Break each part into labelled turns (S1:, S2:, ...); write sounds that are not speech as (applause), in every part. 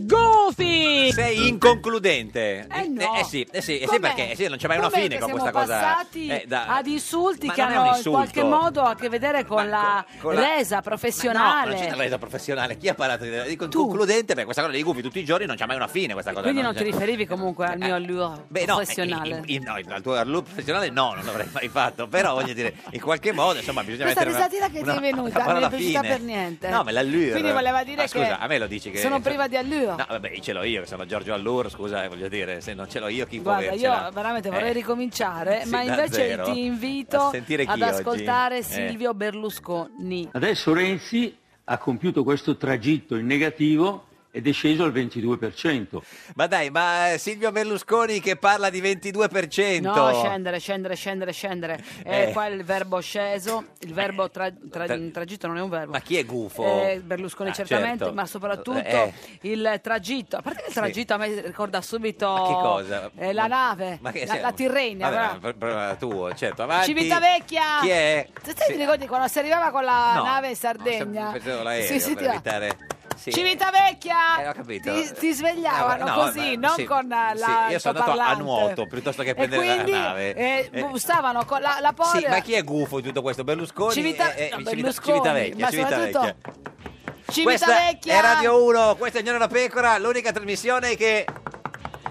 S1: Gofi!
S2: Sei inconcludente.
S1: Eh no.
S2: eh sì, eh sì, eh sì,
S1: Com'è?
S2: perché eh sì, non c'è mai una
S1: Com'è
S2: fine
S1: che
S2: con
S1: siamo
S2: questa cosa.
S1: passati
S2: eh, da-
S1: ad insulti
S2: Ma
S1: che
S2: non è un
S1: hanno in
S2: insulto.
S1: qualche modo a che vedere con la
S2: con la-
S1: resa
S2: No, non
S1: professionale.
S2: c'è una resa professionale. Chi ha parlato di di concludente? Perché questa cosa dei gufi tutti i giorni non c'è mai una fine. Questa cosa
S1: Quindi
S2: no,
S1: non ti
S2: cioè-
S1: riferivi comunque al mio allure
S2: Beh, no,
S1: professionale.
S2: eh, in- in- no, il tuo allure professionale no, non l'avrei mai fatto. Però voglio dire, in qualche modo, insomma, bisogna
S1: Questa
S2: mettere. una-
S1: risatina che ti
S2: eh, una-
S1: è venuta,
S2: una parola
S1: non è piaciuta
S2: fine.
S1: per niente.
S2: No, ma l'allure.
S1: Quindi voleva dire
S2: Ma Scusa,
S1: che
S2: a me lo dici che.
S1: Sono priva di allure.
S2: No, vabbè, ce l'ho io, che sono Giorgio Allure, scusa, eh, voglio dire, se non ce l'ho io, chi può
S1: Guarda,
S2: avercela?
S1: io veramente vorrei
S2: Eh.
S1: ricominciare,
S2: Sì,
S1: ma
S2: da
S1: invece
S2: zero.
S1: ti
S2: A
S1: invito
S2: sentire chi
S1: ad
S2: oggi?
S1: ascoltare
S2: Eh.
S1: Silvio Berlusconi.
S3: Adesso Renzi ha compiuto questo tragitto in negativo ed è sceso al 22%.
S2: Ma dai, ma eh, Silvio Berlusconi che parla di 22%.
S1: No, scendere, scendere, scendere, scendere. E
S2: Eh.
S1: qua il verbo sceso, il verbo tra- tra-
S2: tra-
S1: tragitto non è un verbo.
S2: Ma chi è gufo?
S1: Eh, Berlusconi
S2: Ah,
S1: certamente,
S2: certo.
S1: ma soprattutto
S2: Eh,
S1: il tragitto. A parte che il
S2: Sì.
S1: tragitto a me ricorda subito
S2: Ma che cosa?
S1: eh, la nave,
S2: ma che-
S1: la,
S2: sì,
S1: la Tirrenia.
S2: vabbè,
S1: però.
S2: pro- problema tuo, certo, avanti.
S1: Civitavecchia!
S2: Chi è?
S1: Se te ti ricordi quando si arrivava con la
S2: No,
S1: nave in
S2: Sì,
S1: Sardegna?
S2: pensavo l'aereo
S1: Sì, sì,
S2: per
S1: ti va.
S2: evitare... Sì. Eh,
S1: Civitavecchia!
S2: ho capito.
S1: Ti, ti svegliavano
S2: Eh, no,
S1: così,
S2: ma-
S1: non
S2: sì,
S1: con la.
S2: sì, io
S1: il
S2: sono andato a
S1: parlante.
S2: nuoto piuttosto che
S1: E
S2: prendere
S1: quindi
S2: la nave.
S1: eh,
S2: Eh,
S1: stavano con la, la
S2: sì,
S1: polvere.
S2: ma chi è gufo in tutto questo? Berlusconi
S1: Civita-
S2: e, e-
S1: no,
S2: Civita-
S1: Berlusconi,
S2: Civitavecchia,
S1: ma
S2: Civitavecchia.
S1: soprattutto-
S2: Questa
S1: Civitavecchia!
S2: è Radio 1, questa è Ignora la Pecora, l'unica trasmissione che...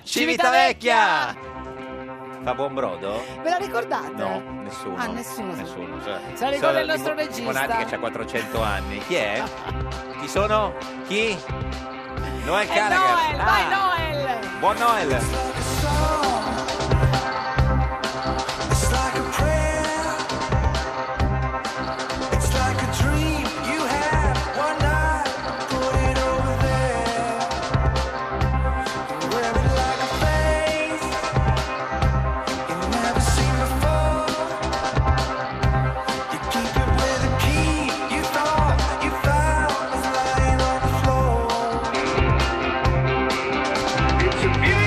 S1: Civitavecchia!
S2: Civitavecchia! Fa buon brodo?
S1: Ve la ricordate?
S2: No, nessuno.
S1: Ah, nessuno.
S2: Nessuno. Cioè,
S1: Se la ricorda
S2: solo
S1: il nostro
S2: Mon-
S1: regista.
S2: Monati che ha 400 anni. Chi è? Chi sono? Chi? Noel
S1: È
S2: Gallagher.
S1: Noel,
S2: Ah,
S1: vai Noel!
S2: Buon Noel.
S4: It's like a prayer. It's like a dream you had one night. Put it over there. You wear it like a face you never seen before. You keep it with a key you thought you found was lying on the floor. It's a beautiful.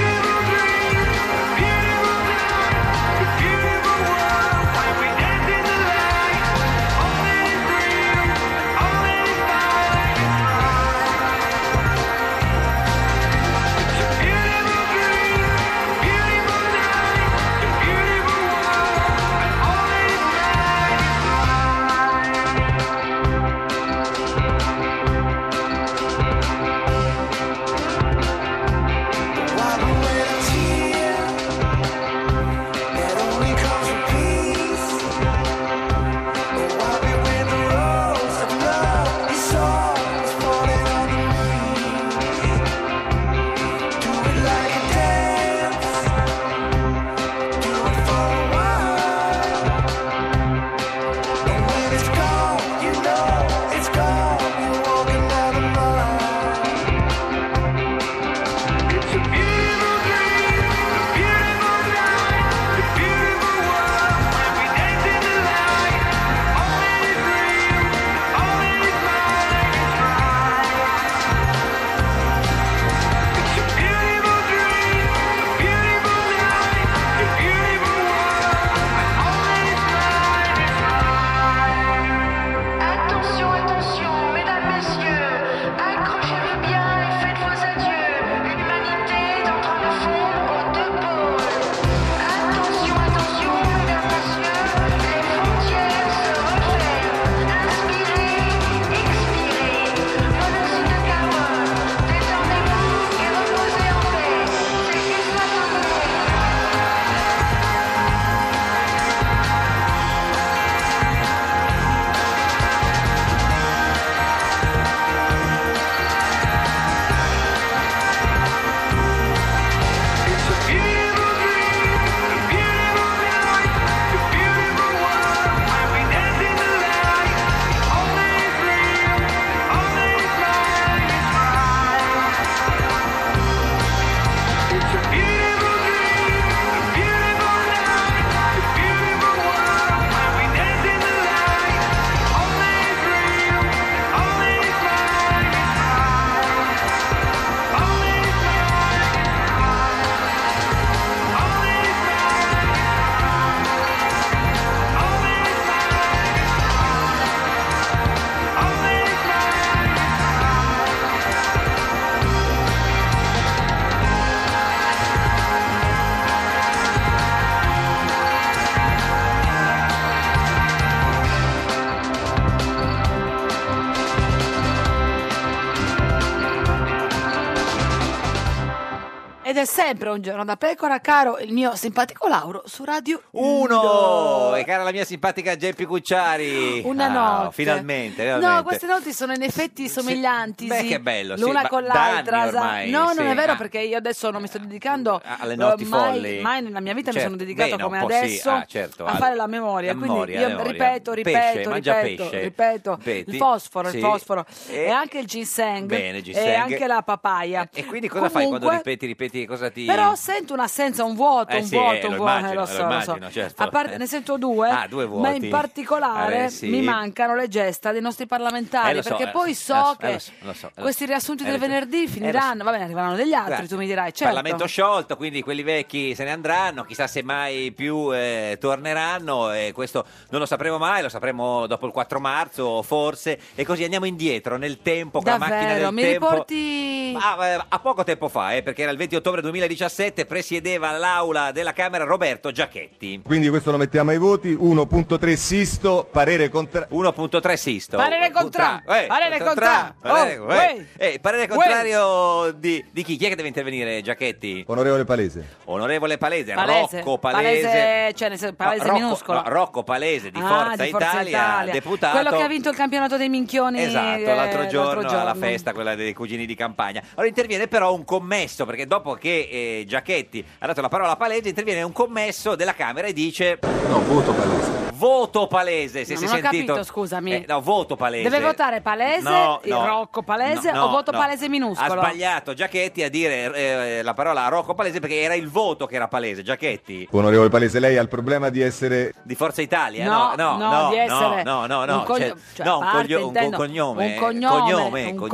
S1: Ed è sempre un giorno da pecora, caro il mio simpatico Lauro su Radio
S2: Uno! E cara la mia simpatica Geppi Cucciari.
S1: Una
S2: Ah,
S1: notte.
S2: Finalmente,
S1: No,
S2: finalmente.
S1: queste notti sono in effetti somiglianti.
S2: Beh,
S1: sì.
S2: che bello, sì,
S1: L'una
S2: ma
S1: con
S2: da
S1: l'altra.
S2: anni
S1: sa-
S2: ormai,
S1: no, non
S2: sì,
S1: è vero,
S2: ah.
S1: perché io adesso non mi sto dedicando
S2: Ah, alle notti
S1: eh, mai,
S2: folli.
S1: Mai nella mia vita
S2: Certo,
S1: mi sono dedicata
S2: beh,
S1: come
S2: un po' sì,
S1: adesso
S2: ah, certo,
S1: a
S2: al-
S1: fare la memoria.
S2: la
S1: Quindi
S2: memoria,
S1: io
S2: la memoria.
S1: ripeto, ripeto,
S2: Pesce, mangia
S1: ripeto,
S2: pesce.
S1: ripeto.
S2: Vedi?
S1: Il fosforo,
S2: Sì.
S1: il fosforo.
S2: E-
S1: E... anche il ginseng.
S2: Bene,
S1: E
S2: ginseng.
S1: anche la papaya.
S2: E quindi cosa fai
S1: Comunque-
S2: quando ripeti, ripeti cosa ti...
S1: Però sento un'assenza, un vuoto,
S2: Eh
S1: un
S2: sì,
S1: vuoto,
S2: eh,
S1: un
S2: lo
S1: vuoto, eh,
S2: immagino,
S1: lo
S2: lo
S1: so, lo so.
S2: immagino, certo.
S1: A parte, ne sento due,
S2: Ah, due
S1: ma
S2: vuoti.
S1: in particolare
S2: Ah, beh, sì.
S1: mi mancano le gesta dei nostri parlamentari,
S2: Eh, lo so,
S1: perché
S2: eh,
S1: poi
S2: eh,
S1: so
S2: lo so,
S1: che
S2: eh, lo so, lo so, eh, lo
S1: questi
S2: so.
S1: riassunti
S2: Eh,
S1: del
S2: lo so.
S1: venerdì finiranno, va bene, arriveranno degli altri,
S2: Grazie.
S1: tu mi dirai, certo.
S2: Parlamento sciolto, quindi quelli vecchi se ne andranno, chissà se mai più eh, torneranno, e questo non lo sapremo mai, lo sapremo dopo il 4 marzo forse, e così andiamo indietro nel tempo con la macchina
S1: Davvero,
S2: del
S1: mi
S2: tempo.
S1: riporti...
S2: Ah, eh, a poco tempo fa, eh, perché era il 20 ottobre 2017, presiedeva l'aula della Camera Roberto Giachetti.
S5: Quindi questo lo mettiamo ai voti. 1.3 Sisto, parere contrario.
S2: 1.3 Sisto.
S1: Parere
S2: Contra-
S1: contrario,
S2: eh,
S1: parere
S2: contra-
S1: contrario,
S2: parere-
S1: oh,
S2: eh.
S1: uè.
S2: Eh, parere contrario di, di chi? Chi è che deve intervenire? Giachetti?
S5: Onorevole Palese.
S2: Onorevole Palese,
S1: Palese,
S2: Rocco Palese.
S1: cioè nel senso,
S2: No,
S1: palese
S2: Rocco,
S1: minuscolo.
S2: no, Rocco Palese di,
S1: Ah,
S2: Forza,
S1: di Forza
S2: Italia,
S1: Italia.
S2: deputato.
S1: Quello che ha vinto il campionato dei minchioni
S2: Esatto,
S1: eh,
S2: l'altro giorno, alla
S1: giorno.
S2: festa, quella dei cugini di campagna. Allora interviene però un commesso, perché dopo che eh, Giachetti ha dato la parola a Palese, interviene un commesso della Camera e dice...
S5: No, voto Palese.
S2: Voto Palese, se
S1: No,
S2: si è
S1: non ho
S2: sentito...
S1: capito, scusami.
S2: Eh, no, voto Palese.
S1: Deve votare Palese,
S2: No,
S1: il
S2: no.
S1: Rocco Palese
S2: No, no,
S1: o voto
S2: no.
S1: Palese minuscolo?
S2: Ha sbagliato Giachetti a dire eh, la parola a Rocco Palese perché era il voto che era Palese, Giachetti.
S5: Onorevole Palese, lei ha il problema di essere
S2: Di Forza Italia?
S1: No,
S2: No,
S1: no,
S2: no,
S1: di essere
S2: no, no, no,
S1: un
S2: no,
S1: cogno-
S2: cioè,
S1: cioè,
S2: no, un,
S1: parte,
S2: coglio- un co-
S1: intendo,
S2: cognome,
S1: un cognome,
S2: cognome,
S1: un cognome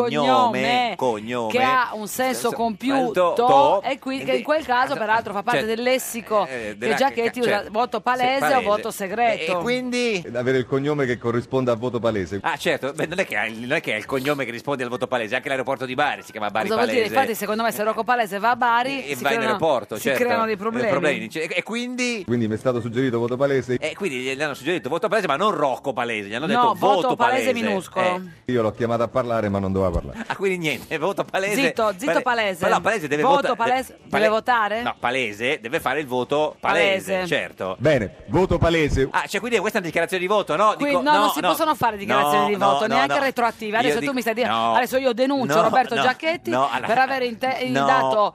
S2: cognome, cognome.
S1: che ha un senso compiuto
S2: to-
S1: e qui, che in quel caso peraltro fa parte
S2: cioè,
S1: del lessico
S2: eh,
S1: che
S2: della-
S1: Giachetti
S2: cioè,
S1: usa voto palese,
S2: se-
S1: o voto segreto.
S2: E quindi
S5: ed avere il cognome che corrisponda a voto Palese.
S2: Ah certo, beh, non, è che ha, non è che è il cognome che risponde al voto palese, anche l'aeroporto di Bari si chiama Bari
S1: Cosa vuol
S2: Palese.
S1: dire? Infatti secondo me se Rocco Palese va a Bari
S2: e
S1: si,
S2: vai in
S1: creano,
S2: aeroporto,
S1: si
S2: certo.
S1: creano dei
S2: Eh,
S1: problemi.
S2: Cioè, e, e quindi...
S5: Quindi mi è stato suggerito voto Palese.
S2: E quindi gli hanno suggerito voto palese, ma non Rocco Palese, gli hanno
S1: No,
S2: detto
S1: voto
S2: voto,
S1: palese minuscolo.
S2: Eh,
S5: Io l'ho chiamato a parlare, ma non doveva parlare.
S2: Ah, quindi niente, (laughs) voto palese.
S1: Zitto, zitto
S2: Pale-
S1: palese.
S2: Ma no, palese deve
S1: Voto
S2: vota-
S1: palese,
S2: de-
S1: deve votare?
S2: No, palese deve fare il voto palese,
S1: Palese.
S2: certo.
S5: Bene, voto Palese.
S2: Ah, cioè, quindi questa è una dichiarazione di voto, no?
S1: Quindi- no, non si possono fare dichiarazioni di voto, neanche retroattive. Adesso tu mi stai dicendo- adesso io denuncio Roberto Giacchetti per avere inte-
S2: dato
S1: dato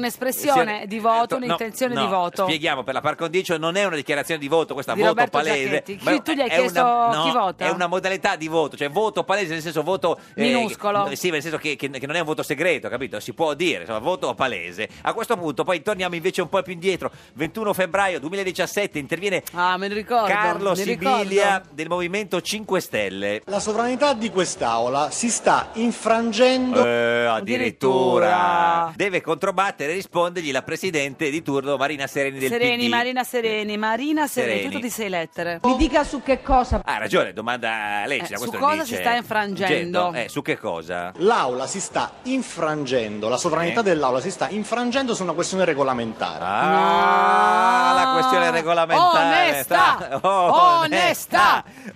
S1: un'espressione di voto, un'intenzione di voto.
S2: Spieghiamo per la par condicio, non è una dichiarazione di voto, questa
S1: Di
S2: voto
S1: Roberto
S2: palese.
S1: Giacchetti. Chi-
S2: ma
S1: tu gli hai
S2: è
S1: chiesto
S2: una-
S1: chi
S2: no,
S1: vota?
S2: È una modalità di voto, cioè voto palese nel senso voto eh,
S1: Minuscolo.
S2: sì, nel senso che, che- che non è un voto segreto, capito? Si può dire, insomma, voto palese. A questo punto poi torniamo invece un po' più indietro. 21 febbraio 2017 interviene
S1: Ah, me lo ricordo.
S2: Carlo
S1: mi ricordo.
S2: Sibilia del Movimento 5 Stelle.
S6: La sovranità di quest'Aula si sta infrangendo.
S2: Eh,
S1: Addirittura.
S2: addirittura deve controbattere e rispondergli la presidente di turno Marina Sereni del
S1: Sereni,
S2: PD.
S1: Marina Sereni, Marina Sereni,
S2: Sereni.
S1: tutto di sei lettere.
S7: Mi dica su che cosa.
S2: Ha ragione, domanda a lei.
S1: Eh,
S2: da
S1: su
S2: questo
S1: cosa
S2: dice-
S1: si sta infrangendo?
S2: Gendo, eh, su che cosa?
S6: L'Aula si sta infrangendo, la sovranità
S2: Eh.
S6: dell'Aula si sta infrangendo su una questione regolamentare.
S2: Ah, la questione regolamentare. (laughs) Oh,
S1: Onesta!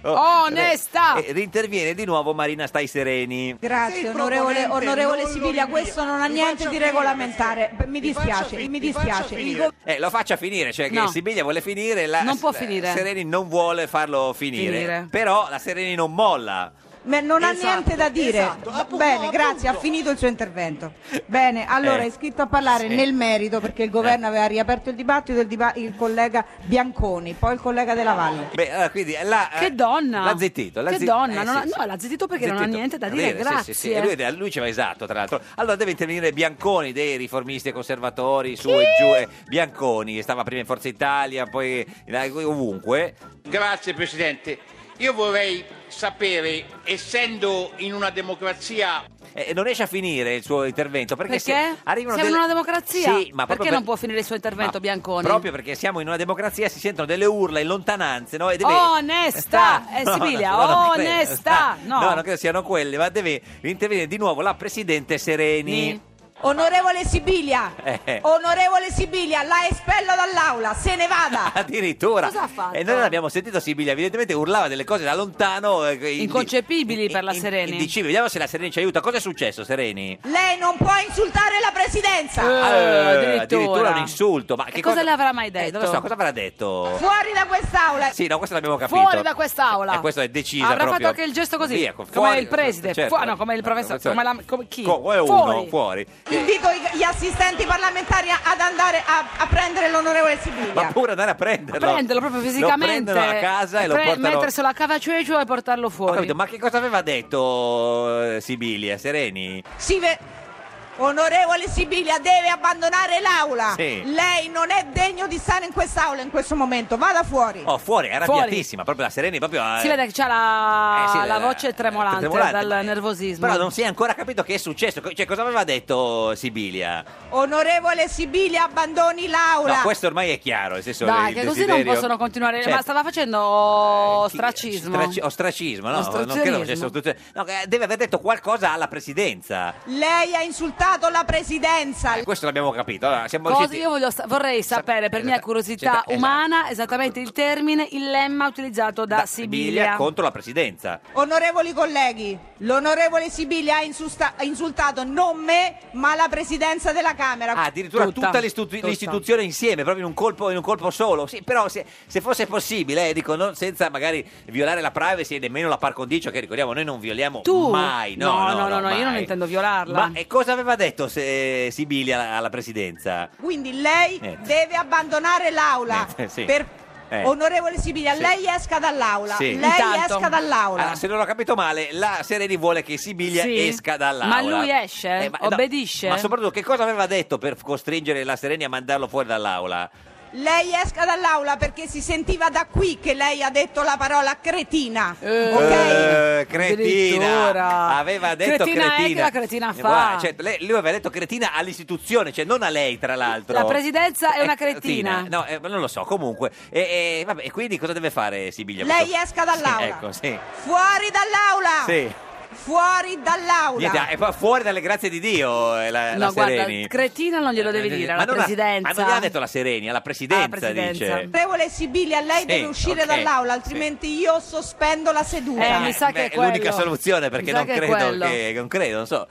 S1: Onesta! Onesta!
S2: Eh, Rinterviene di nuovo Marina Stai Sereni.
S7: Grazie,
S6: Sei
S7: onorevole,
S6: proponente,
S7: onorevole
S6: non lo
S7: Sibiglia,
S6: rinvia.
S7: questo non ha
S6: Mi
S7: niente
S6: faccia
S7: di
S6: finire.
S7: regolamentare. Beh, Mi
S6: Mi faccia
S7: dispiace,
S6: fi-
S7: mi
S6: mi faccia
S7: dispiace. Il
S6: finire.
S7: go-
S2: Eh, lo faccia finire, cioè che
S1: No.
S2: Sibiglia vuole finire, la
S1: Non può
S2: la
S1: finire.
S2: Sereni non vuole farlo finire.
S1: Finire.
S2: Però la Sereni non molla.
S7: me- non
S6: Esatto,
S7: ha niente da dire.
S6: esatto, appunto,
S7: Bene,
S6: appunto.
S7: grazie, ha finito il suo intervento. Bene, allora
S2: Eh,
S7: è iscritto a parlare
S2: sì.
S7: nel merito perché il governo
S2: Eh.
S7: aveva riaperto il dibattito il, diba- il collega Bianconi, poi il collega della Valle.
S2: Beh, allora, quindi eh, la,
S1: Che donna!
S2: L'ha zittito. l'ha
S1: Che
S2: zi-
S1: donna,
S2: eh,
S1: non
S2: sì,
S1: ha-
S2: sì.
S1: no, l'ha zittito perché non ha niente da dire,
S2: Sì, sì, sì.
S1: grazie.
S2: E Lui, lui ci va esatto, tra l'altro. Allora deve intervenire Bianconi dei riformisti e conservatori, su e giù. eh, Bianconi, che stava prima in Forza Italia, poi in- ovunque.
S8: Grazie Presidente. Io vorrei sapere, essendo in una democrazia
S2: E Eh, non riesce a finire il suo intervento perché,
S1: Perché?
S2: se arrivano
S1: siamo in
S2: delle-
S1: una democrazia.
S2: Sì, ma proprio
S1: perché
S2: per-
S1: non può finire il suo intervento,
S2: Ma
S1: Bianconi?
S2: Proprio perché siamo in una democrazia si sentono delle urla in lontananze, no? E deve...
S1: Oh, Onesta!
S2: Eh,
S1: Eh,
S2: no,
S1: Sibiglia,
S2: no, non credo.
S1: onesta! No.
S2: No, non credo siano quelle, ma deve intervenire di nuovo la Presidente Sereni.
S1: Ni. Oh.
S7: Onorevole Sibilia,
S2: Eh.
S7: onorevole Sibilia, la espello dall'aula, se ne vada.
S2: Addirittura.
S7: Cosa ha fatto?
S2: E noi non abbiamo sentito Sibiglia, evidentemente urlava delle cose da lontano. eh, indi-
S1: Inconcepibili per la Sereni.
S2: indicibili. Vediamo se la Sereni ci aiuta. Cosa è successo, Sereni?
S7: Lei non può insultare la presidenza.
S2: Eh,
S1: addirittura.
S2: un insulto. Ma che
S1: Cosa, le avrà mai
S2: Eh,
S1: detto?
S2: non lo so, cosa avrà detto?
S7: Fuori da quest'aula.
S2: Sì, no, questo l'abbiamo capito. Eh,
S1: Fuori da quest'aula.
S2: E questo è deciso
S1: Avrà
S2: proprio.
S1: fatto anche il gesto così,
S2: Via,
S1: come
S2: fuori,
S1: il preside,
S2: certo.
S1: fu- ah, no, come il professore,
S2: Certo.
S1: come la- come chi?
S2: Co- uno,
S1: Fuori.
S2: fuori.
S7: Invito i- gli assistenti parlamentari a- ad andare a, a prendere l'onorevole
S2: Ma
S7: Sibilia.
S2: pure andare a prenderlo.
S1: Prenderlo proprio fisicamente.
S2: Lo prendono a casa e lo
S1: pre-
S2: portano...
S1: Metterselo a cavaceggio e portarlo
S2: Ho
S1: fuori.
S2: capito, ma che cosa aveva detto eh, Sibilia Sereni?
S7: Si ve- Onorevole Sibilia deve abbandonare l'aula.
S2: Sì.
S7: Lei non è degno di stare in quest'aula in questo momento. Vada fuori.
S2: Oh, fuori, è
S1: Fuori.
S2: arrabbiatissima, proprio la Sereni, proprio... eh,
S1: Si vede che c'ha la,
S2: eh, sì,
S1: la voce tremolante,
S2: tremolante,
S1: dal
S2: ma-
S1: nervosismo.
S2: Però non si è ancora capito che è successo, co- cioè cosa aveva detto Sibilia?
S7: Onorevole Sibilia abbandoni l'aula.
S2: No, questo ormai è chiaro, nel senso
S1: Dai,
S2: il
S1: che così non
S2: desiderio-
S1: possono continuare. Ma
S2: Certo. Eh,
S1: stava facendo
S2: Chi-
S1: ostracismo.
S2: straci- ostracismo, no, non credo facesse
S1: Ostrazionismo.
S2: ostracismo. cioè, No, che deve aver detto qualcosa alla presidenza.
S7: Lei ha insultato la presidenza.
S2: Eh, questo l'abbiamo capito. Allora, siamo
S1: Cosa
S2: riusciti-
S1: io voglio sa- vorrei sapere, per mia
S2: esatto,
S1: curiosità
S2: esatto,
S1: umana, esattamente il termine, il lemma utilizzato da,
S2: da
S1: Sibilia.
S2: contro la presidenza.
S7: Onorevoli colleghi, l'onorevole Sibilia ha insusta- ha insultato non me, ma la presidenza della Camera.
S2: Ah, addirittura
S1: Tutta,
S2: tutta, l'istu-
S1: tutta.
S2: l'istituzione insieme, proprio in un colpo, in un colpo solo. Sì, però se, se fosse possibile, eh, dico, non- senza magari violare la privacy e nemmeno la par condicio, che ricordiamo, noi non violiamo
S1: Tu?
S2: mai. No,
S1: No,
S2: no,
S1: no, no, no, io non
S2: mai.
S1: intendo violarla.
S2: Ma e cosa aveva detto se- Sibilia alla, alla presidenza?
S7: Quindi lei
S2: Niente.
S7: deve abbandonare l'aula.
S2: Niente, sì.
S7: Per-
S2: Eh.
S7: Onorevole Sibilia,
S2: Sì.
S7: lei esca dall'aula.
S2: Sì.
S7: Lei
S1: Intanto.
S7: esca dall'aula.
S2: Allora, se non ho capito male, la Sereni vuole che Sibilia
S1: Sì.
S2: esca dall'aula.
S1: Ma lui esce?
S2: no,
S1: Obbedisce?
S2: Eh, ma soprattutto, che cosa aveva detto per costringere la Sereni a mandarlo fuori dall'aula?
S7: Lei esca dall'aula perché si sentiva da qui che lei ha detto la parola cretina.
S1: Eh.
S7: Ok?
S2: Eh,
S1: Addirittura.
S2: cretina aveva detto
S1: Cretina è
S2: cretina,
S1: che la cretina fa.
S2: Guarda, cioè, lei- lui aveva detto cretina all'istituzione cioè non a lei tra l'altro
S1: La presidenza è una cretina.
S2: no eh, ma non lo so comunque e, e, vabbè, e quindi cosa deve fare Sibilia
S7: Lei
S2: Questo-
S7: esca dall'aula.
S2: Sì, (laughs) ecco sì,
S1: Ah,
S7: Fuori dall'aula.
S2: sì.
S7: Fuori dall'aula.
S2: Niente, e poi fuori dalle grazie di Dio eh, la, la
S1: No, guarda,
S2: Sereni
S1: cretina non glielo devi dire, alla
S2: non ha-
S1: presidenza.
S2: ah, non gliel'ha detto la Sereni alla presidenza,
S1: Alla presidenza.
S2: dice
S7: Onorevole Sibilia, lei
S2: Sì,
S7: deve uscire
S2: ok,
S7: dall'aula, altrimenti io sospendo la seduta.
S1: Eh, mi sa che
S2: beh,
S1: è
S2: è l'unica
S1: quello.
S2: soluzione perché
S1: Mi sa
S2: non
S1: che è
S2: credo
S1: quello.
S2: che, non credo non so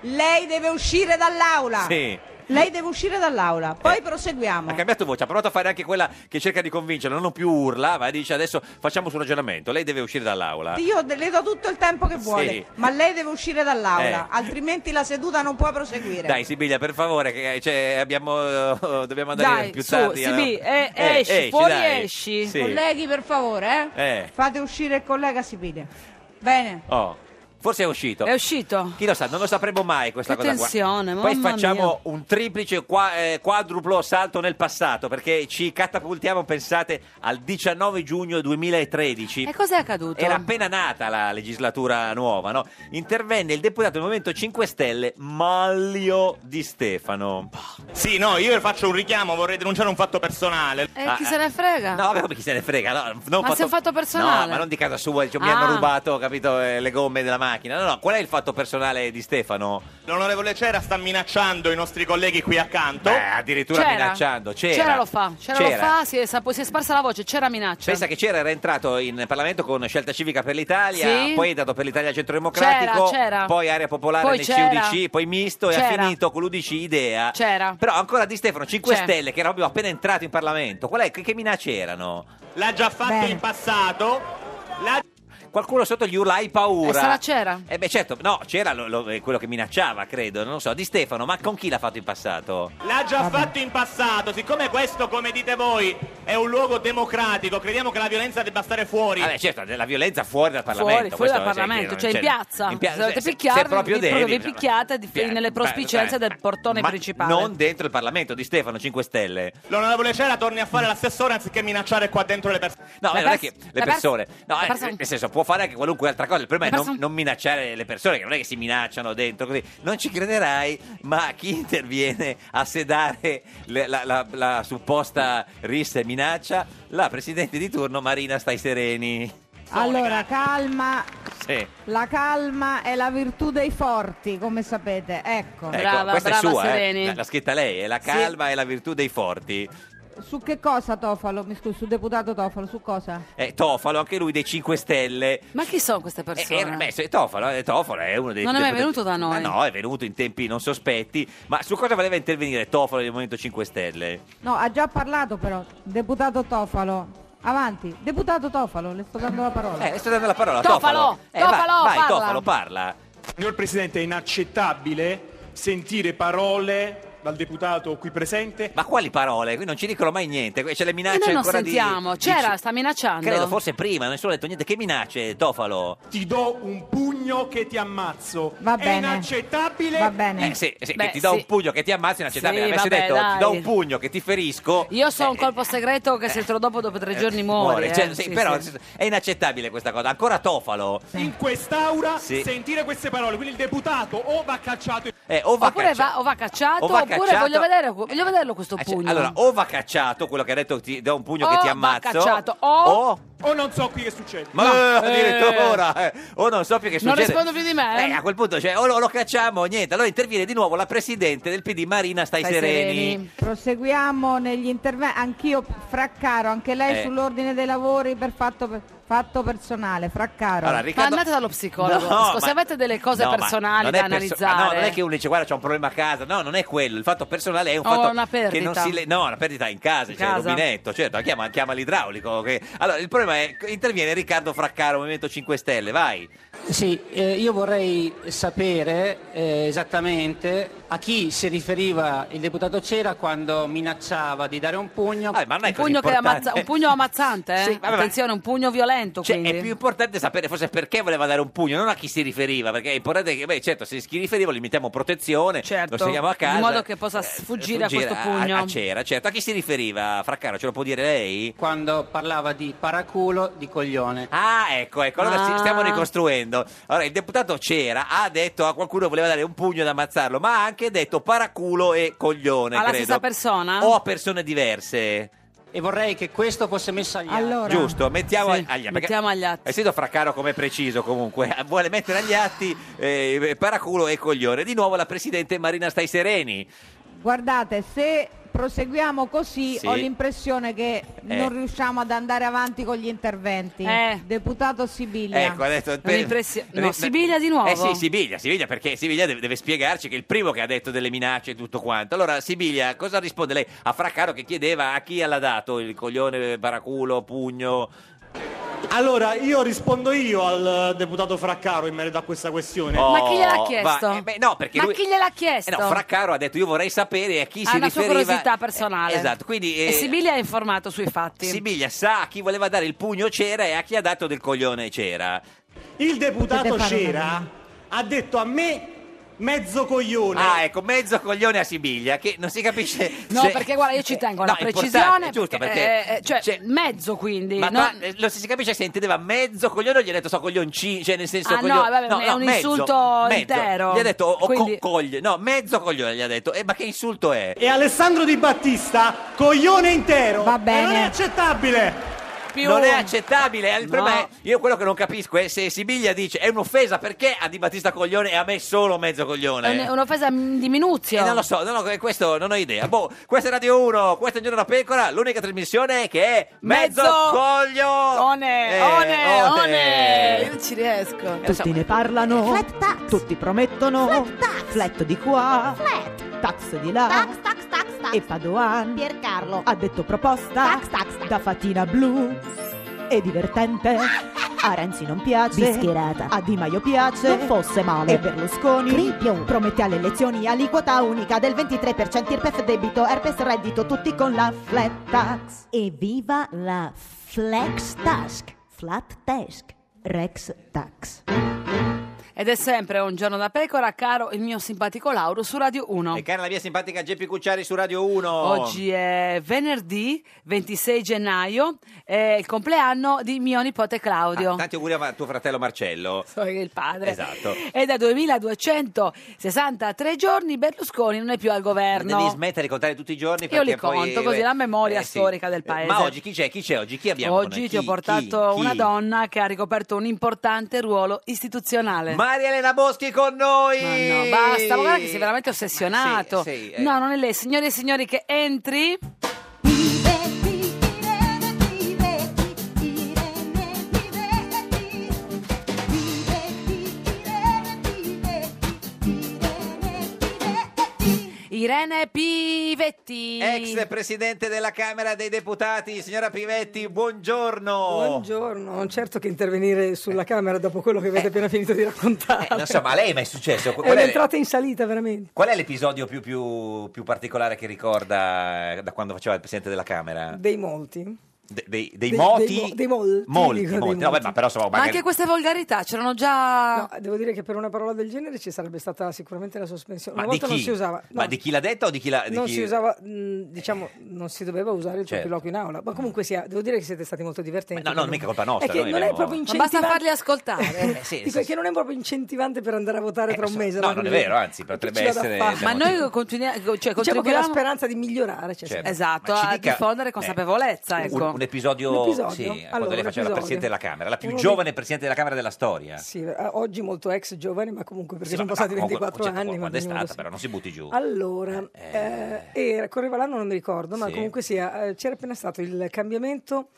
S7: Lei deve uscire
S1: Ah.
S7: dall'aula.
S2: sì
S7: Lei deve uscire dall'aula. Poi
S2: Eh. Ha
S7: proseguiamo.
S2: cambiato voce, ha provato a fare anche quella che cerca di convincerla, non più urla, ma dice adesso facciamo un ragionamento, lei deve uscire dall'aula.
S7: Io de- le do tutto il tempo che vuole, ma lei deve uscire dall'aula,
S2: Eh.
S7: altrimenti la seduta non può proseguire.
S2: Dai Sibiglia, per favore, che, eh, cioè, abbiamo, (laughs) eh, dobbiamo andare
S1: Dai,
S2: più
S1: su,
S2: tardi.
S1: Sibi,
S2: no?
S1: eh,
S2: Eh,
S1: esci, fuori
S2: dai.
S1: esci.
S2: Sì.
S7: Colleghi, per favore, eh?
S2: Eh.
S7: Fate uscire il collega Sibile. Bene.
S2: Oh, forse è uscito.
S1: È uscito?
S2: Chi lo sa, non lo sapremo mai questa
S1: Che
S2: cosa
S1: tensione,
S2: qua. Poi
S1: mamma
S2: facciamo un triplice qua- eh, quadruplo salto nel passato perché ci catapultiamo, pensate, al 19 giugno 2013.
S1: E cos'è accaduto?
S2: Era appena nata la legislatura nuova, no? Intervenne il deputato del Movimento 5 Stelle Maglio Di Stefano.
S9: Sì, no, io faccio un richiamo, vorrei denunciare un fatto personale.
S1: E
S2: Ah,
S1: Eh, chi
S2: ah.
S1: se ne frega?
S2: No, vabbè, come chi se ne frega. no, non
S1: Ma se è un fatto personale?
S2: No, ma non di casa sua, diciamo, mi hanno
S1: Ah.
S2: rubato, capito, eh, le gomme della macchina. No, no, qual è il fatto personale di Stefano?
S9: L'onorevole Cera sta minacciando i nostri colleghi qui accanto.
S2: Beh, addirittura minacciando. C'era.
S1: lo fa, c'era, lo fa, si è, sapo- si è sparsa la voce, c'era minaccia.
S2: Pensa che c'era, era entrato in Parlamento con Scelta Civica per l'Italia,
S1: Sì.
S2: poi è andato per l'Italia Centro Democratico,
S1: C'era, c'era.
S2: poi Area Popolare
S1: Poi
S2: nel
S1: c'era.
S2: CUDC, poi Misto e
S1: C'era.
S2: ha finito con l'UDC Idea.
S1: C'era.
S2: Però ancora Di Stefano, 5
S1: C'è.
S2: Stelle, che era proprio appena entrato in Parlamento, qual è, che, che minacce erano?
S9: L'ha già fatto
S7: Bene.
S9: in passato. L'ha...
S2: Qualcuno sotto gli urla hai paura.
S1: E sarà c'era?
S2: Eh beh certo, no, c'era lo- lo- eh, quello che minacciava, credo, non lo so, Di Stefano, ma con chi l'ha fatto in passato?
S9: L'ha già fatto in passato, siccome questo, come dite voi, è un luogo democratico, crediamo che la violenza debba stare fuori.
S2: Vabbè, certo, la violenza fuori dal Parlamento.
S1: Fuori, fuori
S2: questo,
S1: dal
S2: cioè,
S1: Parlamento,
S2: non
S1: cioè in
S2: c'è-
S1: piazza.
S2: in pia-
S1: se dovete
S2: se- se
S1: picchiarvi,
S2: proprio
S1: vi-
S2: devi,
S1: proprio vi
S2: bisogna-
S1: picchiate di-
S2: Pia-
S1: nelle
S2: beh,
S1: prospicenze
S2: beh,
S1: del
S2: ma-
S1: portone
S2: ma
S1: principale.
S2: Non dentro il Parlamento di Stefano 5 Stelle.
S9: L'onorevole Cera torni a fare l'assessore anziché minacciare qua dentro le persone.
S2: No,
S1: L'ha
S2: eh, non è
S1: perso-
S2: che le
S1: l'ha perso-
S2: persone. No,
S1: l'ha
S2: eh,
S1: perso un-
S2: nel senso, può fare anche qualunque altra cosa. Il problema
S1: L'ha
S2: è
S1: perso
S2: non,
S1: un-
S2: non minacciare le persone, che non è che si minacciano dentro così. Non ci crederai, ma chi interviene a sedare le- la, la- la supposta rissa e minaccia? La presidente di turno Marina Stai Sereni.
S7: Allora, calma,
S2: Sì.
S7: La calma è la virtù dei forti, come sapete. Ecco.
S2: Ecco, questa è sua, eh. l'ha scritta lei, è la
S7: Sì.
S2: calma e la virtù dei forti.
S7: Su che cosa Tofalo? Mi scusi, su deputato Tofalo, su cosa?
S2: Eh, Tofalo, anche lui dei 5 Stelle.
S1: Ma chi sono queste persone?
S2: Era- beh, se- Tofalo, eh, Tofalo è uno dei
S1: Non è mai
S2: deputati-
S1: venuto da
S2: Ma
S1: noi.
S2: no, è venuto in tempi non sospetti. Ma su cosa voleva intervenire Tofalo del Movimento 5 Stelle?
S7: No, ha già parlato però. Deputato Tofalo. Avanti, deputato Tofalo, le sto dando la parola.
S2: Eh, le sto dando la parola.
S7: Tofalo,
S2: Eh, va-
S7: Tofalo,
S2: vai,
S7: parla.
S2: Tofalo, parla.
S10: Signor Presidente, è inaccettabile sentire parole dal deputato qui presente.
S2: Ma quali parole? Qui non ci dicono mai niente. C'è le
S1: E
S2: minacce
S1: noi non
S2: ancora di-
S1: sentiamo.
S2: di...
S1: C'era, sta minacciando.
S2: Credo forse prima, nessuno ha detto niente. Che minacce, Tofalo?
S10: Ti do un pugno che ti ammazzo.
S7: Va
S10: È
S7: bene.
S10: inaccettabile.
S7: Va bene.
S2: Eh, sì, sì,
S1: Beh,
S2: che ti do
S1: sì.
S2: un pugno che ti ammazzo è inaccettabile.
S1: Sì,
S2: Avessi
S1: vabbè,
S2: detto ti do
S1: dai.
S2: un pugno che ti ferisco.
S1: Io so un colpo segreto che se te lo dopo dopo tre giorni muore.
S2: Eh,
S1: eh.
S2: muore. Cioè, sì, però è inaccettabile questa cosa. Ancora Tofalo.
S10: In quest'aura
S2: Sì.
S10: sentire queste parole, quindi il deputato o va cacciato
S2: Eh, o va
S1: oppure
S2: cacciato.
S1: va, o va cacciato,
S2: O va
S1: oppure
S2: cacciato. Ah, cioè,
S1: Voglio, vedere, voglio vederlo questo pugno.
S2: Allora, o va cacciato, quello che ha detto ti do un pugno che
S1: O
S2: ti
S1: va
S2: ammazzo.
S1: cacciato, o-
S10: o non so qui che succede.
S2: Ma eh, addirittura eh, o non so più che
S1: Non
S2: succede.
S1: rispondo più di me?
S2: Eh, a quel punto cioè, o lo, lo cacciamo o niente. Allora interviene di nuovo la presidente del PD Marina Stai, sereni.
S7: Proseguiamo negli interventi. Anch'io, Fraccaro, anche lei
S2: Eh.
S7: sull'ordine dei lavori per fatto, per- fatto personale. Fraccaro.
S2: Allora, Riccardo-
S1: Ma andate dallo psicologo.
S2: No,
S1: Scusa, se
S2: ma-
S1: avete delle cose
S2: No, ma
S1: personali
S2: non è
S1: da
S2: perso- ma
S1: analizzare.
S2: no, non è che uno dice guarda c'ho un problema a casa. No, non è quello. Il fatto personale è un
S1: Oh,
S2: fatto
S1: una
S2: che non
S1: perdita.
S2: si le- No, una perdita in casa,
S1: In
S2: cioè il
S1: casa.
S2: rubinetto, certo, chiama, chiama l'idraulico. che- Allora, il problema è interviene Riccardo Fraccaro, Movimento 5 Stelle, vai.
S11: Sì, eh, io vorrei sapere eh, esattamente a chi si riferiva il deputato Cera quando minacciava di dare un pugno.
S2: Eh,
S1: un, pugno che ammazza- un pugno ammazzante, eh?
S11: Sì, vabbè, ma-
S1: attenzione, un pugno violento.
S2: Cioè,
S1: quindi.
S2: è più importante sapere forse perché voleva dare un pugno, non a chi si riferiva, perché è importante che, beh, certo, se si riferiva gli mettiamo protezione, lo segniamo a casa. Eh,
S1: in Certo. modo che possa sfuggire a questo pugno.
S2: A, Cera, certo. A chi si riferiva, Fraccaro? Ce lo può dire lei?
S11: Quando parlava di paraculo, di coglione.
S2: Ah, ecco, ecco, allora si-
S11: Ah.
S2: stiamo ricostruendo. Allora, il deputato Cera ha detto a qualcuno che voleva dare un pugno da ammazzarlo, ma ha anche detto paraculo e coglione,
S1: Alla
S2: credo. Oh,
S1: stessa persona?
S2: o a persone diverse.
S11: E vorrei che questo fosse messo agli atti.
S2: Giusto, mettiamo agli atti.
S11: mettiamo agli atti.
S2: Essendo Fraccaro come preciso comunque, (laughs) vuole mettere agli atti eh, paraculo e coglione. Di nuovo la presidente Marina Stai Sereni.
S7: Guardate, se proseguiamo così
S2: Sì.
S7: ho l'impressione che
S2: Eh.
S7: non riusciamo ad andare avanti con gli interventi.
S1: Eh.
S7: Deputato Sibiglia.
S2: Ecco, adesso
S1: No, Sibiglia di nuovo.
S2: Eh sì, Sibiglia, Sibiglia perché Sibiglia deve, deve spiegarci che è il primo che ha detto delle minacce e tutto quanto. Allora, Sibiglia, cosa risponde lei a Fraccaro che chiedeva a chi l'ha dato il coglione, paraculo, pugno?
S10: Allora, io rispondo io al deputato Fraccaro in merito a questa questione.
S2: Oh,
S1: Ma chi gliel'ha
S2: va-
S1: chiesto?
S2: eh, beh, no, perché
S1: Ma
S2: lui-
S1: chi gliel'ha
S2: Eh
S1: chiesto?
S2: no, Fraccaro ha detto io vorrei sapere a chi
S1: ha
S2: si
S1: una sua
S2: riferiva.
S1: curiosità personale.
S2: Eh, esatto, quindi, eh,
S1: E Sibiglia è informato sui fatti.
S2: Sibiglia sa a chi voleva dare il pugno c'era e a chi ha dato del coglione c'era.
S10: Il deputato Cera ha detto a me mezzo coglione.
S2: Ah, ecco, mezzo coglione a Sibiglia, che non si capisce.
S1: (laughs) No,
S2: se-
S1: perché guarda, io ci tengo alla
S2: cioè, eh, No, è importante,
S1: precisione.
S2: giusto, perché-
S1: eh, eh, cioè, mezzo quindi.
S2: Ma
S1: no?
S2: tra- eh, lo si si capisce se intendeva mezzo coglione o gli ha detto so coglioncino, cioè nel senso
S1: Ah, no,
S2: coglione.
S1: vabbè, è un insulto intero.
S2: Gli ha detto o- o
S1: Quindi-
S2: co- coglie, no, mezzo coglione gli ha detto. Eh, ma che insulto è?
S10: E Alessandro Di Battista, coglione intero. Va bene. Non è accettabile.
S2: Non è accettabile, il problema è- io quello che non capisco è se Sibiglia dice è un'offesa perché a Di Battista coglione e a me solo mezzo coglione.
S1: È un- un'offesa di minuzia.
S2: Eh, non lo so, non ho, questo non ho idea. Boh, questa è Radio 1, questa è Giorno da Pecora, l'unica trasmissione che è Mezzo,
S1: Mezzo
S2: Coglio.
S1: One,
S2: Eh,
S1: one,
S2: one. eh.
S1: one. Eh, Io ci riesco.
S12: Tutti ne parlano, tutti promettono, flat di qua, tax di là, e Padoan, Piercarlo, ha detto proposta, da fatina blu, è (laughs) divertente, a Renzi non piace,
S13: Bischierata.
S12: a Di Maio piace,
S13: Non fosse male.
S12: e Berlusconi,
S13: Cripion.
S12: promette alle elezioni aliquota unica del 23%, IRPEF debito, herpes reddito, tutti con la flat tax.
S13: Evviva la Flex Task, Flat Task, Rex Tax.
S1: Ed è sempre un giorno da pecora, caro il mio simpatico Lauro su Radio 1.
S2: E cara la mia simpatica Geppi Cucciari su Radio 1.
S1: Oggi è venerdì 26 gennaio, è il compleanno di mio nipote Claudio. (laughs)
S2: Ah, tanti auguri a tuo fratello Marcello.
S1: So che il padre. Eh,
S2: Esatto.
S1: E da 2263 giorni Berlusconi non è più al governo.
S2: Devi smettere di contare tutti i giorni
S1: Io
S2: perché
S1: li
S2: poi,
S1: conto così,
S2: eh,
S1: la memoria
S2: eh, sì.
S1: storica del paese.
S2: Ma oggi chi c'è? Chi c'è oggi? Chi abbiamo? con
S1: Oggi
S2: noi?
S1: ti ho
S2: Chi?
S1: portato
S2: Chi?
S1: una
S2: Chi?
S1: donna che ha ricoperto un importante ruolo istituzionale.
S2: Maria Elena Boschi con noi.
S1: Ma no, basta, ma guarda che sei veramente ossessionato.
S2: sì, sì, eh.
S1: No, non è lei, signore e signori, che entri. Irene Pivetti.
S2: Ex presidente della Camera dei Deputati, signora Pivetti, buongiorno.
S14: Buongiorno, certo che intervenire sulla Camera dopo quello che avete appena finito di raccontare.
S2: Eh. Non so, ma a lei mai è successo?
S14: è
S2: Qual è,
S14: un'entrata in salita veramente.
S2: qual è l'episodio più, più- più particolare che ricorda da quando faceva il presidente della Camera?
S14: Dei molti.
S2: De- dei, dei
S14: Dei-
S2: moti?
S14: dei mo- dei molti,
S2: Molti,
S14: dico, dei
S2: molti. No, beh,
S14: molti.
S2: ma però insomma,
S1: Ma
S2: magari-
S1: anche queste volgarità c'erano già.
S14: No, devo dire che per una parola del genere ci sarebbe stata sicuramente la sospensione.
S2: ma
S14: Una
S2: di
S14: volta
S2: chi?
S14: non si usava. no,
S2: Ma di chi l'ha detta o di chi l'ha... di
S14: non
S2: chi-
S14: si usava, mh, diciamo, non si doveva usare il tuo
S2: Certo.
S14: colloquio in aula. Ma comunque sia, devo dire che siete stati molto divertenti.
S2: Ma no, no, mica colpa
S14: È
S2: nostra,
S14: che
S2: noi
S14: non è
S2: abbiamo-
S14: proprio
S1: Ma
S14: incentivante.
S1: basta farli ascoltare.
S14: (laughs)
S2: sì,
S14: Dico, è che non è proprio incentivante per andare a votare tra un mese.
S2: Eh, No, non è vero, anzi, potrebbe
S14: ci vado a
S2: essere...
S14: fare?
S1: Ma noi continuiamo. Cioè,
S14: Diciamo che la
S1: contribuiamo-
S14: speranza di migliorare cioè, c'è sempre.
S1: Esatto,
S2: Certo. Ma ci
S1: a
S2: dica-
S1: diffondere
S2: eh,
S1: consapevolezza.
S2: Un-
S1: ecco.
S2: Un, episodio,
S14: Un episodio?
S2: sì,
S14: Allora,
S2: quando lei
S14: un
S2: faceva la
S14: episodio.
S2: Presidente della Camera, la più
S14: Uno dei-
S2: giovane Presidente della Camera della storia.
S14: Sì, eh, oggi molto ex giovane, ma comunque perché
S2: Sì,
S14: sono
S2: ma-
S14: passati
S2: ma comunque,
S14: 24
S2: certo,
S14: anni. ma
S2: Quando è
S14: ognuno lo
S2: stata,
S14: sa.
S2: però, non si butti giù.
S14: Allora, eh, era- correva l'anno, non mi ricordo, ma
S2: Sì.
S14: comunque sia, eh, c'era appena stato il cambiamento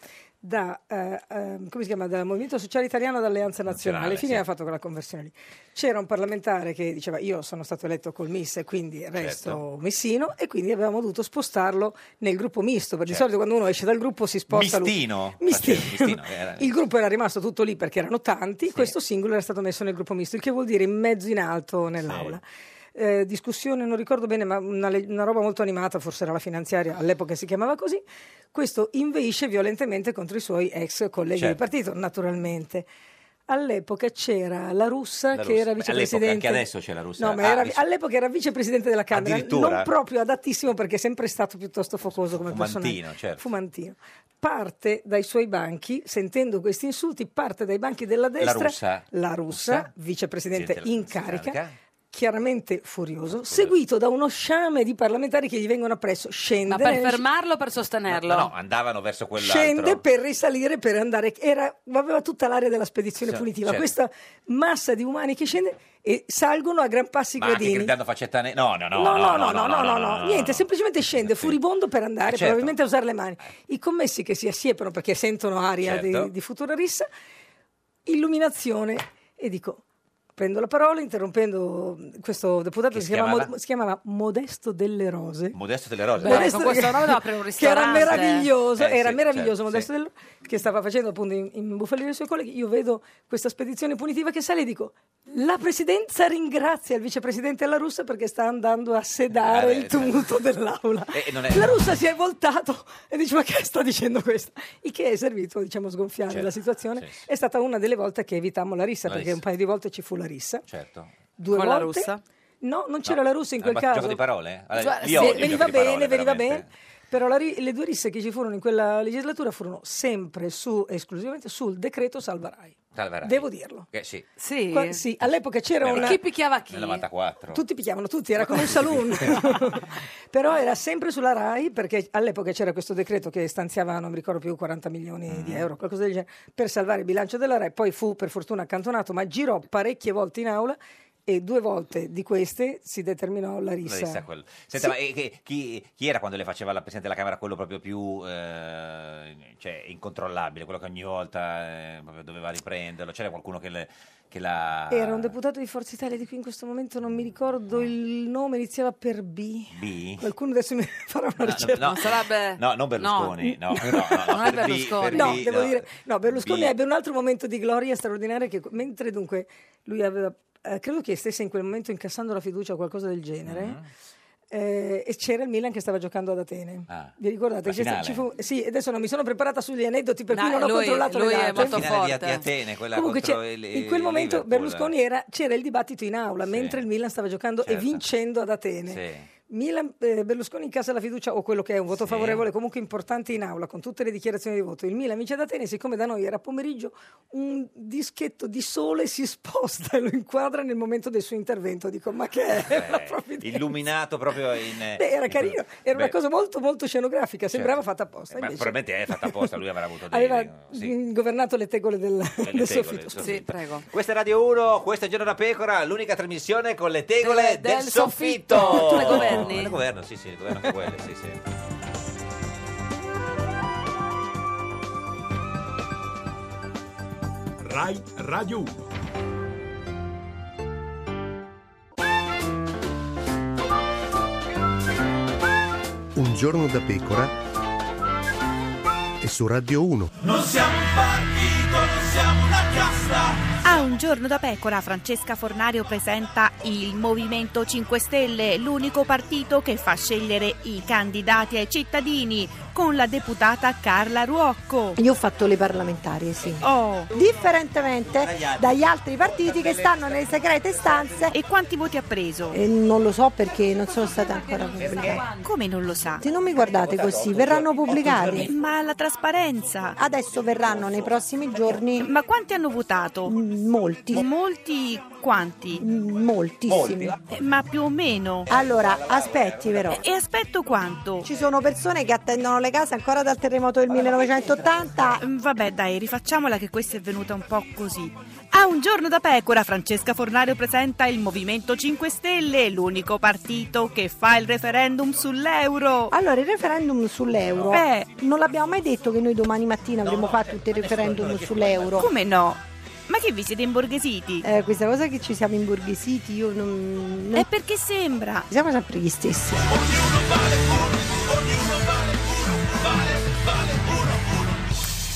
S14: da, eh, ehm, come si chiama, dal Movimento Sociale Italiano ad Alleanza Nazionale.
S15: Nazionale,
S14: Fine
S15: sì.
S14: aveva fatto quella conversione lì. C'era un parlamentare che diceva io sono stato eletto col MIS e quindi resto
S15: Certo.
S14: missino e quindi avevamo dovuto spostarlo nel gruppo misto, perché
S2: Certo.
S14: di solito quando uno esce dal gruppo si sposta lui.
S2: Mistino.
S14: Mistino.
S2: Faceva- Mistino, che era-
S14: Il gruppo era rimasto tutto lì perché erano tanti, questo singolo era stato messo nel gruppo misto, il che vuol dire in mezzo in alto nell'aula. Eh, discussione, non ricordo bene, ma una, le- una roba molto animata, forse era la finanziaria, all'epoca si chiamava così. Questo inveisce violentemente contro i suoi ex colleghi
S2: Certo.
S14: di partito, naturalmente. All'epoca c'era la russa
S2: La
S14: che
S2: Russia.
S14: era
S2: Beh,
S14: vicepresidente.
S2: All'epoca, anche adesso c'è la Russia.
S14: No, ma
S2: Ah,
S14: era-
S2: vice-
S14: all'epoca era vicepresidente della Camera,
S2: Addirittura?
S14: non proprio adattissimo perché è sempre stato piuttosto focoso come
S2: Fumantino,
S14: personaggio.
S2: certo.
S14: Fumantino. Parte dai suoi banchi, sentendo questi insulti, parte dai banchi della destra
S2: russa?
S14: la russa,
S2: Russa?
S14: vicepresidente
S2: Presidente
S14: in
S2: della-
S14: carica,
S2: carica.
S14: chiaramente furioso, seguito da uno sciame di parlamentari che gli vengono appresso, scende,
S1: Ma per
S14: nel-
S1: fermarlo o per sostenerlo?
S2: No, no, andavano verso quell'altro.
S14: scende per risalire, per andare, era, aveva tutta l'area della spedizione
S2: Sì,
S14: punitiva,
S2: certo.
S14: questa massa di umani che scende e salgono a gran passi i
S2: Ma anche
S14: gradini.
S2: gridando faccettane... No, no, no,
S14: No, no, no,
S2: no,
S14: no, no, no, niente, semplicemente scende furibondo per andare,
S2: Certo.
S14: probabilmente a usare le mani. I commessi che si assiepano perché sentono aria di-
S2: Certo.
S14: di, futura rissa, illuminazione e dico, prendo la parola interrompendo questo deputato
S2: Che
S14: che
S2: si
S14: si, chiama Mod-
S2: chiamava?
S14: si chiamava Modesto delle Rose.
S2: Modesto delle Rose.
S14: Modesto
S1: con questo
S14: che-
S1: nome doveva aprire un
S14: Che era
S1: ristorante.
S14: meraviglioso,
S2: certo. Eh,
S14: era
S2: sì,
S14: meraviglioso
S2: certo,
S14: Modesto Del- che stava facendo appunto in, in Bufalino i suoi colleghi. Io vedo questa spedizione punitiva che sale e dico la presidenza ringrazia il vicepresidente alla russa perché sta andando a sedare
S2: Eh, beh,
S14: il tumulto dell'aula.
S2: Eh, non è-
S14: La russa si è voltato e dice ma che sta dicendo questo? Il che è servito diciamo a sgonfiare
S2: Certo,
S14: la situazione. È stata una delle volte che evitammo la rissa
S2: La
S14: perché
S2: rissa.
S14: un paio di volte ci fu la rissa.
S2: Certo.
S14: Due
S1: Con la
S14: volte.
S1: russa?
S14: No, non c'era
S2: No. Eh,
S14: la russa in quel
S2: Ma
S14: caso.
S2: Gioco di parole? Allora,
S14: Guarda,
S2: li
S14: sì,
S2: odio i
S14: Cioè, veniva
S2: giochi di
S14: bene,
S2: parole,
S14: veniva
S2: veramente.
S14: bene. Però la ri- le due risse che ci furono in quella legislatura furono sempre su, esclusivamente sul decreto Salvarai.
S2: Salverai.
S14: Devo dirlo.
S2: Eh, sì.
S1: Sì.
S14: Qua- sì, all'epoca c'era
S2: Eh,
S14: una...
S2: ma- Chi
S1: picchiava
S2: Nel 94.
S14: Tutti picchiavano, tutti, era come un saloon. (laughs) Però era sempre sulla RAI perché all'epoca c'era questo decreto che stanziava, non mi ricordo più, 40 milioni di
S2: Mm-hmm.
S14: euro, qualcosa del genere, per salvare il bilancio della RAI. Poi fu per fortuna accantonato, ma girò parecchie volte in aula e due volte di queste si determinò la
S2: La
S14: rissa.
S2: rissa, quello.
S14: Sì.
S2: Senta, ma eh, che- chi, chi era quando le faceva la Presidente della Camera quello proprio più eh, cioè, incontrollabile, quello che ogni volta eh, proprio doveva riprenderlo? C'era qualcuno che, le- che la...
S14: Era un deputato di Forza Italia di cui in questo momento non mi ricordo il nome, iniziava per B.
S2: B?
S14: Qualcuno adesso mi farà una ricerca.
S2: no, no.
S1: Sarebbe...
S2: No, non Berlusconi.
S1: (laughs)
S2: No, no, no, no,
S1: Eh, Non è
S2: per eh, B,
S1: Berlusconi.
S2: per
S14: No,
S2: B,
S14: devo
S2: no.
S14: dire, no, Berlusconi
S2: B.
S14: ebbe un altro momento di gloria straordinaria che mentre
S2: Mm-hmm.
S14: dunque lui aveva, eh, credo che stesse in quel momento incassando la fiducia o qualcosa del genere, eh, e c'era il Milan che stava giocando ad Atene. Vi ricordate?
S2: Ah, La
S14: C'è sta-
S2: finale.
S14: Ci fu, sì, adesso non mi sono preparata sugli aneddoti per
S1: No,
S14: cui non ho
S1: lui-
S14: controllato
S1: lui
S14: le
S1: è
S14: date.
S1: molto
S2: La finale di, di Atene, quella
S14: Comunque
S2: contro
S14: c'è-
S2: il-
S14: in quel
S2: il
S14: momento
S2: Liverpool.
S14: Berlusconi era, c'era il dibattito in aula mentre il Milan stava giocando e
S2: Certo.
S14: vincendo ad Atene.
S2: Sì.
S14: Milan, eh, Berlusconi incassa la fiducia o quello che è un voto favorevole comunque importante in aula con tutte le dichiarazioni di voto. Il Milan vince ad Atene, siccome da noi era pomeriggio, un dischetto di sole si sposta e lo inquadra nel momento del suo intervento. Dico, ma che è?
S2: Eh, illuminato proprio in... eh,
S14: Beh, era carino, era una
S2: Beh. Certo.
S14: cosa molto molto scenografica, sembrava fatta apposta.
S2: Eh, Ma
S14: Invece
S2: probabilmente è fatta apposta, lui
S1: (laughs)
S2: avrà avuto dei...
S14: aveva mh, governato le tegole del, del
S2: tegole,
S14: soffitto.
S2: del soffitto. Sì, Questa è Radio 1, questo è Giorno da Pecora, l'unica trasmissione con le tegole
S1: Tegole
S2: del,
S1: del
S2: soffitto.
S1: soffitto. Tu le governi?
S2: Le governo, sì, sì, le governo anche quelle, sì, sì.
S15: Rai Radio 1.
S16: Un giorno da pecora e su Radio 1.
S4: Non siamo un partito, non siamo una casta.
S17: A un giorno da pecora, Francesca Fornario presenta il Movimento 5 Stelle, l'unico partito che fa scegliere i candidati ai cittadini, con la deputata Carla Ruocco.
S18: Io ho fatto le parlamentari, sì.
S17: Oh.
S18: Differentemente dagli altri, partiti che stanno nelle segrete stanze.
S17: E quanti voti ha preso?
S18: non lo so perché non sono stata ancora pubblicata.
S17: Come non lo sa?
S18: Se non mi guardate così, verranno pubblicati.
S17: Ma la trasparenza?
S18: Adesso verranno nei prossimi giorni.
S17: Ma quanti hanno votato?
S18: Molti.
S17: Molti quanti?
S18: Moltissimi.
S17: Eh, Ma più o meno.
S18: Allora, aspetti però.
S17: E aspetto quanto?
S18: Ci sono persone che attendono le case ancora dal terremoto del 1980.
S17: Mm, Vabbè, dai, rifacciamola che questa è venuta un po' così. A un giorno da pecora, Francesca Fornario presenta il Movimento 5 Stelle, l'unico partito che fa il referendum sull'euro. Eh.
S18: Allora, il referendum sull'euro.
S17: Beh.
S18: non l'abbiamo mai detto che noi domani mattina avremmo fatto tutti il referendum sull'euro.
S17: Come no? Ma che vi siete imborghesiti?
S18: Eh, questa cosa che ci siamo imborghesiti, io non. non-
S17: È perché sembra.
S18: Siamo sempre gli stessi.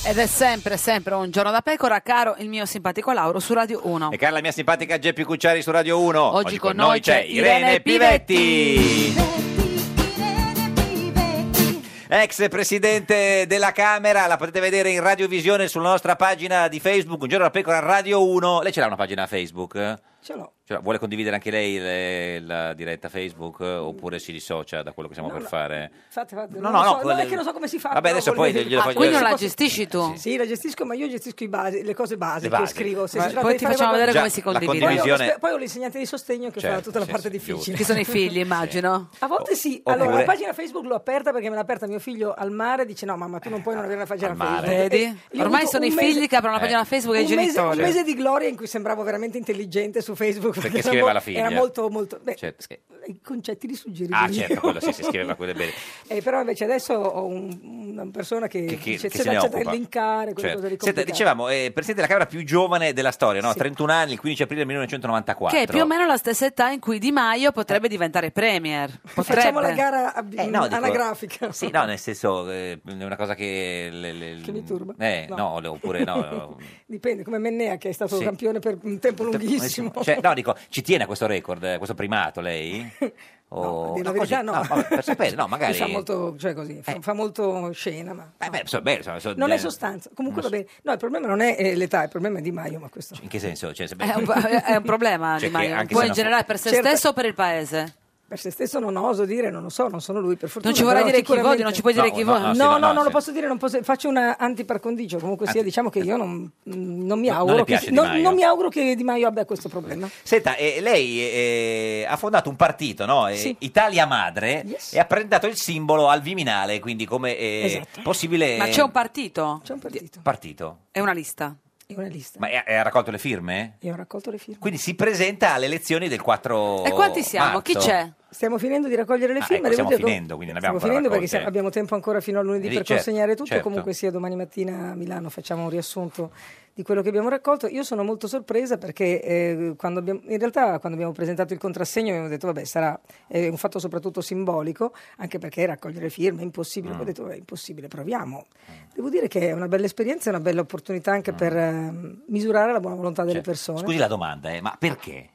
S1: Ed è sempre, sempre un giorno da pecora, caro il mio simpatico Lauro su Radio 1.
S2: (laughs) E cara la mia simpatica Geppi Cucciari su Radio 1.
S1: Oggi con noi c'è Irene
S2: Pivetti. Ex presidente della Camera, la potete vedere in radiovisione sulla nostra pagina di Facebook, un giorno da pecora Radio 1. Lei ce l'ha una pagina Facebook?
S14: Ce l'ho.
S2: Cioè, vuole condividere anche lei le- la diretta Facebook eh, oppure si dissocia da quello che stiamo per fare?
S14: Fate, fate.
S2: No,
S14: non
S2: no,
S14: lo
S2: no,
S14: so,
S2: quelle-
S14: è che non so come si fa.
S2: Vabbè,
S14: però
S2: adesso
S14: con le
S2: poi
S14: mie-
S2: glielo Ah, faccio quindi vedere. non la
S1: gestisci tu?
S14: Sì, sì, la gestisco, ma io gestisco i basi- le cose basi
S2: Le
S14: che
S2: basi.
S14: scrivo. Se
S2: Ma
S14: si tratta
S1: poi
S14: di
S1: ti
S14: fare
S1: facciamo vedere
S2: Già,
S1: come si
S2: la
S1: condivide.
S14: Poi ho-
S2: condivisione-
S14: poi ho l'insegnante di sostegno che fa
S2: Certo,
S14: tutta la
S2: sì,
S14: parte
S2: sì,
S14: difficile.
S2: giusto.
S1: Che sono i figli,
S14: (laughs)
S1: immagino.
S14: A volte sì,
S1: Oppure-
S14: allora la pagina Facebook l'ho aperta perché me l'ha aperta mio figlio al mare, dice no mamma tu non puoi non avere una pagina
S1: al mare.
S14: Facebook.
S1: Vedi?
S14: E io ho
S1: Ormai
S14: avuto
S1: sono
S14: un
S1: i figli che aprono la
S2: Eh.
S1: pagina Facebook ai
S14: un mese-
S1: genitori.
S14: Un mese di gloria in cui sembravo veramente intelligente su Facebook perché, era
S2: scriveva
S14: mo-
S2: la figlia.
S14: Era molto molto... beh,
S2: Certo, sì.
S14: I concetti li suggerivo
S2: Ah,
S14: io.
S2: certo, quello sì, si scriveva quello è bene.
S14: (laughs) Eh, però invece adesso ho un- una persona che,
S2: Che- che-
S14: Eh, dice
S2: che
S14: c'è
S2: se
S14: da,
S2: ne
S14: c'è da
S2: occupa."
S14: linkare, quelle
S2: Certo.
S14: cose lì
S2: Senta,
S14: complicate.
S2: dicevamo, eh, presidente della Camera più giovane della storia, no?
S1: Sì.
S2: 31 anni, il 15 aprile 1994.
S1: Che è più o meno la stessa età in cui Di Maio potrebbe diventare premier. Potrebbe.
S14: Facciamo la gara ab-
S2: Eh, no, dico-
S14: anagrafica.
S2: Sì, no, nel senso, eh, è una cosa che... le- le-
S14: Che mi turba?
S2: Eh,
S14: No.
S2: no, le-
S14: (laughs)
S2: oppure no...
S14: Dipende, come Mennea che è stato
S2: Sì.
S14: campione per un tempo lunghissimo.
S2: Cioè, no, dico, ci tiene a questo record, eh, questo primato
S14: (laughs)
S2: lei? O...
S14: Dire la
S2: no, così,
S14: verità, no.
S2: vabbè, per sapere, Eh no, magari...
S14: Fa molto, cioè così, fa, fa molto scena, ma
S2: Eh, beh, so- beh, insomma, so-
S14: non è
S2: eh,
S14: sostanza. Comunque va
S2: non so-
S14: bene. No, il problema non è eh, l'età, il problema è Di Maio, ma questo... (laughs)
S2: In che senso? Cioè, se-
S1: È un, è un problema
S2: Cioè,
S1: Di
S2: che
S1: Maio.
S2: anche
S1: Poi
S2: se
S1: in
S2: non-
S1: generale per se
S14: Certo.
S1: stesso o per il paese?
S14: Per se stesso non oso dire, non lo so, non sono lui, per fortuna.
S1: Non ci vorrei
S14: però
S1: dire chi voti,
S14: sicuramente-
S1: non ci puoi dire No, chi no, voti. no,
S14: No,
S1: sì,
S14: no,
S1: no, no,
S14: non
S1: sì.
S14: lo posso dire, non posso- faccio una anti par condicio, comunque sia, diciamo che io non, non mi
S2: non
S14: auguro
S2: le
S14: che,
S2: piace
S14: si-
S2: Di
S14: non,
S2: Maio.
S14: non mi auguro che Di Maio abbia questo problema.
S2: Senta, eh, lei eh, ha fondato un partito, no? Eh, Italia Madre, e ha presentato il simbolo al Viminale, quindi come eh,
S1: Esatto.
S2: possibile
S1: Ma c'è un partito?
S14: C'è un partito.
S2: partito.
S1: È una lista.
S14: È una lista.
S2: Ma e- e ha raccolto le firme?
S14: Io ho raccolto le firme.
S2: Quindi si presenta alle elezioni del 4
S1: E quanti siamo?
S2: marzo.
S1: Chi c'è?
S14: Stiamo finendo di raccogliere le
S2: Ah,
S14: firme.
S2: ecco,
S14: devo
S2: stiamo
S14: dire che-
S2: finendo, quindi ne abbiamo
S14: stiamo finendo
S2: ancora
S14: perché siamo- abbiamo tempo ancora fino a lunedì
S2: Sì,
S14: per
S2: certo,
S14: consegnare tutto.
S2: certo.
S14: Comunque sia, domani mattina a Milano facciamo un riassunto di quello che abbiamo raccolto. Io sono molto sorpresa perché eh, quando abbiamo- in realtà quando abbiamo presentato il contrassegno abbiamo detto vabbè sarà eh, un fatto soprattutto simbolico, anche perché raccogliere firme è impossibile.
S19: Mm.
S14: Poi ho detto vabbè, è impossibile, proviamo. Devo dire che è una bella esperienza, è una bella opportunità
S2: Mm.
S14: ehm,
S2: Certo.
S14: anche per eh, misurare la buona volontà delle persone.
S2: Scusi la domanda, eh, ma perché?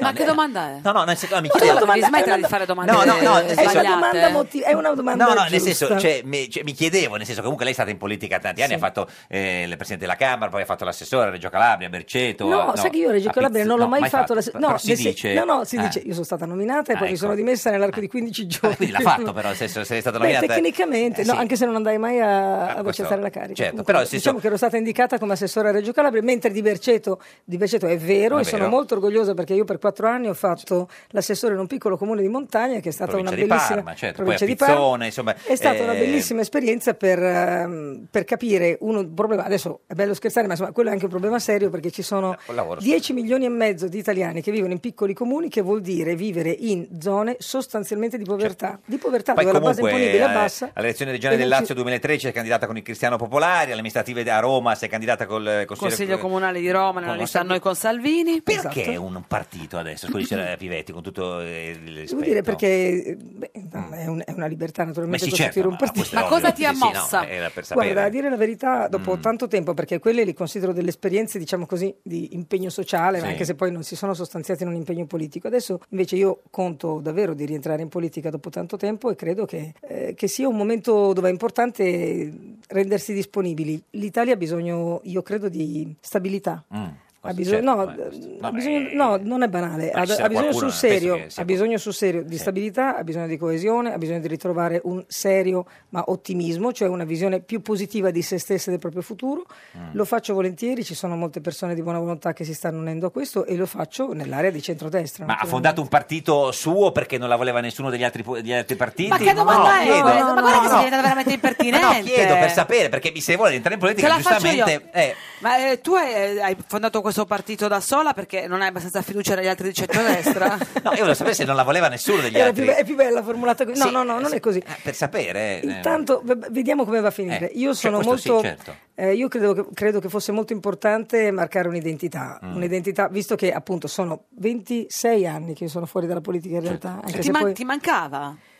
S1: Ma che domanda è?
S2: No, no, nel senso, mi
S1: Tu
S2: chiedevo...
S1: devi smettere di fare domande
S2: No, no, no, nel
S1: eh,
S2: senso-
S1: sbagliate.
S2: È una domanda
S20: motiv- è una domanda
S2: No, no, nel
S20: giusta.
S2: senso, cioè, mi, cioè, mi chiedevo, nel senso, comunque lei è stata in politica tanti anni, ha fatto eh, il presidente della Camera, poi ha fatto l'assessore a Reggio Calabria, a Berceto.
S14: No,
S2: a-
S14: sai che io a Reggio
S2: a
S14: Calabria
S2: Pizz-
S14: non l'ho
S2: no,
S14: mai, fatto. la-
S2: però
S14: no,
S2: si
S14: nel se-
S2: dice...
S14: no, no, si
S2: eh,
S14: dice, io sono stata nominata e poi
S2: Ah,
S14: mi
S2: ecco. Ah,
S14: sono dimessa nell'arco di 15 giorni.
S2: Quindi l'ha fatto, però, nel senso, se è stata
S14: Beh,
S2: nominata...
S14: tecnicamente,
S2: eh,
S14: no,
S2: sì. Ah,
S14: anche se non andai mai a, a
S2: questo-
S14: accettare la carica.
S2: certo,
S14: Comunque,
S2: però, nel senso-
S14: diciamo che ero stata indicata come assessore a Reggio Calabria, mentre di Berceto, di Berceto è vero
S2: È
S14: e sono
S2: vero.
S14: molto orgogliosa perché io per quattro anni ho fatto l'assessore in un piccolo comune di montagna che è stata
S2: Provincia
S14: una
S2: di
S14: bellissima
S2: Parma, certo, poi a
S14: provincia di Parma.
S2: Pizzone, insomma...
S14: È stata una
S2: eh,
S14: bellissima esperienza per, ehm, per capire uno- un problema. Adesso è bello scherzare, ma insomma, quello è anche un problema serio perché ci sono
S2: un lavoro.
S14: 10 milioni e mezzo di italiani che vivono in piccoli comuni, che vuol dire vivere in zone sostanzialmente di povertà. Di povertà
S2: Cioè, Poi
S14: dove
S2: comunque
S14: la base imponibile è
S2: eh,
S14: bassa.
S2: alle elezioni regionali
S14: e
S2: del
S14: non ci-
S2: Lazio 2013 è candidata con il Cristiano Popolari, alle amministrative a Roma si è candidata col eh,
S1: Consiglio
S2: consigliere
S1: comunale di Roma, nella
S2: Con-
S1: lista a noi con Salvini. Esatto.
S2: Perché è un partito adesso?
S14: (clears throat)
S2: Scusi, c'era Pivetti con tutto eh, il rispetto.
S14: Devo dire perché eh, beh, no, è, un- è una libertà
S2: mm. Ma
S14: naturalmente
S2: sì,
S14: costituire
S2: certo,
S14: un partito.
S2: questo è ovvio. Sì, sì, no, era per sapere. Mm.
S14: Guarda, a dire la verità, dopo tanto tempo, perché quelle le considero delle esperienze, diciamo così, di impegno sociale,
S2: Sì.
S14: anche se poi non si sono sostanziate in un impegno politico. Adesso invece io conto davvero di rientrare in politica dopo tanto tempo e credo che, eh, che sia un momento dove è importante rendersi disponibili. L'Italia ha bisogno, io credo, di stabilità.
S2: Mm. certo.
S14: Ha bisogno, no, mm, ha bisogno- no, non è banale, Eh,
S2: ma
S14: ha,
S2: Ah, ci sarà
S14: ha bisogno
S2: qualcuno,
S14: sul
S2: penso che
S14: serio,
S2: sia
S14: ha bisogno sul serio di stabilità, ha bisogno di coesione, ha bisogno di ritrovare un serio ma ottimismo, cioè una visione più positiva di se stessa e del proprio futuro.
S2: Mm.
S14: Lo faccio volentieri, ci sono molte persone di buona volontà che si stanno unendo a questo e lo faccio nell'area di centrodestra.
S2: Ma ha
S14: naturalmente.
S2: fondato un partito suo perché non la voleva nessuno degli altri, degli altri partiti?
S1: Ma che domanda è?
S2: chiedo.
S1: questa? ma guarda che sei diventata veramente
S2: No,
S1: impertinente.
S2: no, chiedo per sapere, perché mi se vuole entrare in
S1: Te
S2: politica
S1: la faccio io.
S2: giustamente... eh,
S1: Ma eh, tu hai, hai fondato questo partito da sola perché non hai abbastanza fiducia negli altri di
S14: (laughs)
S1: centrodestra?
S2: no, io volevo sapere se non la voleva nessuno degli
S14: Era
S2: altri.
S14: più be- è più bella formulata così. No,
S2: Sì,
S14: no, no, non è così.
S2: Per sapere... eh,
S14: Intanto v- vediamo come va a finire.
S2: Eh,
S14: io
S2: cioè,
S14: sono
S2: questo sì,
S14: molto.
S2: certo.
S14: eh, io credo che, credo che fosse molto importante marcare un'identità,
S2: Mm.
S14: un'identità, visto che appunto sono 26 anni che io sono fuori dalla politica in realtà. Anche
S1: ti,
S14: se
S1: man-
S14: poi-
S1: ti mancava?
S2: Eh.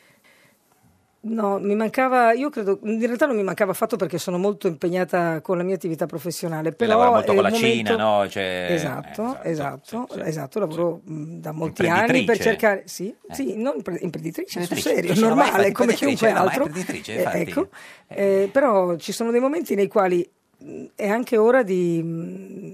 S14: No, mi mancava, io credo, in realtà non mi mancava affatto perché sono molto impegnata con la mia attività professionale. Però
S2: lavora molto
S14: è
S2: con la
S14: il momento-
S2: Cina, no? Cioè,
S14: esatto, esatto, esatto, lavoro mh, da molti anni per
S2: Imprenditrice. Eh.
S14: cercare, sì, sì, non impre- imprenditrice, sul
S2: Imprenditrice,
S14: serio,
S2: sì, no, ma è
S14: normale,
S2: infatti
S14: come chiunque
S2: imprenditrice, no, ma è
S14: altro.
S2: imprenditrice,
S14: Eh,
S2: infatti.
S14: ecco, eh, però ci sono dei momenti nei quali mh, è anche ora di... mm,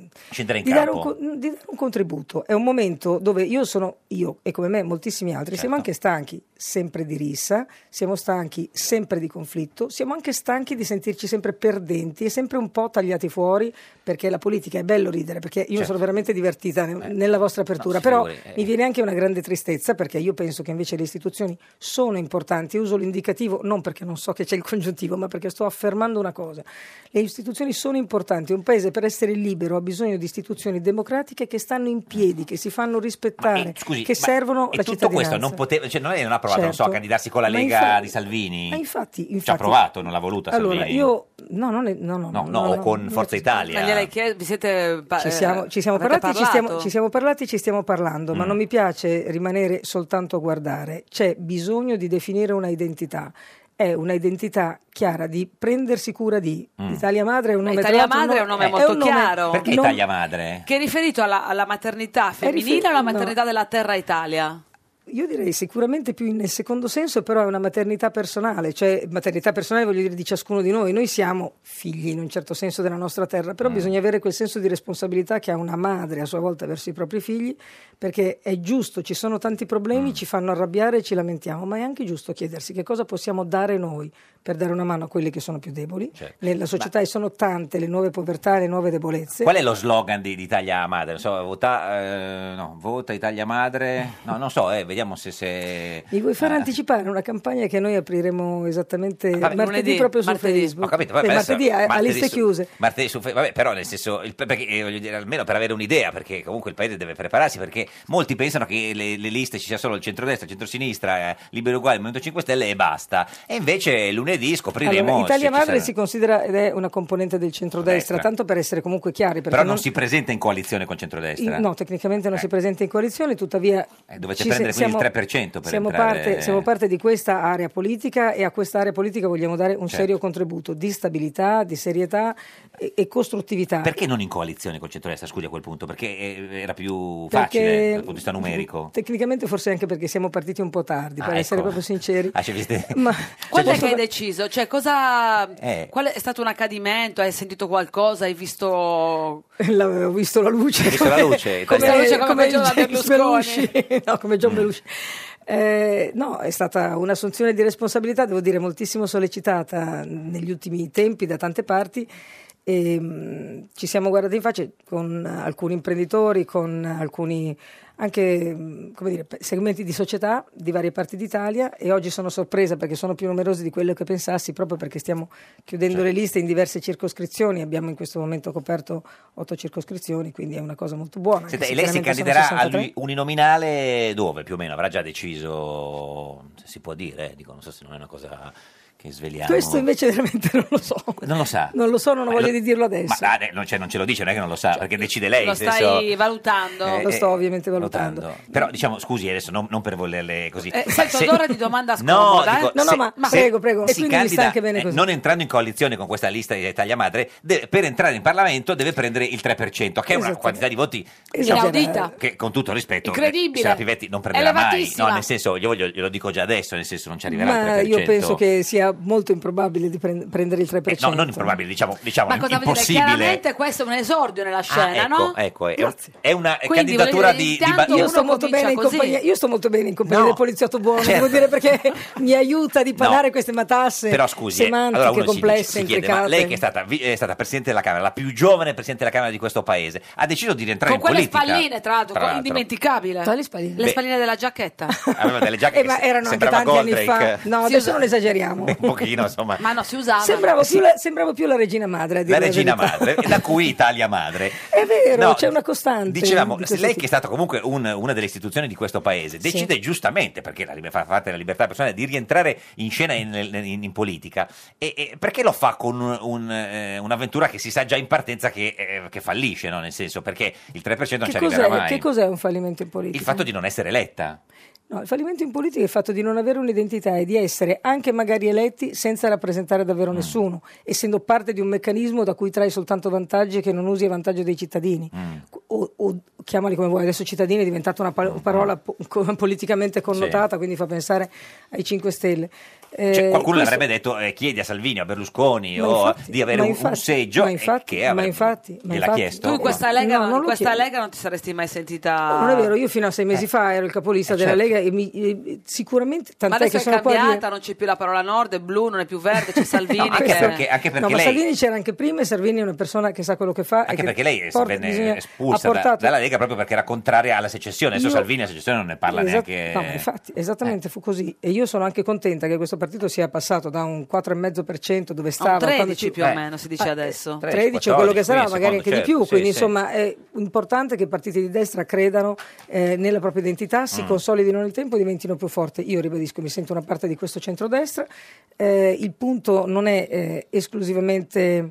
S14: mh,
S2: Scendere in
S14: di dare, un,
S2: campo.
S14: co- di dare un contributo. È un momento dove io sono io e come me moltissimi altri siamo
S2: Certo.
S14: anche stanchi sempre di rissa, siamo stanchi sempre di conflitto, siamo anche stanchi di sentirci sempre perdenti e sempre un po' tagliati fuori perché la politica è bello ridere, perché io
S2: Certo.
S14: sono veramente divertita ne- nella vostra apertura,
S2: si
S14: però
S2: figuri, eh.
S14: mi viene anche una grande tristezza perché io penso che invece le istituzioni sono importanti, uso l'indicativo non perché non so che c'è il congiuntivo, ma perché sto affermando una cosa. Le istituzioni sono importanti, un paese per essere libero ha bisogno di istituzioni democratiche che stanno in piedi, che si fanno rispettare,
S2: Scusi,
S14: che
S2: ma-
S14: servono
S2: e
S14: la
S2: tutto questo
S14: cittadinanza.
S2: non poteva, cioè, non, è, non ha provato, non so, a
S14: Certo.
S2: candidarsi con la
S14: Ma
S2: Lega
S14: infatti-
S2: di Salvini.
S14: Ma infatti,
S2: Ci ha
S14: infatti-
S2: provato, non l'ha voluta
S14: Allora,
S2: Salvini.
S14: io no, non è- no, no,
S2: No,
S14: no,
S2: no, o con
S14: no.
S2: Forza
S1: Ma
S2: Italia.
S1: gliel'hai chiesto? Vi siete pa-
S14: Ci siamo,
S1: eh,
S14: ci siamo
S1: avete
S14: parlati, ci stiamo,
S1: parlato?
S14: ci siamo parlati, ci stiamo parlando,
S2: Mm.
S14: ma non mi piace rimanere soltanto a guardare. C'è bisogno di definire una identità. È una identità chiara di prendersi cura di
S2: Mm.
S14: Italia Madre è un
S1: Ma
S14: nome
S1: Italia
S14: tra l'altro,
S1: Madre è un nome molto chiaro.
S2: Perché
S14: non-
S2: Italia Madre?
S1: Che è riferito alla, alla maternità femminile
S14: rifer-
S1: o alla
S14: no.
S1: maternità della terra Italia?
S14: Io direi sicuramente più nel secondo senso, però è una maternità personale, cioè maternità personale voglio dire di ciascuno di noi, noi siamo figli in un certo senso della nostra terra,
S2: Mm.
S14: però bisogna avere quel senso di responsabilità che ha una madre a sua volta verso i propri figli, perché è giusto, ci sono tanti problemi,
S2: Mm.
S14: ci fanno arrabbiare e ci lamentiamo, ma è anche giusto chiedersi che cosa possiamo dare noi per dare una mano a quelli che sono più deboli
S2: Certo.
S14: nella società e sono tante le nuove povertà e le nuove debolezze.
S2: Qual è lo slogan di, di Italia Madre? Non so, vota, eh, no, vota Italia Madre? No, non so, eh, vediamo se... se...
S14: Mi vuoi far anticipare una campagna che noi apriremo esattamente
S2: Eh. vabbè,
S14: martedì
S2: lunedì,
S14: proprio su
S2: martedì.
S14: Facebook?
S2: Ho capito, vabbè,
S14: Eh,
S2: adesso-
S14: martedì a- a,
S2: martedì
S14: liste
S2: su-
S14: chiuse.
S2: Martedì su Fe- vabbè, però nel senso, il- perché, eh, voglio dire, almeno per avere un'idea, perché comunque il paese deve prepararsi, perché molti pensano che le, le liste ci sia solo il centrodestra, il centrosinistra, eh, Libero Uguale, il Movimento 5 Stelle e basta. E invece lunedì scopriremo...
S14: Allora,
S2: se
S14: Italia
S2: ci
S14: Madre
S2: sarà-
S14: si considera ed è una componente del centrodestra,
S2: Destra.
S14: tanto per essere comunque chiari. perché
S2: Però non
S14: non-
S2: si presenta in coalizione con centrodestra.
S14: in- no, tecnicamente non si presenta in coalizione, tuttavia
S2: Eh. dovete
S14: ci
S2: prendere
S14: se- siamo-
S2: il 3% per
S14: siamo,
S2: entrare-
S14: parte, siamo parte di questa area politica e a questa area politica vogliamo dare un
S2: Certo.
S14: serio contributo di stabilità, di serietà e, e costruttività.
S2: Perché non in coalizione con il centrodestra, scusi a quel punto? Perché eh, era più
S14: Perché-
S2: facile dal punto di vista numerico?
S14: Tecnicamente forse anche perché siamo partiti un po' tardi,
S2: Ah,
S14: per
S2: ecco.
S14: essere proprio sinceri. (laughs)
S2: Ah, cioè, vi siete-
S14: Ma
S1: Quando è
S14: posso-
S1: che hai deciso? Cioè, cosa...
S2: Eh.
S1: Qual è è stato un accadimento? Hai sentito qualcosa? Hai visto...
S14: L'avevo visto la luce.
S2: Hai visto la luce? Mm.
S1: Come la luce, come faceva
S14: James
S1: Berlusconi.
S14: Belushi. (laughs) no, come John Belushi. Eh, no, è stata un'assunzione di responsabilità, devo dire, moltissimo sollecitata negli ultimi tempi da tante parti. E, mh, ci siamo guardati in faccia con alcuni imprenditori, con alcuni anche mh, come dire, pe- segmenti di società di varie parti d'Italia e oggi sono sorpresa perché sono più numerosi di quello che pensassi proprio perché stiamo chiudendo
S2: Certo.
S14: le liste in diverse circoscrizioni, abbiamo in questo momento coperto otto circoscrizioni, quindi è una cosa molto buona. anche
S2: Senta, e lei si
S14: chiaramente sono
S2: candiderà
S14: 63.
S2: al uninominale dove più o meno? Avrà già deciso, se si può dire, eh, dico, non so se non è una cosa che sveliamo.
S14: Questo invece veramente non lo so.
S2: Non lo sa.
S14: Non lo so, non ho
S2: Ma
S14: voglia
S2: lo-
S14: di dirlo adesso.
S2: Ma ah, eh, non, cioè, non ce lo dice, non è che non lo sa, perché decide lei.
S1: Lo
S2: Eh, nel senso-
S1: stai valutando?
S2: Eh,
S14: lo
S2: eh,
S14: sto ovviamente valutando.
S2: valutando. Però diciamo, scusi, adesso non, non per volerle così.
S1: Eh,
S2: ma
S1: sento
S2: se-
S1: odore di domanda
S2: (laughs) No,
S1: scomoda.
S2: dico,
S1: eh.
S2: se- se
S14: E
S2: si
S14: quindi mi sta
S2: candida,
S14: anche bene
S2: eh,
S14: così.
S2: non entrando in coalizione con questa lista di Italia Madre, deve- per entrare in Parlamento deve prendere il 3%, che è una
S14: Esattamente.
S2: quantità di voti
S14: Esagerare.
S1: Inaudita.
S2: che con tutto rispetto
S1: Incredibile.
S2: Sera Pivetti non prenderà mai.
S1: Elevatissima.
S2: No, nel senso, io voglio, glielo dico già adesso, nel senso non ci arriverà
S14: Ma
S2: il 3%.
S14: io penso che sia molto improbabile di prend- prendere il 3%.
S2: Eh, no, non improbabile, diciamo, diciamo
S1: Ma cosa vuol dire?
S2: impossibile.
S1: Chiaramente questo è un esordio nella
S2: Ah,
S1: scena,
S2: ecco,
S1: no?
S2: ecco, è, è una è
S1: Quindi,
S2: candidatura
S1: volevo
S2: di,
S1: dire,
S2: di ba-
S1: intanto
S14: Io sto, molto
S1: comincia
S14: bene in
S1: così.
S14: compagnia, io sto molto bene in compagnia del poliziotto buono,
S2: certo.
S14: devo dire
S2: (laughs)
S14: perché mi aiuta a dipanare queste matasse
S2: Però scusi, eh,
S14: semantiche,
S2: allora uno si-
S14: complesse,
S2: si, chiede,
S14: intricate.
S2: ma lei che è stata, vi- è stata Presidente della Camera, la più giovane Presidente della Camera di questo Paese, ha deciso di rientrare
S1: Con
S2: in
S1: quelle
S2: politica.
S1: spalline, tra l'altro,
S2: Tra
S1: indimenticabile.
S14: Quali spalline?
S1: Le
S2: Beh.
S1: spalline della giacchetta.
S2: (laughs) Aveva delle giacche
S14: Eh,
S2: che
S14: ma
S2: se-
S14: erano anche
S2: sembrava
S14: tanti anni fa.
S2: Goldrake.
S14: No,
S1: Si
S14: adesso
S1: usa-
S14: non esageriamo.
S2: un pochino, insomma.
S1: (laughs) Ma no, si usava.
S14: Sembravo, più la, sembravo più la regina madre. a dire
S2: Eh, la regina
S14: verità.
S2: madre, da cui Italia madre.
S14: È vero,
S2: No,
S14: c'è una costante.
S2: Dicevamo,
S14: di
S2: se
S14: questo
S2: lei
S14: tipo.
S2: che è stata comunque un- una delle istituzioni di questo paese, decide giustamente, perché la liber- fa parte della libertà personale, di rientrare in scena in, in- in politica, e, e perché lo fa con un- un, eh, un'avventura che si sa già in partenza che, eh, che fallisce, no? nel senso perché il 3% non ci
S14: Che
S2: arriverà
S14: cos'è,
S2: mai.
S14: che cos'è un fallimento in
S2: il
S14: politica?
S2: fatto di non essere eletta.
S14: No, il fallimento in politica è il fatto di non avere un'identità e di essere anche magari eletti senza rappresentare
S2: Mm.
S14: davvero nessuno, essendo parte di un meccanismo da cui trai soltanto vantaggi e che non usi a vantaggio dei cittadini.
S2: Mm,
S14: O, o chiamali come vuoi, adesso cittadini è diventata una pal- parola po- co- politicamente connotata, quindi fa pensare ai 5 Stelle.
S2: Cioè,
S14: Eh,
S2: qualcuno
S14: questo-
S2: avrebbe detto eh, chiedi a Salvini o a Berlusconi
S14: Ma
S2: o
S14: infatti,
S2: di avere
S14: ma
S2: un, un
S14: infatti,
S2: seggio
S14: ma
S2: eh,
S14: infatti,
S2: che
S14: ma
S2: avrebbe-
S14: infatti, ma
S2: gliel'ha
S14: infatti.
S2: chiesto
S1: Tu in questa Lega,
S14: No, non
S1: in
S14: lo
S1: questa
S14: chiedo.
S1: Lega non ti saresti mai sentita...
S14: Non è
S2: ah,
S14: vero, io fino a sei mesi
S1: Eh.
S14: fa ero il capolista
S1: Eh,
S14: della
S1: certo.
S14: Lega e mi- e- sicuramente
S1: Ma
S14: tant'è
S1: adesso
S14: che
S1: è
S14: sono qua a dire-
S1: cambiata, non c'è più la parola nord, è blu, non è più
S14: (laughs)
S1: verde, c'è Salvini.
S2: anche
S1: che...
S2: perché- anche perché
S14: eh, no, ma
S2: lei-
S14: Salvini c'era anche prima e Salvini è una persona che sa quello che fa. e
S2: Anche
S14: che
S2: perché lei
S14: porta-
S2: venne
S14: bisogna-
S2: espulsa
S14: ha
S2: da-
S14: portato-
S2: dalla Lega proprio perché era contraria alla secessione. Adesso
S14: Io-
S2: Salvini alla secessione non ne parla
S14: Esat-
S2: neanche. Eh.
S14: no, infatti, esattamente fu così. E io sono anche contenta che questo partito sia passato da un 4,5% dove stava.
S1: un 13
S14: quando- Ah,
S1: più
S2: Eh.
S1: o meno si dice adesso.
S14: 13 Eh, o quello che sarà,
S2: 15,
S14: magari anche
S2: secondo,
S14: di più.
S2: certo,
S14: Quindi,
S2: sì,
S14: insomma, è importante che i partiti di destra credano eh, nella propria identità, si
S2: Mm.
S14: consolidino nel tempo e diventino più forti. Io ribadisco, mi sento una parte di questo centrodestra. Eh, il punto non è eh, esclusivamente.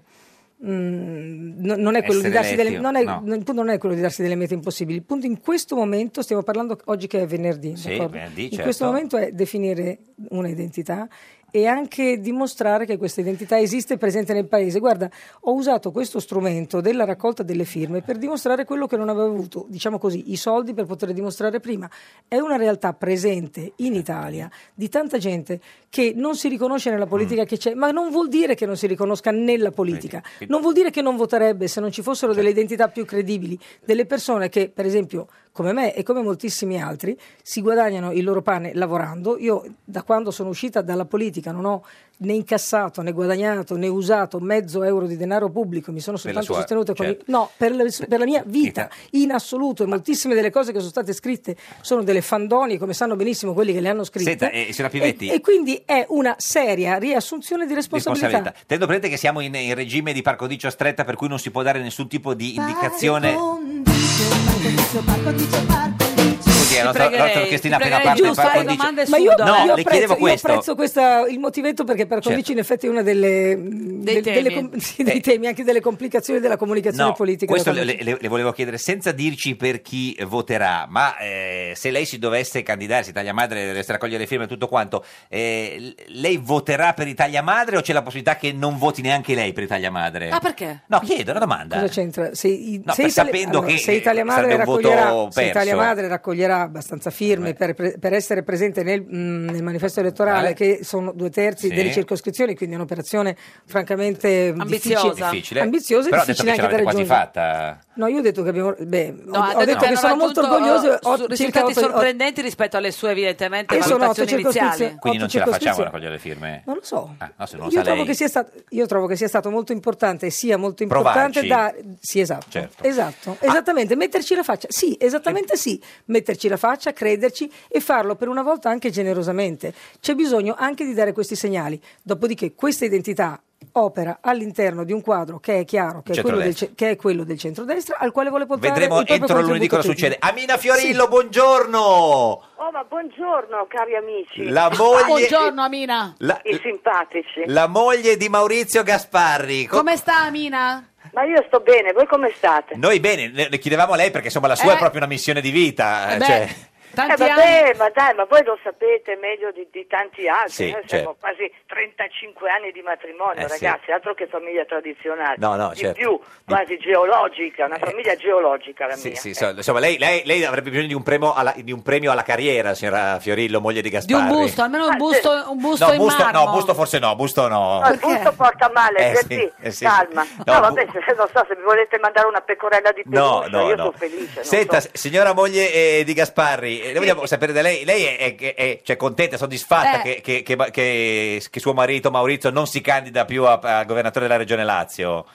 S14: mm, no- non, è quello di
S4: Essere
S14: darsi delle,
S4: eletti o-
S14: non è-
S4: no.
S14: il punto non è quello di darsi delle mete impossibili. Il punto in questo momento, stiamo parlando oggi che è venerdì,
S4: Sì,
S14: d'accordo?
S4: venerdì,
S14: in
S4: certo.
S14: questo momento è definire un'identità e anche dimostrare che questa identità esiste e è presente nel paese. Guarda, ho usato questo strumento della raccolta delle firme per dimostrare quello che non avevo avuto, diciamo così, i soldi per poter dimostrare prima. È una realtà presente in Italia di tanta gente che non si riconosce nella
S4: Mm.
S14: politica che c'è, ma non vuol dire che non si riconosca nella politica,
S4: quindi- Certo.
S14: non vuol dire che non voterebbe se non ci fossero delle identità più credibili, delle persone che, per esempio, come me e come moltissimi altri, si guadagnano il loro pane lavorando. Io da quando sono uscita dalla politica non ho né incassato né guadagnato né usato mezzo euro di denaro pubblico, mi sono
S4: Per la
S14: soltanto
S4: sua-
S14: sostenuta con
S4: certo.
S14: i- no, per la, per la
S4: (laughs)
S14: mia vita in assoluto e moltissime delle cose che sono state scritte sono delle fandonie, come sanno benissimo quelli che le hanno scritte.
S2: Senta, eh, signora Pivetti,
S14: e, e quindi è una seria riassunzione di
S2: responsabilità.
S14: responsabilità.
S2: Tenendo presente che siamo in, in regime di parcodiccio stretta, per cui non si può dare nessun tipo di indicazione.
S21: Parco, dice, parco, dice, parco, dice.
S2: Scusi, eh, la nostra, la nostra orchestrina appena parte
S14: Giusto,
S2: fa
S14: fai
S2: condicio-
S14: domande
S2: No,
S14: su Dora.
S2: le
S14: io apprezzo,
S2: chiedevo
S14: io
S2: questo. Certo.
S14: apprezzo questa- il motivetto perché per condici in effetti è una delle, del-
S22: temi.
S14: delle com- (laughs) sì, dei temi, anche delle complicazioni della comunicazione
S2: Eh. No,
S14: politica.
S2: questo
S14: notamment-
S2: le, le- le volevo chiedere senza dirci per chi voterà, ma eh, se lei si dovesse candidarsi, Italia Madre, dovesse raccogliere firme e tutto quanto, eh, l- lei voterà per Italia Madre o c'è la possibilità che non voti neanche lei per Italia Madre?
S1: Ah, perché?
S2: No, chiedo una domanda.
S14: Cosa c'entra? Se, i-
S2: No,
S14: se Italia,
S2: per sapendo
S14: allora,
S2: che,
S14: se Italia
S2: eh,
S14: Madre
S2: sarebbe un voto
S14: raccoglierà, se
S2: perso.
S14: Italia Madre raccoglierà abbastanza firme per, pre- per essere presente nel, mm, nel manifesto elettorale,
S22: Eh.
S14: che sono due terzi
S2: Sì.
S14: delle circoscrizioni, quindi è un'operazione francamente
S22: Ambiziosa.
S14: difficile,
S2: Difficile.
S14: ambiziosa e
S2: Però ha detto
S14: difficile
S2: che ce
S14: anche da
S2: l'avete quasi
S14: raggiungere.
S2: fatta.
S14: No, io ho detto che abbiamo. Beh,
S22: No,
S14: ho,
S22: ha
S14: ho detto che
S22: hanno
S14: sono molto
S22: raggiunto,
S14: orgoglioso.
S22: eh,
S14: Ho
S22: su-
S14: circa
S22: risultati
S14: otto- ho-
S22: sorprendenti rispetto alle sue evidentemente
S14: E sono
S22: valutazioni
S14: Eh, otto circoscrizioni.
S22: iniziali.
S2: Quindi non ce la facciamo a
S14: circoscrizioni.
S2: raccogliere le firme?
S14: non lo so.
S2: Ah, no, se non lo
S14: Io
S2: sa
S14: trovo,
S2: lei.
S14: che sia stato, io trovo che sia stato molto importante, sia molto
S2: Provarci.
S14: importante da... Sì, esatto.
S2: Certo.
S14: Esatto, esattamente, metterci la faccia. Sì,
S2: Eh.
S14: esattamente sì, metterci la faccia, crederci e farlo per una volta anche generosamente. C'è bisogno anche di dare questi segnali. Dopodiché questa identità opera all'interno di un quadro che è chiaro, che è, quello del,
S2: Centrodestra.
S14: ce- che è quello del centrodestra, al quale vuole portare
S2: Vedremo
S14: il proprio
S2: entro lunedì
S14: contributo
S2: cosa succede.
S14: tecnico.
S2: Amina Fiorillo, buongiorno!
S23: Oh, ma buongiorno cari amici.
S2: La moglie- Ah, Buongiorno,
S23: Amina.
S2: La-
S23: I simpatici.
S2: Eh, La moglie di Maurizio Gasparri. Co-
S23: Come sta Amina? Ma io sto bene, voi come state?
S2: Noi bene, ne ne chiedevamo a lei perché insomma la sua
S23: Eh.
S2: è proprio una missione di vita.
S23: Eh beh,
S2: cioè.
S23: eh, vabbè, ma dai, ma voi lo sapete meglio di, di tanti altri.
S2: Sì,
S23: Noi
S2: certo.
S23: siamo quasi 35 anni di matrimonio,
S2: Eh, sì.
S23: ragazzi, altro che famiglia tradizionale.
S2: No, no,
S23: di
S2: certo. Eh.
S23: più, quasi geologica, una famiglia geologica la
S2: Sì,
S23: mia. eh.
S2: sì, so- insomma, lei, lei- lei avrebbe bisogno di un, premio alla, di un premio alla carriera, signora Fiorillo, moglie di
S22: Di un
S2: Gasparri.
S22: busto, almeno un busto, un busto
S2: no,
S22: in
S2: busto,
S22: marmo.
S2: no, busto forse no, busto no.
S23: Ah, No, il gusto porta male,
S2: Eh,
S23: Gerti,
S2: sì, eh, sì.
S23: calma.
S2: No,
S23: No, vabbè, se- non so se mi volete mandare una pecorella di
S2: No,
S23: peluche,
S2: no,
S23: io
S2: no.
S23: sono felice. non
S2: Senta,
S23: so.
S2: s- signora moglie eh, di Gasparri, eh, noi vogliamo sapere da lei, lei è, è- è- cioè, contenta, soddisfatta
S23: Eh.
S2: che, che- che- che- che suo marito Maurizio non si candida più a, a governatore della regione Lazio?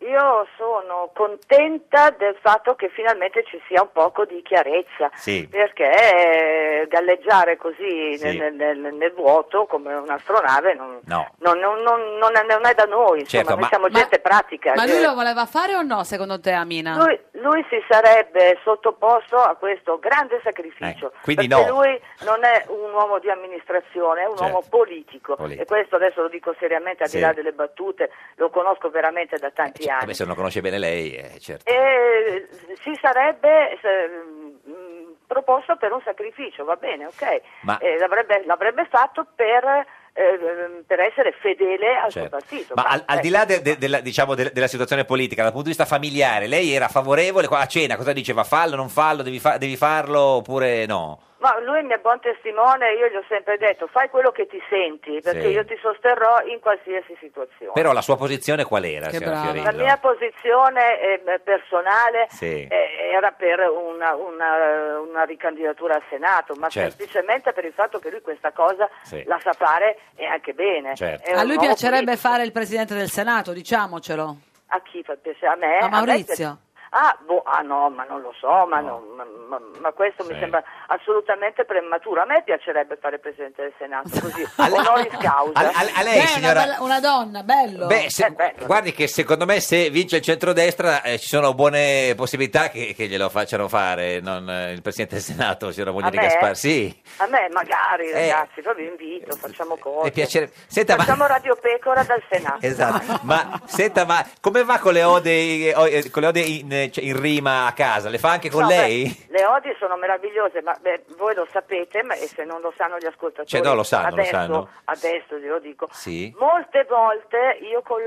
S23: Io sono contenta del fatto che finalmente ci sia un poco di chiarezza,
S2: Sì.
S23: perché eh, galleggiare così
S2: Sì.
S23: nel, nel- nel vuoto come un'astronave non,
S2: No.
S23: non- non- non- non è, non è da noi, insomma,
S2: Certo,
S23: noi
S2: ma-
S23: siamo gente pratica.
S22: Ma lui
S23: eh.
S22: lo voleva fare o no, secondo te, Amina?
S23: Lui- lui si sarebbe sottoposto a questo grande sacrificio,
S2: Eh, quindi
S23: perché
S2: no.
S23: lui non è un uomo di amministrazione, è un
S2: Certo.
S23: uomo politico,
S2: Politico.
S23: e questo adesso lo dico seriamente, al
S2: Sì. Eh, cioè,
S23: di là delle battute, lo conosco veramente da tanti anni.
S2: Vabbè, se non conosce bene lei, eh, certo.
S23: E si sarebbe se- mh, proposto per un sacrificio, va bene, ok,
S2: Ma-
S23: Eh, l'avrebbe, l'avrebbe fatto per, eh, per essere fedele al
S2: Certo.
S23: suo partito.
S2: Ma al, al
S23: eh,
S2: di là de- de- della, diciamo, de- della situazione politica, dal punto di vista familiare, lei era favorevole qua a cena? Cosa diceva? Fallo, non fallo, devi, fa- devi farlo oppure no?
S23: Ma lui mi è buon testimone, io gli ho sempre detto fai quello che ti senti, perché
S2: Sì.
S23: io ti sosterrò in qualsiasi situazione.
S2: Però la sua posizione qual era,
S23: Che
S2: signora
S23: brava.
S2: Fiorillo?
S23: La mia posizione eh, personale
S2: Sì.
S23: eh, era per una, una- una ricandidatura al Senato, ma
S22: Certo.
S23: semplicemente per il fatto che lui questa cosa
S22: Sì.
S23: la sa fare e anche bene.
S22: Certo.
S23: È un
S22: A lui
S23: uomo
S22: piacerebbe fare il presidente del Senato, diciamocelo.
S23: A chi fa piacere? Eh, A me?
S22: A
S23: me
S22: Maurizio.
S23: piace- Ah, boh, ah no, ma non lo so, ma, no, ma, ma- ma questo mi sembra assolutamente prematuro. A me piacerebbe fare presidente del Senato,
S22: (laughs)
S23: così, onoris causa.
S2: A, a- a lei,
S22: Beh,
S2: signora...
S22: una, bella- una donna, bello.
S2: Beh,
S23: Eh, Ecco.
S2: se- guardi che secondo me se vince il centrodestra eh, ci sono buone possibilità che, che glielo facciano fare non, eh, il Presidente del Senato, signora moglie
S23: A
S2: di
S23: me?
S2: Gaspar. Sì,
S23: A me magari,
S2: Eh.
S23: ragazzi, poi vi invito, facciamo
S2: mi
S23: cose.
S2: piacerebbe.
S23: (laughs)
S2: Senta, ma...
S23: Facciamo Radio Pecora dal Senato.
S2: Esatto, ma senta, ma come va con le ode, o- eh, con le ode in, eh, cioè, in rima a casa? Le fa anche con
S23: No,
S2: lei?
S23: beh, le odie sono meravigliose, ma beh, voi lo sapete, ma e se non lo sanno gli ascoltatori,
S2: Cioè, no, lo sanno, lo
S23: adesso,
S2: sanno.
S23: adesso glielo dico.
S2: Sì.
S23: Molte volte io collaboro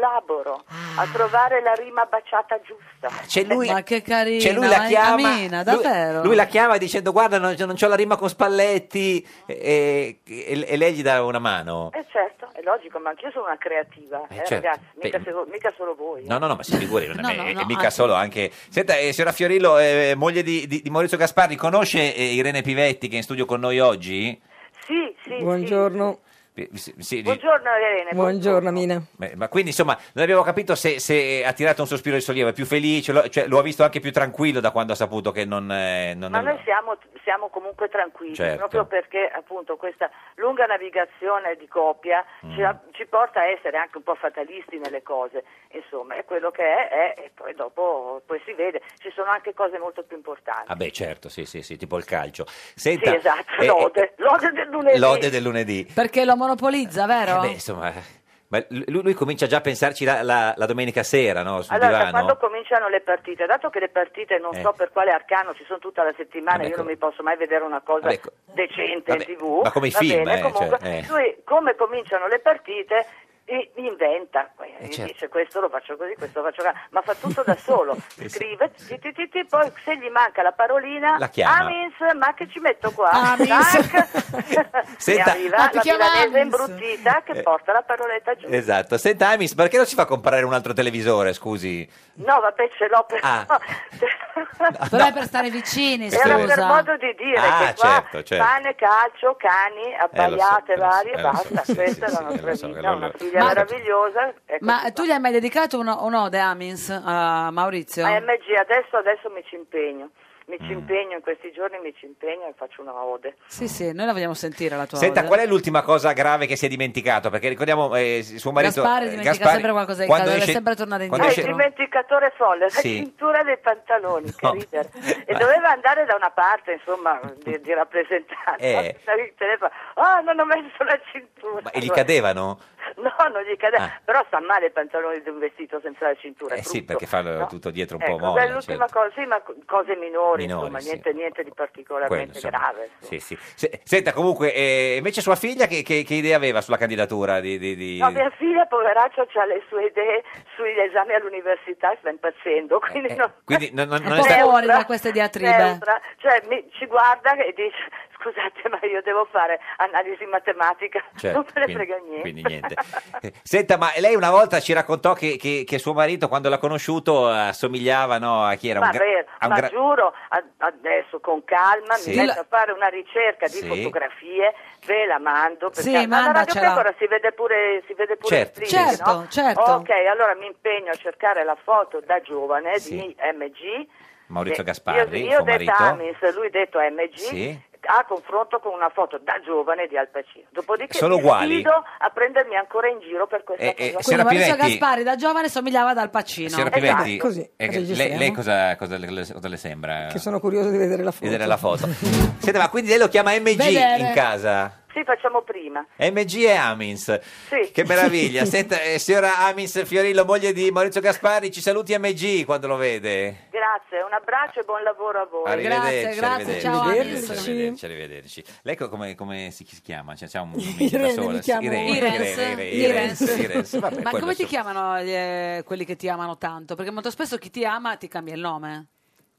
S2: Ah.
S23: a trovare la rima baciata giusta.
S2: C'è lui,
S22: Ma che carina,
S2: c'è lui la
S22: ma-
S2: chiama,
S22: Amina,
S2: lui-
S22: davvero.
S2: Lui, la chiama dicendo guarda non, non c'ho la rima con Spalletti e, e- e lei gli dà una mano.
S23: Eh certo, è logico, ma anch'io sono una creativa,
S2: Eh,
S23: eh,
S2: certo.
S23: ragazzi, mica,
S2: Beh,
S23: se- mica solo voi.
S2: No, no, no, ma si figuri, non è,
S23: No,
S2: me-
S23: no,
S2: è-
S23: no,
S2: è mica
S23: anzi.
S2: solo anche... Senta, eh, signora Fiorillo, eh, moglie di, di- di Maurizio Gasparri, conosce eh, Irene Pivetti che è in studio con noi oggi?
S23: Sì, sì,
S14: Buongiorno.
S2: Pi- sì, sì, di-
S23: Buongiorno Irene.
S14: Buongiorno Mina.
S2: Beh, ma quindi insomma non abbiamo capito se, se ha tirato un sospiro di sollievo, è più felice, lo, cioè, lo ha visto anche più tranquillo da quando ha saputo che non... eh, non
S23: Ma noi siamo, siamo comunque tranquilli,
S2: Certo.
S23: proprio perché appunto questa lunga navigazione di coppia
S2: Mm.
S23: ci, ha- ci porta a essere anche un po' fatalisti nelle cose, insomma, è quello che è, è e poi dopo poi si vede, ci sono anche cose molto più importanti.
S2: Ah beh certo, sì, sì, sì, tipo il calcio. Senta,
S23: sì, esatto,
S2: eh,
S23: lode, lode del
S2: eh,
S23: lunedì.
S2: lode del lunedì. Eh,
S1: Perché lo monopolizza, vero?
S2: Beh, insomma, ma lui, lui comincia già a pensarci la, la- la domenica sera, no? Sul
S23: Allora, da
S2: divano.
S23: quando cominciano le partite, dato che le partite non
S2: Eh.
S23: so per quale arcano ci sono tutta la settimana,
S2: Vabbè,
S23: io non
S2: co-
S23: mi posso mai vedere una cosa
S2: Vabbè, co-
S23: decente
S2: vabbè,
S23: in tv.
S2: ma come i
S23: va
S2: film,
S23: bene,
S2: eh,
S23: comunque,
S2: cioè, eh.
S23: lui come cominciano le partite i- inventa, eh,
S2: Eh,
S23: gli
S2: certo.
S23: dice questo lo faccio così, questo lo faccio così, ma fa tutto da solo,
S2: (laughs) Sì, sì.
S23: scrive, ti, ti, ti, ti, poi se gli manca la parolina,
S2: La chiama.
S23: Amins, ma che ci metto qua?
S24: Amins.
S2: (laughs)
S23: Tac.
S2: Senta-
S23: E arriva
S2: Ah, ti
S23: la
S2: chiama
S23: milanese
S2: Amins.
S23: imbruttita che
S2: Eh.
S23: porta la paroletta giù.
S2: Esatto, senta Amis, perché non si fa comprare un altro televisore, scusi?
S23: No, vabbè, ce l'ho (laughs) però.
S2: Ah.
S1: Però è per stare vicini,
S23: Era per
S1: scusa.
S23: modo di dire
S2: Ah,
S23: che qua
S2: certo, certo.
S23: pane, calcio, cani, abbaiate
S2: eh, lo so,
S23: varie,
S2: eh, lo so,
S23: basta,
S2: sì,
S23: questa
S2: sì,
S23: è la
S2: sì,
S23: nostra
S2: lo so,
S23: vita,
S2: quello-
S23: una figlia
S14: Ah,
S2: Ma-
S23: meravigliosa. Ecco,
S1: Ma tu gli hai mai dedicato un- un'ode, Amins, a Maurizio?
S23: AMG, adesso, adesso mi ci impegno, mi
S2: Mm.
S23: ci impegno, in questi giorni mi ci impegno e faccio una ode.
S1: Sì, sì, noi la vogliamo sentire la tua
S2: Senta,
S1: ode.
S2: qual è l'ultima cosa grave che si è dimenticato? Perché ricordiamo eh, suo marito
S1: Gaspari
S2: eh,
S1: dimentica sempre qualcosa di grave,
S2: quando
S1: deve
S2: esce-
S1: sempre tornare
S2: quando
S23: Ah,
S2: esce-
S23: il dimenticatore folle, la
S2: Sì.
S23: cintura dei pantaloni,
S2: No.
S23: che
S2: (laughs)
S23: ridere. E doveva andare da una parte, insomma, di, di rappresentante.
S2: Eh.
S23: Alza il telefono, ah, non ho messo la cintura.
S2: Ma- e gli
S23: Allora-
S2: cadevano?
S23: No, non gli cade,
S2: Ah.
S23: però sta male i pantaloni di un vestito senza la cintura. è
S2: Eh sì,
S23: brutto,
S2: perché fanno
S23: no?
S2: tutto dietro un
S23: Ecco,
S2: po'
S23: quella è
S2: molle. certo.
S23: l'ultima cosa, sì, ma co- cose minori,
S2: Minori,
S23: insomma,
S2: sì.
S23: niente, niente di
S2: Quello,
S23: particolarmente
S2: insomma.
S23: grave.
S2: Sì, sì. Se- senta, comunque, eh, invece sua figlia che, che- che idea aveva sulla candidatura di... di- di-
S23: No, mia figlia, poveraccia, ha le sue idee sugli esami all'università e sta impazzendo, quindi
S2: eh,
S23: non-
S2: Quindi non, non-
S23: È
S2: non
S23: un
S2: è
S23: po'
S2: stata...
S1: fuori da queste diatribe.
S23: neutra, cioè mi- ci guarda e dice scusate ma io devo fare analisi matematica,
S2: Certo,
S23: non me ne
S2: quindi-
S23: frega niente.
S2: quindi niente.
S23: (laughs)
S2: Eh, Senta, ma lei una volta ci raccontò che, che- che suo marito, quando l'ha conosciuto, assomigliava no, a chi era
S23: ma
S2: un, gra-
S23: vero,
S2: a un
S23: ma
S2: gra-
S23: giuro, a- adesso con calma
S2: Sì.
S23: mi metto a fare una ricerca di
S2: Sì.
S23: fotografie, ve la mando, perché
S1: Sì,
S23: ma la Radio
S1: mandacela.
S23: Pecora si vede pure, si vede pure
S2: Certo,
S23: in
S2: certo.
S23: streaming, no?
S1: Certo, certo.
S23: Ok, allora mi impegno a cercare la foto da giovane
S2: Sì.
S23: di MG.
S2: Maurizio
S23: Eh,
S2: Gasparri,
S23: io, io
S2: suo
S23: detto
S2: marito.
S23: Amis, lui detto MG.
S2: Sì.
S23: A confronto con una foto da giovane di Al Pacino. Dopodiché
S2: Sono
S23: mi
S2: uguali?
S23: sfido a prendermi ancora in giro per questa
S2: Eh, eh,
S23: cosa.
S2: signora
S1: Quindi Maurizio
S2: Pivetti-
S1: Gaspari da giovane somigliava ad Al Pacino.
S2: Signora Pivetti,
S14: Esatto, così,
S2: eh,
S14: registriamo.
S2: lei, lei cosa, cosa le, cosa le sembra?
S14: Che sono curioso di vedere la foto.
S2: Vedere la foto. Senta, ma quindi lei lo chiama
S14: (laughs)
S2: MG
S23: Vedere.
S2: in casa?
S23: Sì, facciamo prima.
S2: MG e Amins.
S23: Sì.
S14: (laughs)
S2: Che meraviglia. Senta, eh, signora Amins Fiorillo, moglie di Maurizio Gasparri, ci saluti MG quando lo vede.
S23: Grazie, un abbraccio e buon lavoro a voi.
S2: Arrivederci, arrivederci, arrivederci,
S23: Amis.
S2: arrivederci, arrivederci. Lei co- come, come si chi si chiama? Cioè, c'ha
S14: (laughs)
S2: un nome
S14: Irene,
S2: da sola.
S14: mi chiamo-
S2: Irene,
S1: Irene,
S2: Irene, Irene,
S1: Irene.
S2: Irene, Irene. Vabbè,
S1: Ma
S2: quello
S1: come ti
S2: insomma.
S1: chiamano eh, quelli che ti amano tanto? Perché molto spesso chi ti ama ti cambia il nome.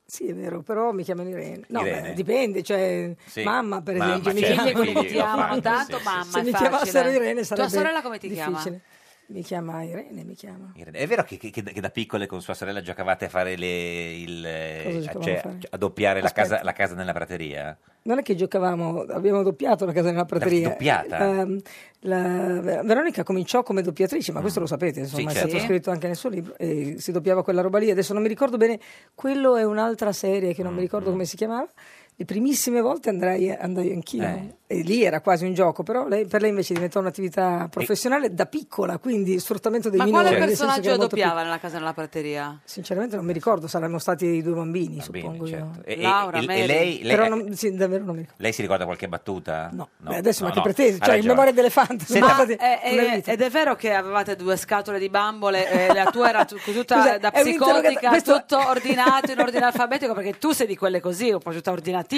S14: Sì, è vero, però mi chiamano Irene. No,
S1: Irene.
S14: beh, dipende, cioè
S2: Sì.
S14: mamma per
S2: Mamma,
S14: esempio.
S2: certo,
S14: chiama-
S2: figli
S1: Ti
S2: lo
S1: amano
S2: fanno,
S1: tanto,
S2: sì, sì,
S1: mamma,
S14: Se
S1: è
S14: mi
S1: facile.
S14: chiamassero Irene sarebbe
S1: Tua sorella come ti
S14: difficile.
S1: chiama?
S14: Mi chiama Irene, mi chiama.
S2: Irene, È vero che, che- che da- che da piccole con sua sorella giocavate a fare le, il, eh,
S14: Cosa giocavamo
S2: cioè,
S14: a fare?
S2: a doppiare la
S14: Aspetta.
S2: casa, la casa nella prateria?
S14: Non è che giocavamo, abbiamo doppiato la casa nella prateria.
S2: doppiata? Ah.
S14: Ehm, la- Ver- Veronica cominciò come doppiatrice, ma questo lo sapete, insomma,
S2: Sì,
S14: è stato
S2: certo.
S14: scritto anche nel suo libro e si doppiava quella roba lì. Adesso non mi ricordo bene, quello è un'altra serie che non mi ricordo
S2: Mm-hmm.
S14: come si chiamava. Le primissime volte andrai, andai anch'io
S2: Eh.
S14: e lì era quasi un gioco, però lei- per lei invece diventò un'attività professionale da piccola, quindi sfruttamento dei
S1: Ma
S14: minori.
S1: quale
S14: nel senso che
S1: personaggio
S14: era molto
S1: doppiava nella casa della prateria?
S14: pic- Sinceramente non mi ricordo, saremmo stati i due bambini, suppongo io.
S2: certo. E- e-
S1: Laura,
S2: e- e
S1: Mary.
S2: lei, lei-
S14: Però non- sì, davvero non mi ricordo.
S2: lei si ricorda qualche battuta? No.
S14: Beh, adesso
S2: no,
S14: ma che
S2: no,
S14: pretesi?
S2: ha
S14: Cioè, in
S2: ragione.
S14: memoria dell'elefante. sono
S1: Ma,
S14: stati-
S1: eh,
S14: sono
S1: eh,
S14: vita.
S1: ed è vero che avevate due scatole di bambole, eh, la tua era tu- tutta
S14: Scusa,
S1: da
S14: è un interrogata-
S1: psicotica,
S14: questo-
S1: tutto ordinato in ordine alfabetico, perché tu sei di quelle così, un po' tutta ordinatina, eh,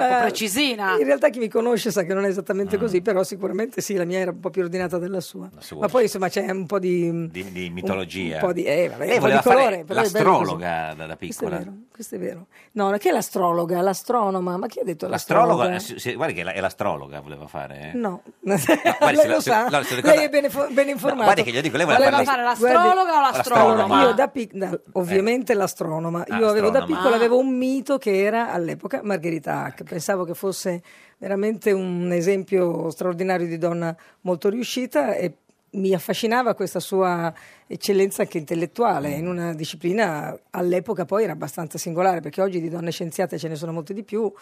S1: un po'
S14: Eh,
S1: precisina.
S14: In realtà chi mi conosce sa che non è esattamente
S2: Mm.
S14: così, però sicuramente sì, la mia era un po' più ordinata della sua.
S2: sua,
S14: Ma poi insomma c'è un po' di... mm,
S2: Di, di mitologia.
S14: un po' di- eh, vabbè, un
S2: lei
S14: po'
S2: voleva
S14: di colore, però è
S2: fare
S14: bello così.
S2: l'astrologa da, da
S14: Questo è
S2: piccola.
S14: vero, questo è vero. No, che è l'astrologa, l'astronoma, ma chi ha detto l'astrologa?
S2: L'astrologa, eh, sì, sì, guardi che la- è l'astrologa voleva fare. eh.
S14: No,
S2: guardi,
S14: (laughs) lei
S2: se la-
S14: lo
S2: se-
S14: sa,
S2: no, se ricorda-
S14: lei è ben, fo- ben informato.
S2: guardi che glielo dico, lei voleva Voleva fare la- fare
S1: l'astrologa o
S2: l'astronoma? l'astronoma?
S14: Io da piccola, ovviamente l'astronoma, io avevo da
S2: astronoma.
S14: piccola
S2: Ah.
S14: avevo un mito che era all'epoca Margherita verità, che pensavo che fosse veramente un esempio straordinario di donna molto riuscita e mi affascinava questa sua eccellenza anche intellettuale in una disciplina all'epoca poi era abbastanza singolare perché oggi di donne scienziate ce ne sono molte di più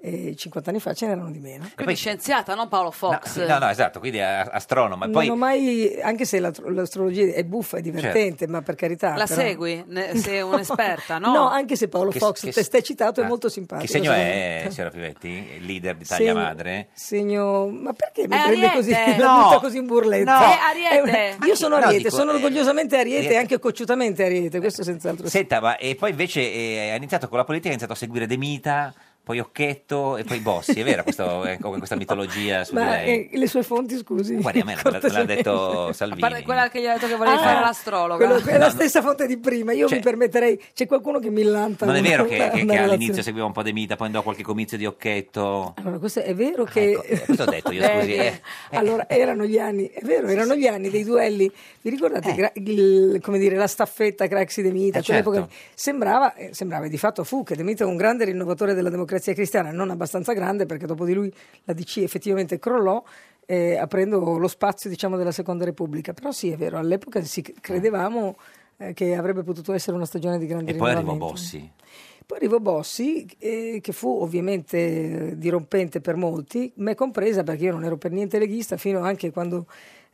S14: e 50 anni fa ce n'erano di meno.
S1: Quindi scienziata, non Paolo Fox.
S19: No, no, esatto, quindi a- astronomo. E
S14: non
S19: poi
S14: ho mai, anche se l'astro- l'astrologia è buffa, è divertente,
S19: Certo.
S14: ma per carità.
S1: La
S14: però-
S1: segui?
S14: (laughs)
S1: Ne- sei un'esperta, no?
S14: No, anche se Paolo
S19: Che-
S14: Fox
S19: che-
S14: te stai citato è
S19: ah,
S14: molto simpatico.
S19: che segno
S14: secondo
S19: è,
S14: me.
S19: signora Pivetti? Il leader di Taglia
S14: Segno-
S19: Madre?
S14: Segno, ma perché mi
S1: È
S14: prende
S1: Ariete.
S14: così? (laughs) La
S1: No.
S14: butta così in burletta.
S1: No. È Ariete.
S14: È una-
S1: Ma
S14: Io sono
S19: no,
S14: Ariete,
S19: dico,
S14: sono
S19: eh,
S14: orgogliosamente Ariete,
S19: Ariete.
S14: anche cocciutamente Ariete, questo senz'altro. sì.
S19: Senta, ma e poi invece eh, ha iniziato con la politica, ha iniziato a seguire De Mita, poi Occhetto e poi Bossi, è vero (laughs) questo- eh, co- questa mitologia su di
S14: Ma
S19: lei?
S14: eh, le sue fonti, scusi.
S19: Guardi, a me me l'ha- me l'ha detto Salvini.
S1: Parla di quella che gli ha detto che volevi
S14: Ah,
S1: fare l'astrologa.
S14: quello- è la
S19: No, no.
S14: stessa fonte di prima. Io
S19: Cioè-
S14: mi permetterei, c'è qualcuno che mi lanta.
S19: Non è
S14: una-
S19: vero che,
S14: una-
S19: che- che
S14: una
S19: all'inizio
S14: relazione.
S19: seguiva un po' De Mita, poi andò a qualche comizio di Occhetto.
S14: Allora, questo è vero che.
S19: Ah, ecco, eh, Questo ho
S14: (laughs)
S19: detto io, scusi.
S14: Vedi?
S19: eh.
S14: Allora, erano gli anni, è vero, erano gli anni dei duelli. Vi ricordate gra- il- come dire, la staffetta Craxi De Mita?
S19: Eh,
S14: quell'epoca
S19: certo.
S14: sembrava, eh, sembrava, e di fatto fu che De Mita un grande rinnovatore della democrazia cristiana, non abbastanza grande perché dopo di lui la DC effettivamente crollò. eh, aprendo lo spazio diciamo della seconda repubblica però sì è vero all'epoca si c- credevamo eh, che avrebbe potuto essere una stagione di grandi
S19: E poi arrivò
S14: rinnovamenti.
S19: Bossi.
S14: Poi arrivò Bossi, eh, che fu ovviamente eh, dirompente per molti, me compresa perché io non ero per niente leghista fino anche quando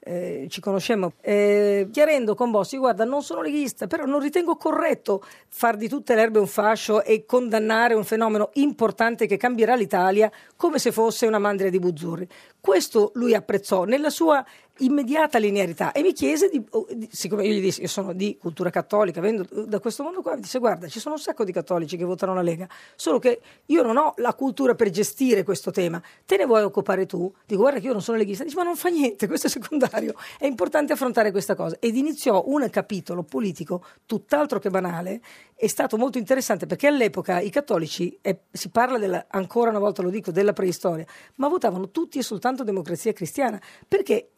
S14: eh, ci conoscemmo, Eh, chiarendo con Bossi, guarda, non sono leghista, però non ritengo corretto far di tutte le erbe un fascio e condannare un fenomeno importante che cambierà l'Italia come se fosse una mandria di Buzzurri. Questo lui apprezzò nella sua immediata linearità e mi chiese di, o- di- siccome io gli dissi io sono di cultura cattolica vengo da questo mondo qua mi disse guarda ci sono un sacco di cattolici che votano la Lega solo che io non ho la cultura per gestire questo tema te ne vuoi occupare tu dico guarda che io non sono leghista dice ma non fa niente questo è secondario è importante affrontare questa cosa ed iniziò un capitolo politico tutt'altro che banale è stato molto interessante perché all'epoca i cattolici eh, si parla della- ancora una volta lo dico della preistoria ma votavano tutti e soltanto democrazia cristiana perché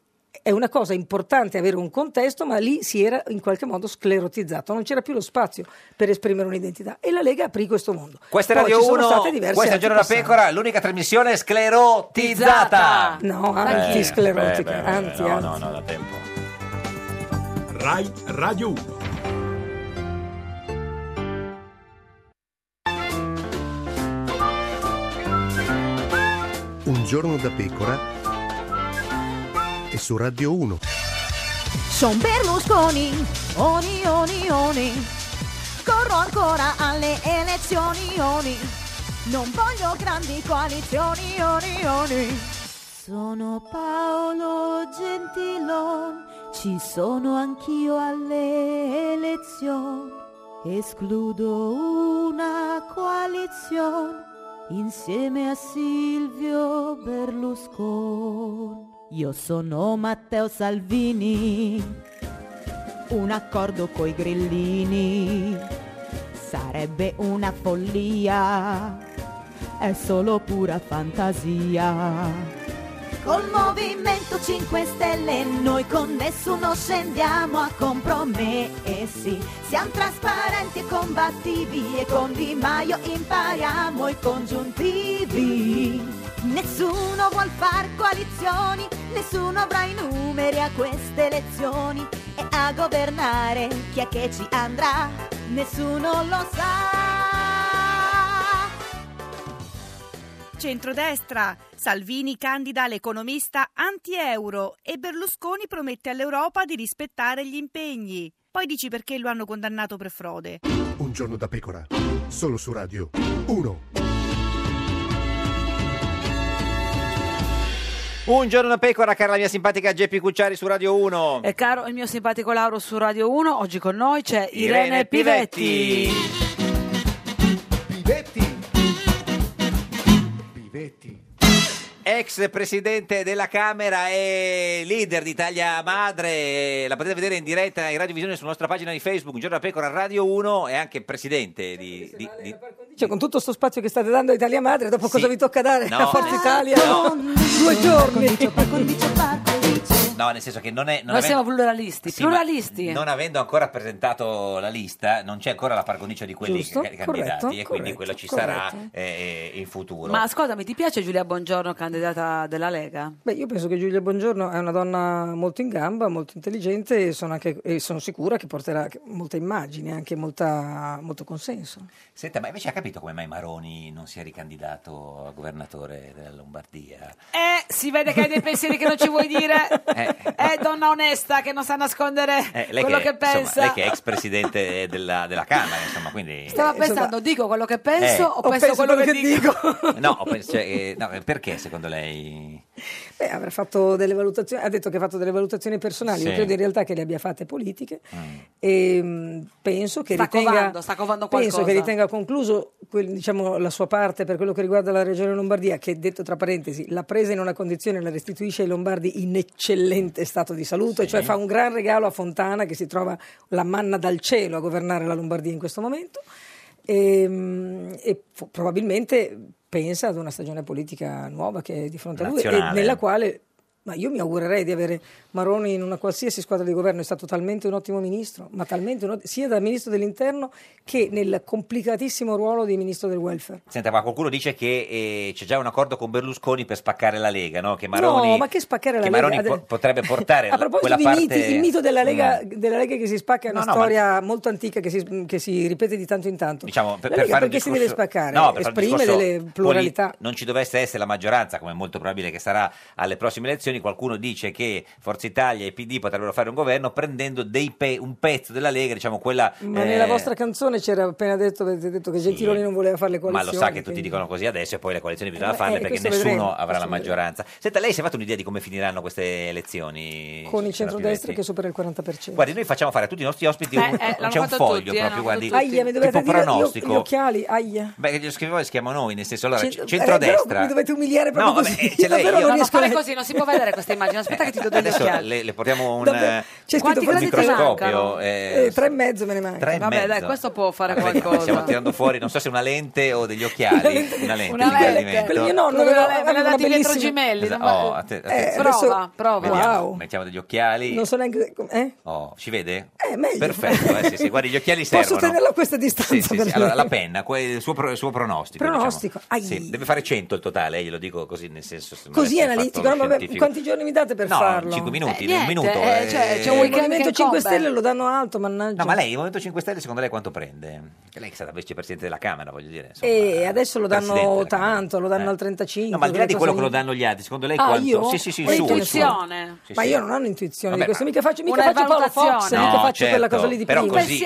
S14: è una cosa importante avere un contesto, ma lì si era in qualche modo sclerotizzato, non c'era più lo spazio per esprimere un'identità e la Lega aprì questo mondo.
S19: Questa è
S14: Poi ci
S19: Radio
S14: sono
S19: 1,
S14: state diverse
S19: questo è
S14: altre
S19: Giorno della
S14: passate.
S19: Pecora, l'unica trasmissione sclerotizzata.
S14: No,
S19: Beh,
S14: antisclerotica,
S19: eh, beh, beh,
S14: anti,
S19: no,
S14: anti.
S19: no, no, da tempo.
S15: Rai Radio 1.
S16: Un giorno da pecora e su Radio 1.
S13: Son Berlusconi, oni, oni, oni. Corro ancora alle elezioni, oni. Non voglio grandi coalizioni, oni, oni. Sono Paolo Gentilon, ci sono anch'io alle elezioni. Escludo una coalizione insieme a Silvio Berlusconi. Io sono Matteo Salvini, un accordo coi grillini sarebbe una follia, è solo pura fantasia. Col
S2: Mm.
S13: Movimento 5 Stelle noi con nessuno scendiamo a compromessi. Siamo trasparenti e combattivi e con Di Maio impariamo i congiuntivi. Nessuno vuol far coalizioni, nessuno avrà i numeri a queste elezioni. E a governare chi è che ci andrà? Nessuno lo sa.
S17: Centrodestra. Salvini candida l'economista anti-euro e Berlusconi promette all'Europa di rispettare gli impegni. Poi dici perché lo hanno condannato per frode.
S16: Un giorno da pecora, solo su Radio 1.
S19: Un giorno da pecora, cara la mia simpatica Geppi Cucciari su Radio 1.
S1: E caro il mio simpatico Lauro su Radio 1, oggi con noi c'è Irene, Pivetti.
S19: Ex presidente della Camera e leader d'Italia Madre, la potete vedere in diretta in radiovisione sulla nostra pagina di Facebook, Un giorno da pecora Radio 1 e anche presidente di... di- di-
S14: Cioè, con tutto sto spazio che state dando a Italia Madre, dopo cosa vi tocca dare
S19: No.
S14: a Forza Italia?
S19: No.
S14: Due giorni.
S2: No, nel senso che non è... non
S25: Noi
S2: avendo-
S25: siamo pluralisti.
S2: Sì, ma
S25: pluralisti.
S2: Non avendo ancora presentato la lista, non c'è ancora la pargoniccia di quelli
S25: Giusto,
S2: ca- candidati
S25: corretto,
S2: e quindi quello ci sarà eh, in futuro.
S25: Ma
S1: ascoltami, ti piace Giulia Buongiorno, candidata della Lega?
S14: Beh, io penso che Giulia Buongiorno è una donna molto in gamba, molto intelligente e sono, anche- e sono sicura che porterà molta immagine, anche molta- molto consenso.
S2: Senta, ma invece ha capito come mai Maroni non si è ricandidato a governatore della Lombardia?
S1: Eh, si vede che hai dei pensieri che non ci vuoi dire.
S2: (laughs) Eh,
S1: Eh, donna onesta che non sa nascondere
S2: eh, lei,
S1: quello
S2: che,
S1: che, pensa.
S2: insomma, lei che è ex presidente della, della Camera, insomma,
S1: (laughs)
S2: quindi...
S1: Stava pensando, dico quello che penso
S2: Eh.
S1: o
S2: Ho
S1: penso, quello che dico?
S2: (laughs) No, ho pens- cioè, eh, no, perché secondo lei...
S14: Beh, avrà fatto delle valutazioni, ha detto che ha fatto delle valutazioni personali,
S2: Sì.
S14: io credo in realtà che le abbia fatte politiche e mh, penso che
S1: Sta
S14: ritenga
S1: covando, sta covando
S14: penso che
S1: qualcosa.
S14: ritenga concluso quel- diciamo, la sua parte per quello che riguarda la regione Lombardia, che detto tra parentesi, l'ha presa in una condizione e la restituisce ai Lombardi in eccellente stato di salute,
S7: Sì.
S14: cioè fa un gran regalo a Fontana che si trova la manna dal cielo a governare la Lombardia in questo momento e, mh, Ehm, e fo- probabilmente pensa ad una stagione politica nuova che è di fronte a lui e
S2: Nazionale.
S14: nella quale ma io mi augurerei di avere Maroni in una qualsiasi squadra di governo, è stato talmente un ottimo ministro, ma talmente un ot- sia da ministro dell'interno che nel complicatissimo ruolo di ministro del welfare.
S2: Senta, ma qualcuno dice che eh, c'è già un accordo con Berlusconi per spaccare la Lega, no? Che Maroni,
S14: no, ma che spaccare la
S2: che
S14: Lega.
S2: Maroni
S14: Adè-
S2: po-
S14: (laughs)
S2: potrebbe portare
S14: a
S2: la-
S14: proposito
S2: quella
S14: di
S2: parte...
S14: miti, il mito della Lega,
S2: Mm.
S14: della Lega che si spacca è una
S2: No, no, ma-
S14: storia molto antica che si, che si ripete di tanto in tanto.
S2: Diciamo, per,
S14: La
S2: per
S14: Lega
S2: fare un
S14: perché si
S2: discorso-
S14: deve spaccare?
S2: No, per fare un
S14: Esprime
S2: discorso
S14: delle
S2: poli-
S14: pluralità.
S2: non ci dovesse essere la maggioranza, come è molto probabile che sarà alle prossime elezioni. Qualcuno dice che Forza Italia e PD potrebbero fare un governo prendendo dei pe- un pezzo della Lega, diciamo quella.
S14: Ma
S2: eh,
S14: nella vostra canzone c'era appena detto, avete detto che Gentiloni non voleva fare le
S2: Ma
S14: coalizioni.
S2: lo sa che tutti
S14: quindi-
S2: dicono così adesso e poi le coalizioni bisogna
S14: Eh,
S2: farle
S14: eh,
S2: perché
S14: questo
S2: nessuno
S14: vedremo,
S2: avrà la
S14: questo vedremo.
S2: maggioranza. Senta, lei si è fatto un'idea di come finiranno queste elezioni?
S14: Con il
S2: signora
S14: centrodestra
S2: Pivetti?
S14: che supera il 40%.
S2: Guardi, noi facciamo fare a tutti i nostri ospiti
S14: Eh,
S2: un,
S14: eh, l'hanno
S2: c'è un
S14: fatto
S2: foglio
S14: tutti, eh,
S2: proprio,
S14: l'hanno
S2: guardi,
S14: fatto tutti. Aia, mi dovete
S2: tipo
S14: dire io-
S2: pronostico.
S14: gli occhiali, aia.
S2: Beh, lo scriviamo e schiamo noi, nel senso, allora,
S14: Centro-
S2: c- centrodestra.
S14: eh, mi dovete umiliare proprio
S2: No, vabbè,
S14: così.
S2: eh, ce l'hai,
S14: Davvero
S2: io-
S14: non
S2: No, no,
S14: riesco
S1: Fare
S14: a-
S1: così, non si può vedere questa immagine. Aspetta che ti do degli
S2: Adesso
S1: occhiali.
S2: le, le portiamo un,
S1: Davvero?
S2: eh,
S1: C'è scritto
S2: un
S1: quanti crediti mancano?
S2: microscopio. eh,
S14: tre e mezzo me ne manca.
S2: Tre e
S1: Vabbè, dai,
S2: mezzo.
S1: questo può fare
S2: Aspetta,
S14: Eh, (laughs)
S1: qualcosa.
S2: Stiamo tirando fuori, non so se una lente o degli occhiali. Una lente,
S1: Una
S2: di
S1: lente.
S2: ingrandimento.
S14: Quello mio nonno
S1: Quello
S14: aveva,
S1: me l'ha
S14: aveva una
S1: dati Pietro
S14: bellissima...
S1: Gimelli, non
S2: Oh,
S1: va-
S2: atte-
S14: Eh,
S2: attenzione.
S14: adesso-
S1: Prova, prova.
S2: Vediamo,
S14: Wow.
S2: Mettiamo degli occhiali.
S14: Non so neanche... Eh?
S2: Oh, ci vede?
S14: Eh, meglio.
S2: Perfetto, eh, sì, sì, guardi, gli occhiali
S14: Posso
S2: servono.
S14: tenerlo a questa distanza?
S2: Sì, sì, sì.
S14: per
S2: Allora,
S14: dire?
S2: la penna, que- il suo, pro- il suo pronostico.
S14: Pronostico? Ai.
S2: diciamo. Sì, deve fare 100 il totale, eh, glielo dico così nel senso. se non
S14: Così
S2: avesse
S14: analitico,
S2: fatto
S14: no,
S2: lo
S14: vabbè,
S2: scientifico.
S14: quanti giorni mi date per
S2: No,
S14: farlo?
S2: cinque minuti, un minuto, eh.
S14: cioè, c'è un
S2: Il
S14: weekend
S2: Movimento
S14: Movimento
S2: 5
S14: 5
S2: Stelle
S14: Stelle lo danno alto, mannaggia.
S2: No, ma lei, il Movimento 5 Stelle, secondo lei quanto prende? Che lei che è stata vicepresidente della Camera, voglio dire. insomma. eh,
S14: E Eh, adesso lo
S2: Presidente
S14: danno
S2: della
S14: tanto, lo danno al 35.
S2: No, ma al di là di quello che
S14: qualcosa
S2: lo danno gli altri, secondo lei
S14: Ah,
S2: quanto?
S14: io?
S2: Sì, sì, sì, il
S14: Ho
S2: suo, il suo.
S14: intuizione.
S2: Sì,
S14: ma
S2: sì.
S14: io non ho un'intuizione
S2: Vabbè,
S14: di questo,
S2: ma-
S14: mica faccio, mica
S1: Una
S14: faccio Paolo
S1: valutazione.
S14: Fox,
S2: No,
S14: mica faccio
S2: certo,
S14: quella cosa lì di
S2: però
S14: prima.
S2: così,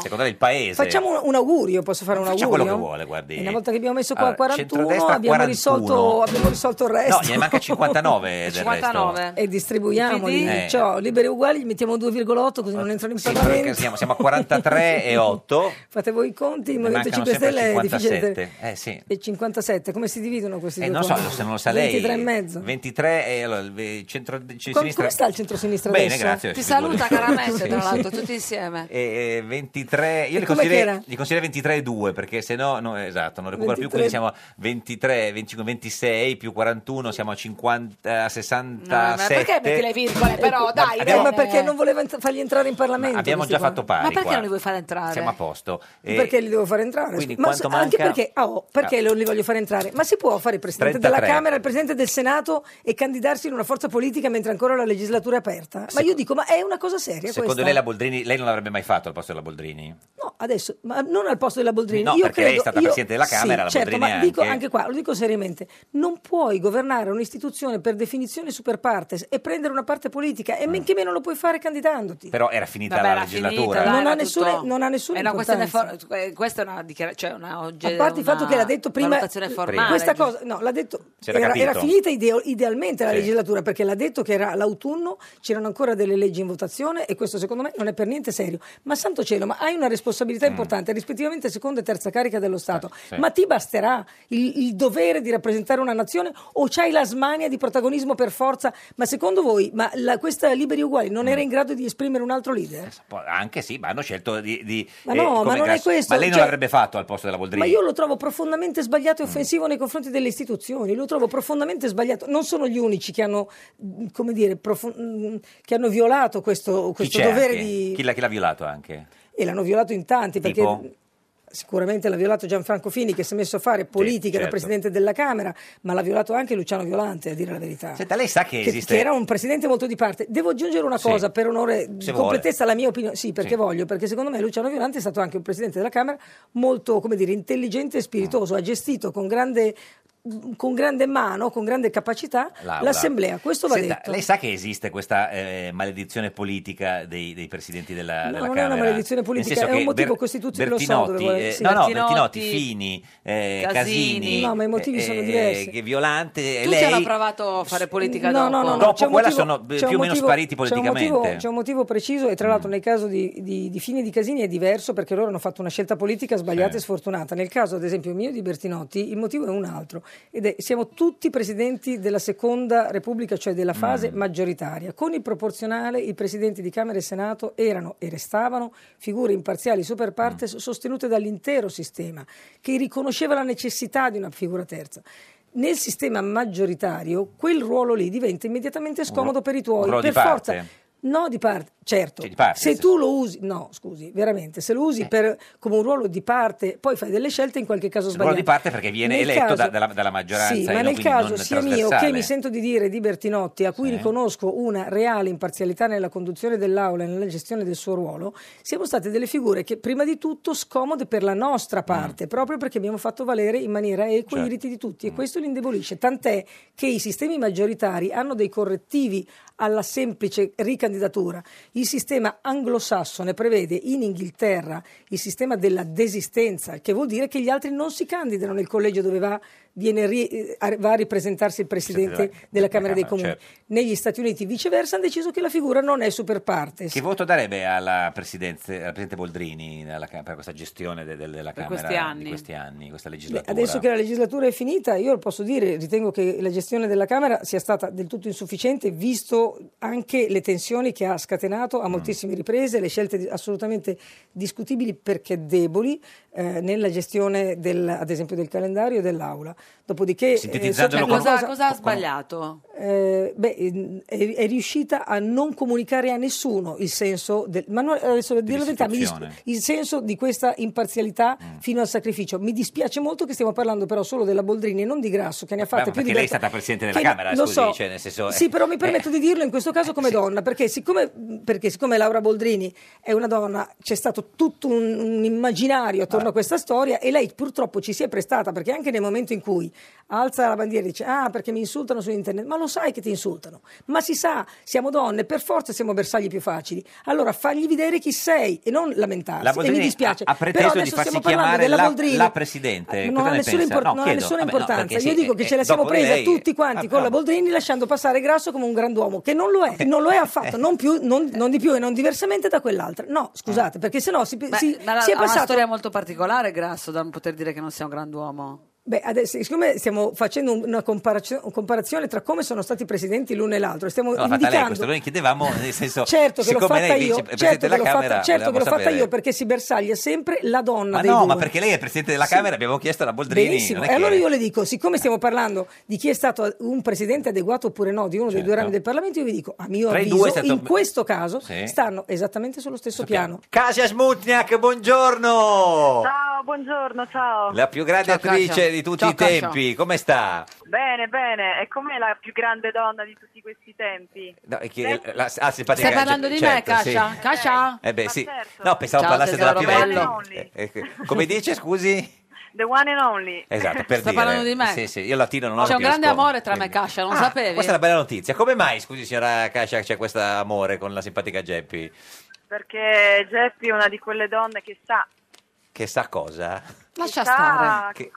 S2: Secondo lei il paese?
S14: Facciamo un, un augurio, posso fare un
S2: Faccia
S14: augurio?
S2: quello che vuole, guardi.
S14: E Una volta che abbiamo messo qua
S2: Allora,
S14: 41,
S2: centrodestra
S14: abbiamo,
S2: 41.
S14: Risolto, abbiamo risolto il resto.
S2: No, gliene
S14: (laughs)
S2: manca 59 del resto.
S14: E distribuiamoli.
S2: Il PD? Eh.
S14: Cioè, liberi e uguali, gli mettiamo 2,8 così non entrano in Parlamento.
S2: Perché Siamo, siamo a 43 e 8.
S14: Fate voi i conti, il
S2: Ne
S14: Movimento
S2: mancano
S14: 5 Stelle è
S2: sempre
S14: difficile.
S2: 57. Eh sì.
S14: E 57, come si dividono questi
S2: Eh,
S14: due
S2: non lo so,
S14: conti?
S2: se non lo sa
S14: 23
S2: lei.
S14: e mezzo.
S2: 23 e allora il ve- centro il
S14: Com-
S2: sinistra.
S14: come sta il centro-sinistra
S2: Bene,
S14: adesso?
S2: grazie.
S1: Ti
S2: si
S1: saluta
S2: figuri.
S1: caramente, tra
S2: (laughs) Sì,
S1: l'altro,
S2: sì.
S1: tutti insieme.
S2: E, eh,
S1: E
S2: 23, io li
S1: com'è che
S2: consiglierei,
S1: era?
S2: li consiglierei 23 e 2 perché se no, no, esatto, non recupera
S1: 23.
S2: più. Quindi siamo a 23, 25, 26 più 41, siamo a 50, a 67.
S1: No, ma perché metti le virgole, però, dai.
S2: abbiamo-
S14: Eh, ma perché non voleva ent- fargli entrare in Parlamento?
S2: abbiamo
S14: questi
S2: già
S14: qua?
S2: fatto pari.
S1: Ma perché
S2: qua.
S1: non li vuoi far entrare?
S2: Siamo a posto. Eh,
S14: Perché li devo far entrare?
S2: quindi
S14: ma
S2: quanto
S14: anche
S2: manca?
S14: perché, ah, oh, perché
S2: Ah.
S14: lo- li voglio far entrare? Ma si può fare il presidente
S2: 33.
S14: della Camera, il presidente del Senato e candidarsi in una forza politica mentre ancora la legislatura è aperta? Ma io dico, ma è una cosa seria
S2: Secondo
S14: questa?
S2: lei la Boldrini, lei non l'avrebbe mai fatto al posto della Boldrini?
S14: No, adesso, ma non al posto della Boldrini.
S2: No,
S14: io
S2: perché
S14: credo,
S2: lei è stata
S14: io-
S2: Presidente della Camera, la
S14: sì, certo,
S2: Boldrini
S14: ma dico
S2: anche.
S14: anche qua, lo dico seriamente, non puoi governare un'istituzione per definizione super partes e prendere una parte politica
S2: Mm.
S14: e men che meno lo puoi fare candidandoti.
S2: Però era finita
S1: Vabbè,
S2: la
S1: era finita,
S2: legislatura.
S1: dai,
S14: Non ha
S1: era
S14: nessuna-
S1: tutto.
S14: non ha nessuna
S1: Eh, È una questione
S14: importanza.
S1: for- que- questa è una dichiarazione, cioè una oggi-
S14: A parte il
S1: una
S14: fatto che l'ha detto prima,
S1: valutazione formale.
S14: questa
S1: giusto?
S14: cosa, no, l'ha detto,
S1: C'era
S14: era,
S1: capito.
S14: era finita ideo- idealmente la
S1: Sì.
S14: legislatura perché l'ha detto che era l'autunno, c'erano ancora delle leggi in votazione e questo secondo me non è per niente serio. Ma santo cielo, ma hai una
S1: Mm.
S14: responsabilità importante, rispettivamente seconda e terza carica dello Stato,
S26: sì.
S14: ma ti basterà il, il dovere di rappresentare una nazione o c'hai la smania di protagonismo per forza. Ma secondo voi, ma la- questa Liberi Uguali
S1: Mm.
S14: non era in grado di esprimere un altro leader?
S2: Poi Anche sì, ma hanno scelto di... di- eh,
S14: Ma no, ma
S2: come
S14: non è questo,
S2: Ma lei non
S14: cioè-
S2: l'avrebbe fatto al posto della Boldrini?
S14: Ma io lo trovo profondamente sbagliato e offensivo nei confronti delle istituzioni, lo trovo profondamente sbagliato. Non sono gli unici che hanno, mh, come dire, profo- mh, che hanno violato questo,
S2: Chi
S14: questo
S2: c'è
S14: dovere
S2: anche?
S14: di...
S2: Chi l'ha, chi l'ha violato anche?
S14: E l'hanno violato in tanti perché...
S2: Tipo?
S14: Sicuramente l'ha violato Gianfranco Fini che si è messo a fare politica, era
S2: certo.
S14: presidente della Camera, ma l'ha violato anche Luciano Violante, a dire la verità.
S2: Senta, lei sa che, esiste...
S14: ah, che era un presidente molto di parte. Devo aggiungere una
S2: Sì.
S14: cosa per onore,
S2: Se vuole.
S14: completezza alla mia opinione. Sì, perché
S2: Sì.
S14: voglio, perché secondo me Luciano Violante è stato anche un presidente della Camera molto, come dire, intelligente e
S2: Ah.
S14: spiritoso, ha gestito con grande con grande mano, con grande capacità
S2: L'Aula.
S14: l'assemblea, questo va
S2: Senta,
S14: detto.
S2: Lei sa che esiste questa eh, maledizione politica dei, dei presidenti
S14: No,
S2: della, della
S14: non è una
S2: Camera?
S14: maledizione
S2: Nel
S14: politica,
S2: senso
S14: è un
S2: che
S14: motivo costituzionale, lo so
S2: Bertinotti,
S14: dove vuole-
S2: eh,
S14: sì.
S2: no, no,
S14: Bertinotti,
S2: Bertinotti, Fini, eh, Casini, eh,
S14: Casini. No, ma i motivi sono diversi.
S2: Che Violante,
S1: Tutti
S2: lei...
S1: hanno provato a fare politica
S14: No,
S1: dopo.
S14: no, no, no,
S2: Dopo
S14: c'è un
S2: quella
S14: motivo-
S2: sono, eh,
S14: c'è un
S2: più o meno
S14: motivo- c'è
S2: spariti
S14: un motivo-
S2: politicamente.
S14: C'è un motivo preciso e tra l'altro nel caso di, di- di Fini e di Casini è diverso perché loro hanno fatto una scelta politica sbagliata
S2: Sì.
S14: e sfortunata. Nel caso ad esempio mio e di Bertinotti il motivo è un altro ed è siamo tutti presidenti della seconda repubblica, cioè della fase
S2: Mm.
S14: maggioritaria. Con il proporzionale i presidenti di Camera e Senato erano e restavano figure imparziali super
S2: Mm.
S14: partes sostenute dall'intero sistema che riconosceva la necessità di una figura terza. Nel sistema maggioritario quel ruolo lì diventa immediatamente scomodo per i tuoi,
S2: un ruolo
S14: per
S2: di parte.
S14: forza. No, di parte, certo.
S2: Cioè, di parte, Eh.
S14: se
S2: nel
S14: tu lo usi, no, scusi, veramente, se lo usi per- come un ruolo di parte, poi fai delle scelte in qualche caso
S2: Il ruolo
S14: sbagliate.
S2: di parte perché viene
S14: Nel
S2: eletto
S14: caso-
S2: da- dalla, dalla maggioranza.
S14: Sì,
S2: e
S14: ma
S2: non-
S14: nel
S2: quindi
S14: caso
S2: non
S14: sia mio che
S2: trasversale.
S14: mi sento di dire di Bertinotti, a cui riconosco una reale imparzialità nella conduzione dell'aula e nella gestione del suo ruolo, siamo state delle figure che prima di tutto scomode per la nostra parte, proprio perché abbiamo fatto valere in maniera equa i
S23: Certo.
S14: diritti di tutti e questo li indebolisce, tant'è che i sistemi maggioritari hanno dei correttivi alla semplice ricandidatura. Il sistema anglosassone prevede in Inghilterra il sistema della desistenza, che vuol dire che gli altri non si candidano nel collegio dove va, viene ri- eh, va a ripresentarsi il presidente
S2: della-
S14: della, Camera dei
S2: Camera,
S14: Comuni.
S2: certo.
S14: Negli Stati Uniti, viceversa, hanno deciso che la figura non è super partes.
S2: Che voto darebbe alla, presidenza- alla Presidente Boldrini alla Cam- per questa gestione de- de- della
S14: Per
S2: Camera
S14: questi anni.
S2: di questi anni, questa
S14: Beh,
S2: legislatura?
S14: adesso che la legislatura è finita, io posso dire, ritengo che la gestione della Camera sia stata del tutto insufficiente, visto anche le tensioni che ha scatenato a moltissime riprese, le scelte di- assolutamente discutibili perché deboli eh, nella gestione del, ad esempio del calendario e dell'aula. Dopodiché, eh,
S1: Sintetizzandolo
S14: sotto-
S1: con- cosa, cosa ha sbagliato?
S14: eh, beh, in- è, è riuscita a non comunicare a nessuno il senso del, ma no, eh, adesso devo dire la verità, mi dis-
S2: Dell'istituzione.
S14: il senso di questa imparzialità
S2: Mm.
S14: fino al sacrificio. Mi dispiace molto che stiamo parlando però solo della Boldrini e non di Grasso, che ne ha fatte
S2: Beh,
S14: più
S2: perché
S14: di
S2: lei è
S14: Bertol-
S2: stata Presidente della
S14: che-
S2: Camera,
S14: lo
S2: scusi,
S14: so.
S2: cioè, nel senso...
S14: Sì, però mi
S2: eh,
S14: permetto di dirlo in questo caso come donna, perché siccome, perché siccome Laura Boldrini è una donna, c'è stato tutto un, un immaginario
S2: Ah.
S14: attorno a questa storia e lei purtroppo ci si è prestata, perché anche nel momento in cui alza la bandiera e dice ah perché mi insultano su internet, ma lo sai che ti insultano, ma si sa, siamo donne, per forza siamo bersagli più facili, allora fagli vedere chi sei e non lamentarsi,
S2: La
S14: e mi
S2: Boldrini ha,
S14: dispiace,
S2: ha
S14: però
S2: preteso di
S14: adesso
S2: farsi
S14: stiamo parlando
S2: chiamare
S14: della
S2: la,
S14: Boldrini,
S2: la Presidente.
S14: non
S2: Eh, Cosa
S14: ha
S2: ne
S14: nessuna,
S2: pensa?
S14: import-
S2: No,
S14: non ha
S2: chiedo.
S14: nessuna
S2: Vabbè, no,
S14: importanza.
S2: perché
S14: Io
S2: sì,
S14: dico
S2: eh,
S14: che ce la
S2: eh,
S14: siamo
S2: dopo
S14: presa
S2: lei-
S14: tutti quanti
S2: Ah,
S14: con la
S2: bravo.
S14: Boldrini, lasciando passare Grasso come un grand'uomo, che non lo è, non lo è
S2: Eh.
S14: affatto, non, più, non, non di più e non diversamente da quell'altra. No,
S2: Eh.
S14: scusate, perché sennò si,
S1: Beh,
S14: si,
S1: ma la-
S14: si è
S1: ha una
S14: passato
S1: storia molto particolare, Grasso, da non poter dire che non sia un grand'uomo.
S14: Beh, adesso, siccome stiamo facendo un- una comparazio- comparazione tra come sono stati i presidenti l'uno e l'altro, stiamo
S2: No, l'ha fatta lei, questo
S14: indicando.
S2: noi chiedevamo, nel senso,
S14: Certo che l'ho
S2: siccome
S14: fatta
S2: lei
S14: io,
S2: vice-
S14: certo
S2: Presidente
S14: che
S2: della
S14: l'ho
S2: Camera,
S14: fatta, certo che l'ho
S2: volevamo
S14: fatta
S2: sapere-
S14: io perché si bersaglia sempre la donna
S2: Ma
S14: dei
S2: no,
S14: due.
S2: ma perché lei è Presidente della Camera, abbiamo chiesto alla Boldrini.
S14: Benissimo,
S2: non è
S14: e
S2: che-
S14: allora io le dico, siccome stiamo parlando di chi è stato un presidente adeguato oppure no di uno dei due rami del Parlamento, io vi dico, a mio
S2: Certo. Tra i
S14: avviso,
S2: due è stato-
S14: in questo caso
S2: Sì.
S14: stanno esattamente sullo stesso piano.
S2: Kasia Smutniak, buongiorno!
S27: Ciao, buongiorno, ciao.
S2: La più grande
S27: Ciao,
S2: attrice
S27: Kasia.
S2: di tutti
S27: Ciao,
S2: i
S27: Kasia.
S2: tempi, come sta?
S27: Bene, bene. E com'è la più grande donna di tutti questi tempi?
S2: No, è che- la- ah, simpatica,
S27: Stai parlando di
S2: certo,
S27: me,
S2: sì.
S27: Kasia?
S1: Cascia?
S2: Eh beh, sì. No, pensavo
S1: Ciao,
S2: parlasse della
S1: tesoro
S2: più
S1: bello.
S2: Eh, eh, Come dice, scusi?
S27: The one and only.
S2: Esatto,
S1: (laughs)
S2: per
S1: Sta
S2: dire.
S1: parlando di me?
S2: Sì, sì, io latino non ho
S1: C'è un
S2: più
S1: grande
S2: scuola.
S1: amore tra me e Cascia, non sapevi?
S2: Ah, Questa è una bella notizia. Come mai, scusi signora Cascia, c'è questo amore con la simpatica Geppi?
S27: Perché Geppi è una di quelle donne che sa.
S2: Che sa cosa?
S27: Lascia
S2: stare.
S27: Che, eh,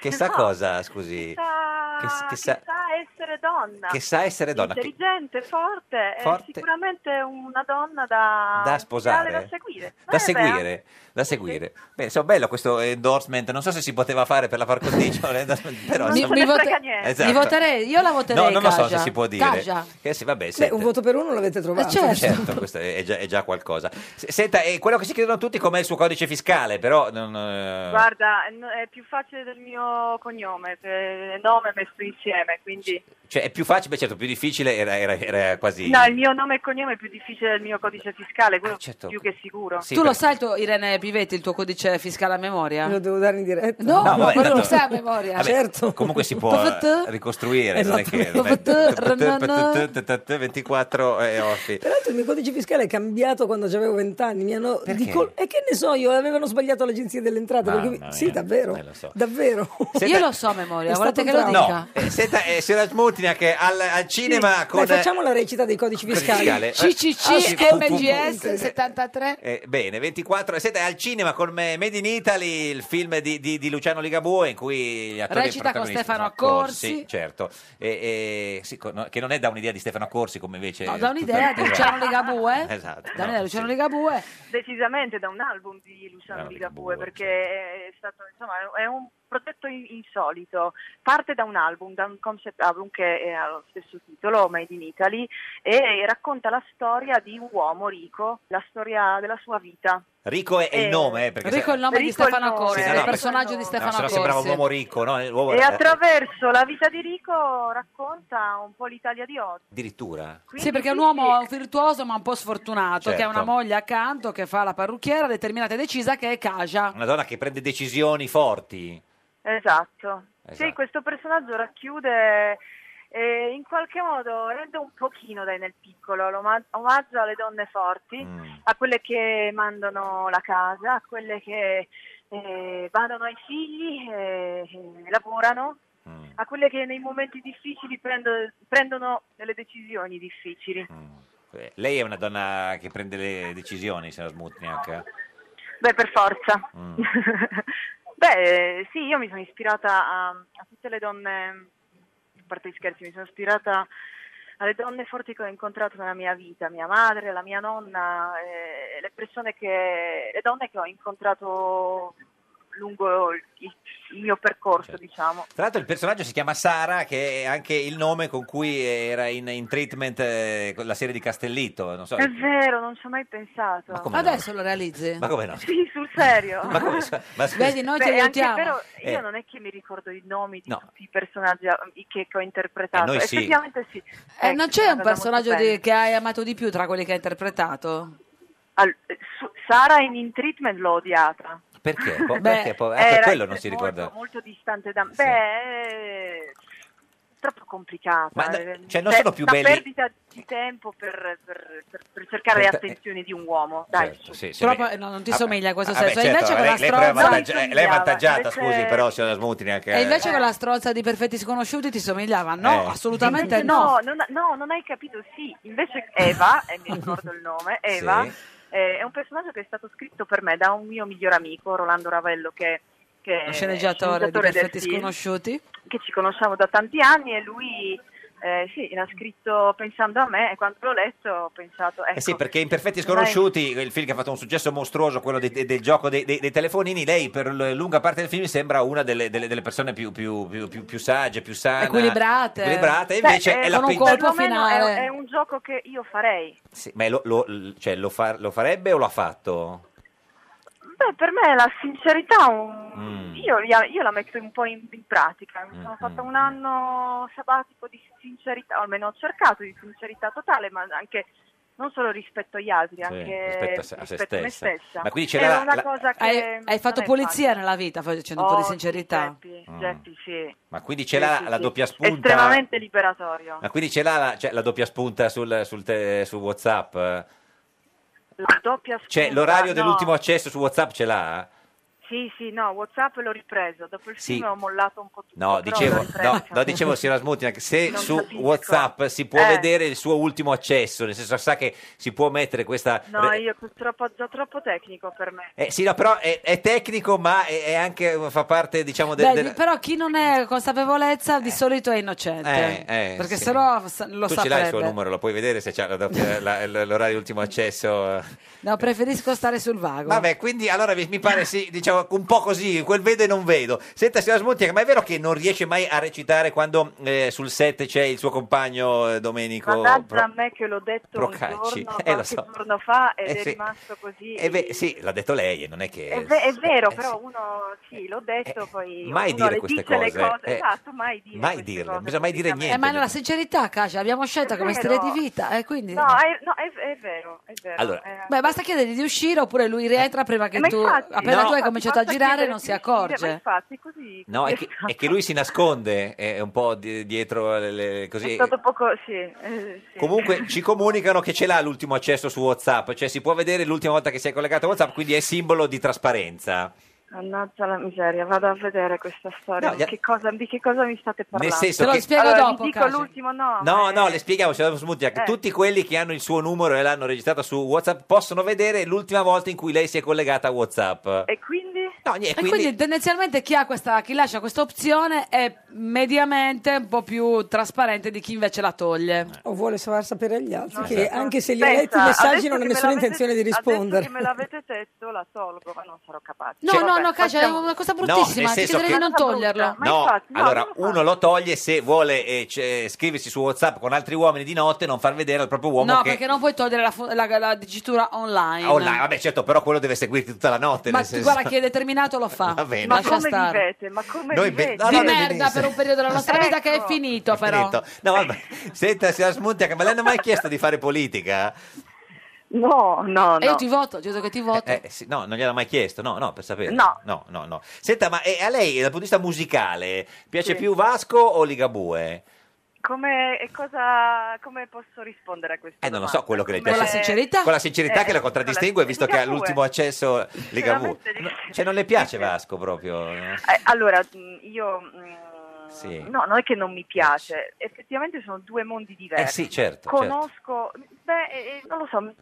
S2: Che sa
S27: no, (laughs)
S2: cosa, scusi?
S27: Sa,
S2: Che, s- che sa...
S27: sa essere donna.
S2: Che sa essere donna, che-
S27: Intelligente, forte, è
S2: Forte.
S27: sicuramente una donna da,
S2: Da sposare.
S27: ideale da seguire.
S2: Da
S27: Eh, beh,
S2: seguire, da seguire. Beh, insomma, bello questo endorsement. Non so se si poteva fare per la par condicio, (laughs) l'endorsement, però
S1: Mi,
S2: insomma-
S1: mi vota-
S2: niente. Esatto.
S1: mi voterei, io la voterei.
S2: No, non lo so
S1: Kaja.
S2: se si può dire.
S1: Kaja.
S2: Eh sì, vabbè,
S14: Beh,
S2: senta.
S14: un voto per uno l'avete trovato.
S2: (laughs)
S1: Eh,
S2: Certo, questo è è già, è già qualcosa. S- Senta, eh, quello che si chiedono tutti com'è il suo codice fiscale, però non, eh,
S27: Guarda, n- è più facile del mio cognome, se- nome messo insieme, quindi...
S2: cioè, è più facile, beh, certo, più difficile era, era- era quasi...
S27: No, il mio nome e cognome è più difficile del mio codice fiscale, quello
S2: certo.
S27: più che sicuro.
S2: Sì,
S1: tu lo
S2: perché-
S1: sai, il tuo- Irene Pivetti, il tuo codice fiscale a memoria?
S14: Lo devo dare in diretta. Certo.
S1: No,
S2: No, vabbè,
S1: ma non
S2: tanto-
S1: lo sai a memoria.
S2: Vabbè, Comunque si può eh, ricostruire, non è
S14: Esatto.
S2: che... non è- (laughs)
S14: Esattamente.
S2: 24 e orfi.
S14: Peraltro il mio codice fiscale è cambiato quando avevo vent'anni. Mi hanno di col- E che ne so io, avevano sbagliato l'agenzia delle entrate.
S2: Mamma
S14: perché-
S2: mia, Eh,
S14: Sì, davvero. Davvero.
S1: Io lo so a memoria,
S14: È
S1: volete
S14: stato
S1: che lo
S14: un
S1: dica?
S14: dramma.
S2: No, eh, senta, eh, signora Smutina, che al, al cinema
S14: Sì.
S2: con... eh,
S14: Dai, facciamo la recita dei codici fiscali.
S2: fiscale. CCC, Ah, sì, pu- pu- pu-
S1: 73.
S2: Eh, bene, 24. Siete al cinema con me, Made in Italy, il film di, di- di Luciano Ligabue in cui gli attori
S1: Recita con
S2: protagonisti
S1: Stefano
S2: sono
S1: Accorsi.
S2: certo. E- e- sì, co- no, che non è da un'idea di Stefano Accorsi come invece...
S1: No, da un'idea di
S2: tutto- (laughs)
S1: Luciano Ligabue.
S2: Esatto.
S1: Da
S2: no.
S1: un'idea di Luciano Ligabue.
S27: Decisamente da un album di Luciano
S2: Ah,
S27: Ligabue, perché è stato insomma è un progetto in- insolito. Parte da un album, da un concept album che ha lo stesso titolo, Made in Italy, e racconta la storia di un uomo ricco, la storia della sua vita.
S2: Rico è, è il
S27: Eh,
S2: nome, eh, perché
S1: Rico
S2: se-
S1: è il nome di
S27: Rico è il
S1: Stefano
S27: nome.
S1: Accorsi,
S2: Sì, no,
S1: il
S2: no,
S1: personaggio di
S2: no,
S1: Stefano
S2: se no sembrava un
S1: Accorsi.
S2: uomo ricco, no? L'uomo-
S27: E
S2: eh,
S27: attraverso la vita di Rico racconta un po' l'Italia di oggi.
S2: Addirittura.
S1: Sì, perché è un uomo virtuoso ma un po' sfortunato, che ha
S2: Certo.
S1: una moglie accanto, che fa la parrucchiera, determinata e decisa, che è Kaja.
S2: Una donna che prende decisioni forti.
S27: Esatto.
S2: Esatto.
S27: Sì, questo personaggio racchiude eh, in qualche modo rende un pochino dai nel piccolo, lo ma- omaggia alle donne forti, a quelle che mandano la casa, a quelle che eh, badano ai figli e, e lavorano, a quelle che nei momenti difficili prendo- prendono delle decisioni difficili.
S2: Eh, Lei è una donna che prende le decisioni, signora Smutniak.
S27: Beh, per forza.
S2: Mm.
S27: (laughs) Beh, sì, io mi sono ispirata a, a tutte le donne, a parte gli scherzi, mi sono ispirata alle donne forti che ho incontrato nella mia vita, mia madre, la mia nonna, eh, le persone che, le donne che ho incontrato lungo il, il mio percorso,
S2: Certo.
S27: diciamo.
S2: Tra l'altro il personaggio si chiama Sara, che è anche il nome con cui era in, in treatment eh, con la serie di Castellitto. Non so.
S27: È vero, non ci ho mai pensato.
S2: Certo. come no? Adesso
S1: lo realizzi?
S2: Ma come no?
S27: Sì, sul serio.
S2: Ma come so- ma scusi-
S1: Vedi, noi ti
S27: Beh, è anche
S1: aiutiamo.
S27: vero, io
S2: Eh.
S27: non è che mi ricordo i nomi di
S2: No.
S27: tutti i personaggi a- i- che, che ho interpretato.
S2: Eh, noi sì.
S27: Effettivamente sì.
S1: Eh,
S27: Ecco,
S1: non
S27: è
S1: c'è un
S27: una cosa
S1: personaggio
S27: molto
S1: di- che hai amato di più tra quelli che hai interpretato?
S27: bella. Al- su- Sara in, in treatment l'ho odiata.
S2: Perché? Po-
S1: Beh,
S2: perché? Po- ah, per
S27: Era
S2: quello non si
S27: molto,
S2: ricorda.
S27: Molto distante da me. Beh, eh, troppo complicata.
S2: Ma no,
S27: Eh,
S2: cioè, non
S27: beh,
S2: sono più
S27: una
S2: belli-
S27: perdita di tempo per, per- per- per cercare
S2: Per
S27: le
S2: te-
S27: attenzioni di un uomo. Dai,
S2: Certo, sì, sì,
S1: Troppo-
S2: beh.
S1: no, non ti
S2: Ah,
S1: somiglia in questo
S2: ah,
S1: senso.
S2: beh,
S1: E
S2: certo,
S1: invece con la
S2: lei, lei però è
S1: stronza-
S2: avvantaggi- eh, lei è avvantaggiata,
S27: invece-
S2: scusi, però signora eh. Smutniak.
S1: E invece con la strozza di Perfetti Sconosciuti ti somigliava?
S2: Eh.
S1: No, assolutamente
S27: Invece
S1: no.
S27: (laughs) No, non, no, non hai capito, sì. Invece Eva, e mi ricordo il nome,
S1: (laughs)
S27: Eva,
S1: Sì.
S27: eh, è un personaggio che è stato scritto per me da un mio miglior amico, Rolando Ravello, che, che
S1: Lo
S27: è
S1: sceneggiatore di
S27: sceneggiatore del
S1: Perfetti
S27: film,
S1: Sconosciuti.
S27: che ci conosciamo da tanti anni e lui... eh, sì, l'ha scritto pensando a me e quando l'ho letto ho pensato... Ecco,
S2: Eh sì, perché in Perfetti
S27: non hai-
S2: Sconosciuti, il film che ha fatto un successo mostruoso, quello dei- dei- del gioco dei, dei- dei telefonini, lei per l- lunga parte del film sembra una delle, delle- delle persone più, più- più- più- più sagge, più sane.
S1: Equilibrate.
S2: e invece
S27: Beh,
S2: è
S27: eh,
S2: la
S27: con un
S2: peggiore-
S27: colpo
S1: finale.
S27: È, è un gioco che io farei.
S2: Sì, ma lo, lo- l- cioè, lo fa- lo farebbe o l'ha fatto?
S27: Beh, per me la sincerità un-
S2: Mm.
S27: Io, io la metto un po' in, in pratica, mi sono fatta un anno sabbatico di sincerità, o almeno ho cercato di sincerità totale, ma anche non solo rispetto agli altri, anche
S2: rispetto a se- a se
S27: rispetto me
S2: stessa.
S27: stessa.
S2: Ma quindi c'era
S27: Era
S2: la-
S27: una
S2: la-
S27: cosa che
S1: Hai, hai fatto
S27: non è
S1: pulizia
S27: facile.
S1: nella vita facendo un po'
S27: Oh,
S1: di
S27: sì,
S1: sincerità.
S27: Geppi,
S2: Mm.
S27: Geppi, sì.
S2: Ma quindi ce l'ha
S27: Sì, sì,
S2: la
S27: sì.
S2: doppia spunta?
S27: Estremamente liberatorio.
S2: Ma quindi ce l'ha la, cioè, la doppia spunta sul, sul te- su WhatsApp?
S27: La doppia
S2: Cioè,
S27: spunta,
S2: l'orario
S27: Eh, no.
S2: dell'ultimo accesso su WhatsApp ce l'ha?
S27: Sì, sì, no, WhatsApp l'ho ripreso. Dopo il
S2: Sì.
S27: film ho mollato un po' tutto.
S2: No,
S27: però l'ho
S2: dicevo,
S27: ripreso.
S2: no, no, dicevo signora Smutina, che se
S27: Non
S2: su
S27: capisco.
S2: WhatsApp si può
S27: Eh.
S2: vedere il suo ultimo accesso, nel senso sa che si può mettere questa...
S27: No, io purtroppo è già troppo tecnico per me.
S2: Eh, sì, no, però è, è tecnico, ma è, è anche, fa parte, diciamo, del...
S1: Beh,
S2: del-
S1: di- però chi non è consapevolezza di solito è innocente.
S2: Eh, eh,
S1: perché
S2: sì.
S1: se no sa- lo
S2: tu ce l'hai il suo
S1: saprebbe.
S2: numero, lo puoi vedere se c'è la- la- la- l'orario di ultimo accesso. eh.
S1: No, preferisco stare sul vago.
S2: Vabbè, quindi allora mi mi pare sì, diciamo un po' così, quel vedo e non vedo. Senta, signora Smutina, ma è vero che non riesce mai a recitare quando eh, sul set c'è il suo compagno eh, Domenico?
S27: Mannaggia
S2: Pro-
S27: a me che l'ho detto
S2: Procacci.
S27: un giorno,
S2: Eh, lo
S27: qualche
S2: so.
S27: giorno fa ed
S2: Eh,
S27: è
S2: sì.
S27: rimasto così.
S2: Eh, beh, sì, l'ha detto lei, e non è che...
S27: È, ve- è vero,
S2: Eh,
S27: però
S2: sì.
S27: uno sì, l'ho detto, poi
S2: mai
S27: uno
S2: dire
S27: le
S2: queste
S27: dice le
S2: cose, eh.
S27: esatto, mai dire.
S2: Mai
S27: queste
S2: dirle,
S27: cose
S2: non bisogna mai dire
S1: Eh,
S2: niente.
S1: ma è la sincerità, Cacia, l'abbiamo scelta
S27: È
S1: come
S27: vero.
S1: stile di vita, eh, quindi...
S27: No, è, no, è- è vero, è vero.
S2: Allora,
S27: eh.
S1: Beh, basta chiedergli di uscire oppure lui rientra prima che
S27: Ma
S1: tu,
S27: infatti,
S1: appena
S2: No.
S1: tu hai cominciato a
S27: basta
S1: girare
S27: chiedere
S1: non si
S27: di uscire, Ma
S1: accorge.
S27: infatti, così.
S2: No, è che, è che lui si nasconde eh, un po' di- dietro le- le-
S27: È
S2: così.
S27: stato poco, sì. eh, sì.
S2: Comunque ci comunicano che ce l'ha l'ultimo accesso su WhatsApp, cioè si può vedere l'ultima volta che si è collegato a WhatsApp, quindi è simbolo di trasparenza.
S27: Mannaggia la miseria, vado a vedere questa storia.
S2: No, gli-
S27: che cosa, di che cosa mi state parlando?
S2: senso Te lo che- spiego
S27: Allora, vi
S1: dopo,
S27: dico
S1: Casi.
S27: l'ultimo no.
S2: No, no, le spieghiamo, signora Smutia, che
S27: Eh.
S2: tutti quelli che hanno il suo numero e l'hanno registrato su WhatsApp possono vedere l'ultima volta in cui lei si è collegata a WhatsApp.
S27: E quindi?
S2: No, niente,
S1: E quindi,
S2: quindi-
S1: tendenzialmente chi, ha questa, chi lascia questa opzione è mediamente un po' più trasparente di chi invece la toglie.
S14: O vuole far sapere agli altri
S1: No,
S14: che
S27: certo.
S1: esatto.
S14: anche se li ha
S1: Pensa,
S14: letti i messaggi
S1: adesso
S14: non ha
S1: che me
S14: nessuna
S1: l'avete-
S14: intenzione di
S1: adesso
S14: rispondere.
S27: Adesso che me l'avete detto la tolgo, ma non sarò capace.
S1: No, no, no, Cacia, è una cosa
S2: nel
S1: bruttissima, ti
S2: senso
S1: chiederei
S2: che-
S1: di non toglierlo.
S2: no, allora uno lo toglie se vuole eh, c- scriversi su WhatsApp con altri uomini di notte, non far vedere al proprio uomo
S1: No,
S2: che
S1: perché non puoi togliere la, fu- la- la dicitura online.
S2: Oh, là, vabbè, certo, però quello deve seguirti tutta la notte.
S1: Ma
S2: nel
S1: tu-
S2: senso- (laughs)
S1: guarda, chi è determinato lo fa.
S2: Va bene.
S1: Lascia
S2: Ma come
S1: stare.
S27: ma come Ecco.
S2: Noi vivete? be- no,
S1: di
S2: no,
S1: merda
S2: benissimo.
S1: per un periodo della nostra vita che è finito, però.
S2: Finito. No, vabbè. Senta, signora Smuntiac, ma lei non ha mai chiesto di fare politica?
S27: No, no,
S1: E io ti voto, Gesù che ti voto.
S2: Eh, sì, no, non gliel'ha mai chiesto, no, no, per sapere.
S1: No.
S2: No, no, no. Senta, ma eh, a lei, dal punto di vista musicale, piace
S27: Sì.
S2: più Vasco o Ligabue?
S27: Come, e cosa, come posso rispondere a questo?
S2: Eh, non lo so quello che le
S27: Con
S2: piace.
S27: la sincerità.
S2: Con la
S27: Eh,
S2: sincerità che la
S27: con la
S2: contraddistingue, visto che ha
S27: Ligabue.
S2: l'ultimo accesso Ligabue. No, Cioè, non le piace Vasco proprio?
S27: Eh,
S2: no?
S27: allora, mh, io... mh,
S2: Sì.
S27: No, non è che non mi piace, effettivamente sono due mondi diversi.
S2: Eh sì, certo,
S27: Conosco, beh, eh, non lo so, mh,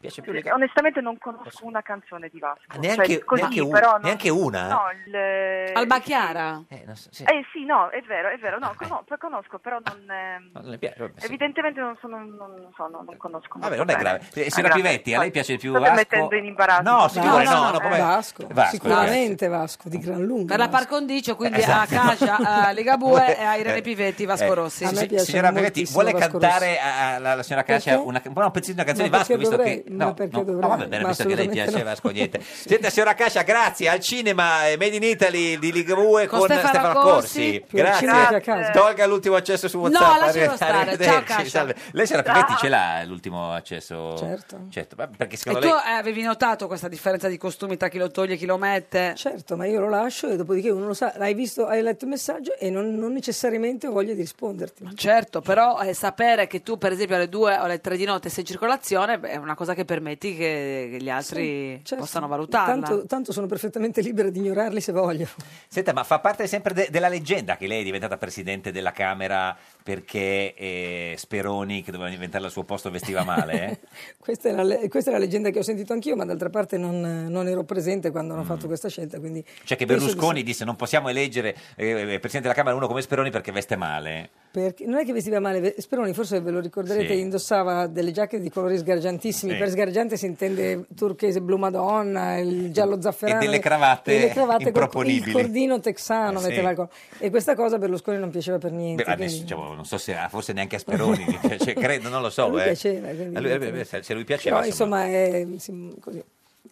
S2: Piace più
S27: eh,
S2: Ligabue.
S27: onestamente non conosco una canzone di Vasco.
S2: Ah, neanche-
S27: Cioè, così,
S2: neanche un-
S27: però non-
S2: neanche una?
S27: No, il-
S1: Alba Chiara.
S2: Eh, non so, sì.
S27: Eh sì, no, è vero, è vero, no, cono- conosco, però non... ehm,
S2: No, non le piace, vabbè, sì.
S27: Evidentemente non sono, non, non so, non, non conosco.
S2: Vabbè,
S27: molto
S2: non è
S27: bene.
S2: grave. Eh,
S27: Ah,
S2: signora
S27: grazie.
S2: Pivetti, a lei piace più
S27: State
S2: Vasco?
S27: mettendo in imbarazzo.
S2: No, signore, no, no,
S14: no,
S2: come-
S14: eh, Vasco,
S2: Vasco,
S14: sicuramente Vasco, di gran lunga.
S1: Per la par condicio, quindi
S2: Esatto.
S1: a
S2: (laughs)
S1: Cacia, a Ligabue e a Irene
S2: Eh,
S1: Pivetti, Vasco
S2: eh,
S1: Rossi.
S2: sì, signora Brevetti, vuole
S14: Vasco
S2: cantare a- alla alla signora Cascia una, un buon pezzettino di canzone di
S14: Ma
S2: Vasco,
S14: perché
S2: visto
S14: dovrei?
S2: che...
S14: Ma perché dovrei?
S2: va bene,
S14: Ma
S2: visto che lei
S14: assolutamente
S2: piace
S14: no. (laughs)
S2: Vasco, niente. Senta, signora Cascia, grazie. Al cinema eh, Made in Italy di Ligabue
S1: Con
S2: con, Stefano,
S1: Stefano
S2: Corsi.
S1: Corsi. Eh.
S14: Più vicino che a
S2: Grazie.
S14: casa.
S2: Tolga l'ultimo accesso su
S1: No,
S2: WhatsApp.
S1: lascialo
S2: Arri-
S1: stare. Ciao,
S2: arrivederci.
S1: Cascia.
S2: Salve. Lei, signora
S1: Ciao.
S2: Pivetti, ce l'ha l'ultimo accesso?
S14: Certo.
S2: Certo, ma perché
S1: E
S2: secondo
S1: tu
S2: lei...
S1: eh, avevi notato questa differenza di costumi tra chi lo toglie e chi lo mette?
S14: Certo, ma io lo lascio e dopodiché uno lo sa, hai visto, hai letto il messaggio e non, non necessariamente ho voglia di risponderti. Cioè,
S1: Certo, però eh, sapere che tu per esempio alle 2 o alle 3 di notte sei in circolazione beh, è una cosa che permetti che, che gli altri
S14: Certo,
S1: possano valutarla.
S14: Tanto, tanto sono perfettamente libera di ignorarli se voglio. (laughs)
S2: Senta, ma fa parte sempre de- della leggenda che lei è diventata presidente della Camera perché eh, Speroni, che doveva diventare al suo posto, vestiva male?
S14: (laughs)
S2: eh?
S14: Questa è, la, le- questa è la leggenda che ho sentito anch'io, ma d'altra parte non, non ero presente quando hanno fatto questa scelta. Quindi
S2: Mm. Cioè che
S14: penso di
S2: Berlusconi disse non possiamo eleggere eh, eh, presidente della Camera uno come Speroni perché veste male.
S14: sì, perché- non è che vestiva male, Ve- Speroni forse ve lo ricorderete,
S2: Sì.
S14: indossava delle giacche di colori sgargiantissimi,
S2: Sì.
S14: per sgargiante si intende turchese blu madonna, il giallo zafferano.
S2: delle cravatte
S14: e le cravatte col-
S2: improponibili.
S14: Il cordino texano
S2: Eh, sì.
S14: metteva col- E questa cosa a Berlusconi non piaceva per niente.
S2: Beh, adesso,
S14: quindi-
S2: diciamo, non so se ah, forse neanche a
S14: (laughs)
S2: Speroni, gli piace, credo, non lo so.
S14: A lui
S2: eh.
S14: piaceva, quindi-
S2: A lui- eh, beh, se se lui piaceva,
S14: Però
S2: insomma.
S14: insomma è sì, così,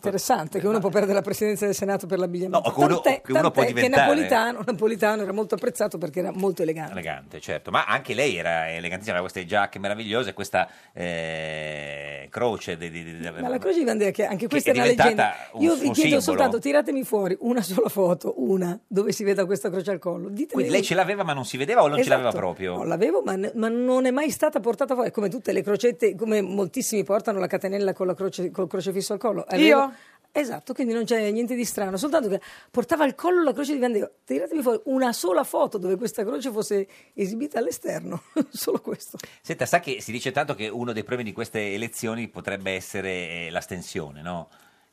S14: interessante che uno può perdere la presidenza del Senato per l'abbigliamento.
S2: No, che uno-
S14: Tant'è-
S2: che uno può
S14: tant'è che
S2: diventare.
S14: Napolitano, Napolitano era molto apprezzato perché era molto elegante.
S2: Elegante, certo, ma anche lei era elegantissima, aveva queste giacche meravigliose, questa eh, croce. Di, di- di-
S14: Ma la croce di Van Dyck, anche questa
S2: è
S14: è una
S2: diventata
S14: leggenda.
S2: un-
S14: Io
S2: un
S14: vi chiedo
S2: simbolo.
S14: soltanto, tiratemi fuori una sola foto, una, dove si veda questa croce al collo. Ditemi.
S2: Quindi lei ce l'aveva ma non si vedeva o non ce
S14: Esatto.
S2: l'aveva proprio?
S14: No, l'avevo, ma, ne- ma non è mai stata portata fuori, come tutte le crocette, come moltissimi portano la catenella con la croce, col crocefisso al collo.
S1: Io?
S14: Esatto, quindi non c'è niente di strano, soltanto che portava al collo la croce di Van Gogh. Tiratemi fuori una sola foto dove questa croce fosse esibita all'esterno, (laughs) solo questo.
S2: Senta, sa che si dice tanto che uno dei problemi di queste elezioni potrebbe essere eh, l'astensione, no?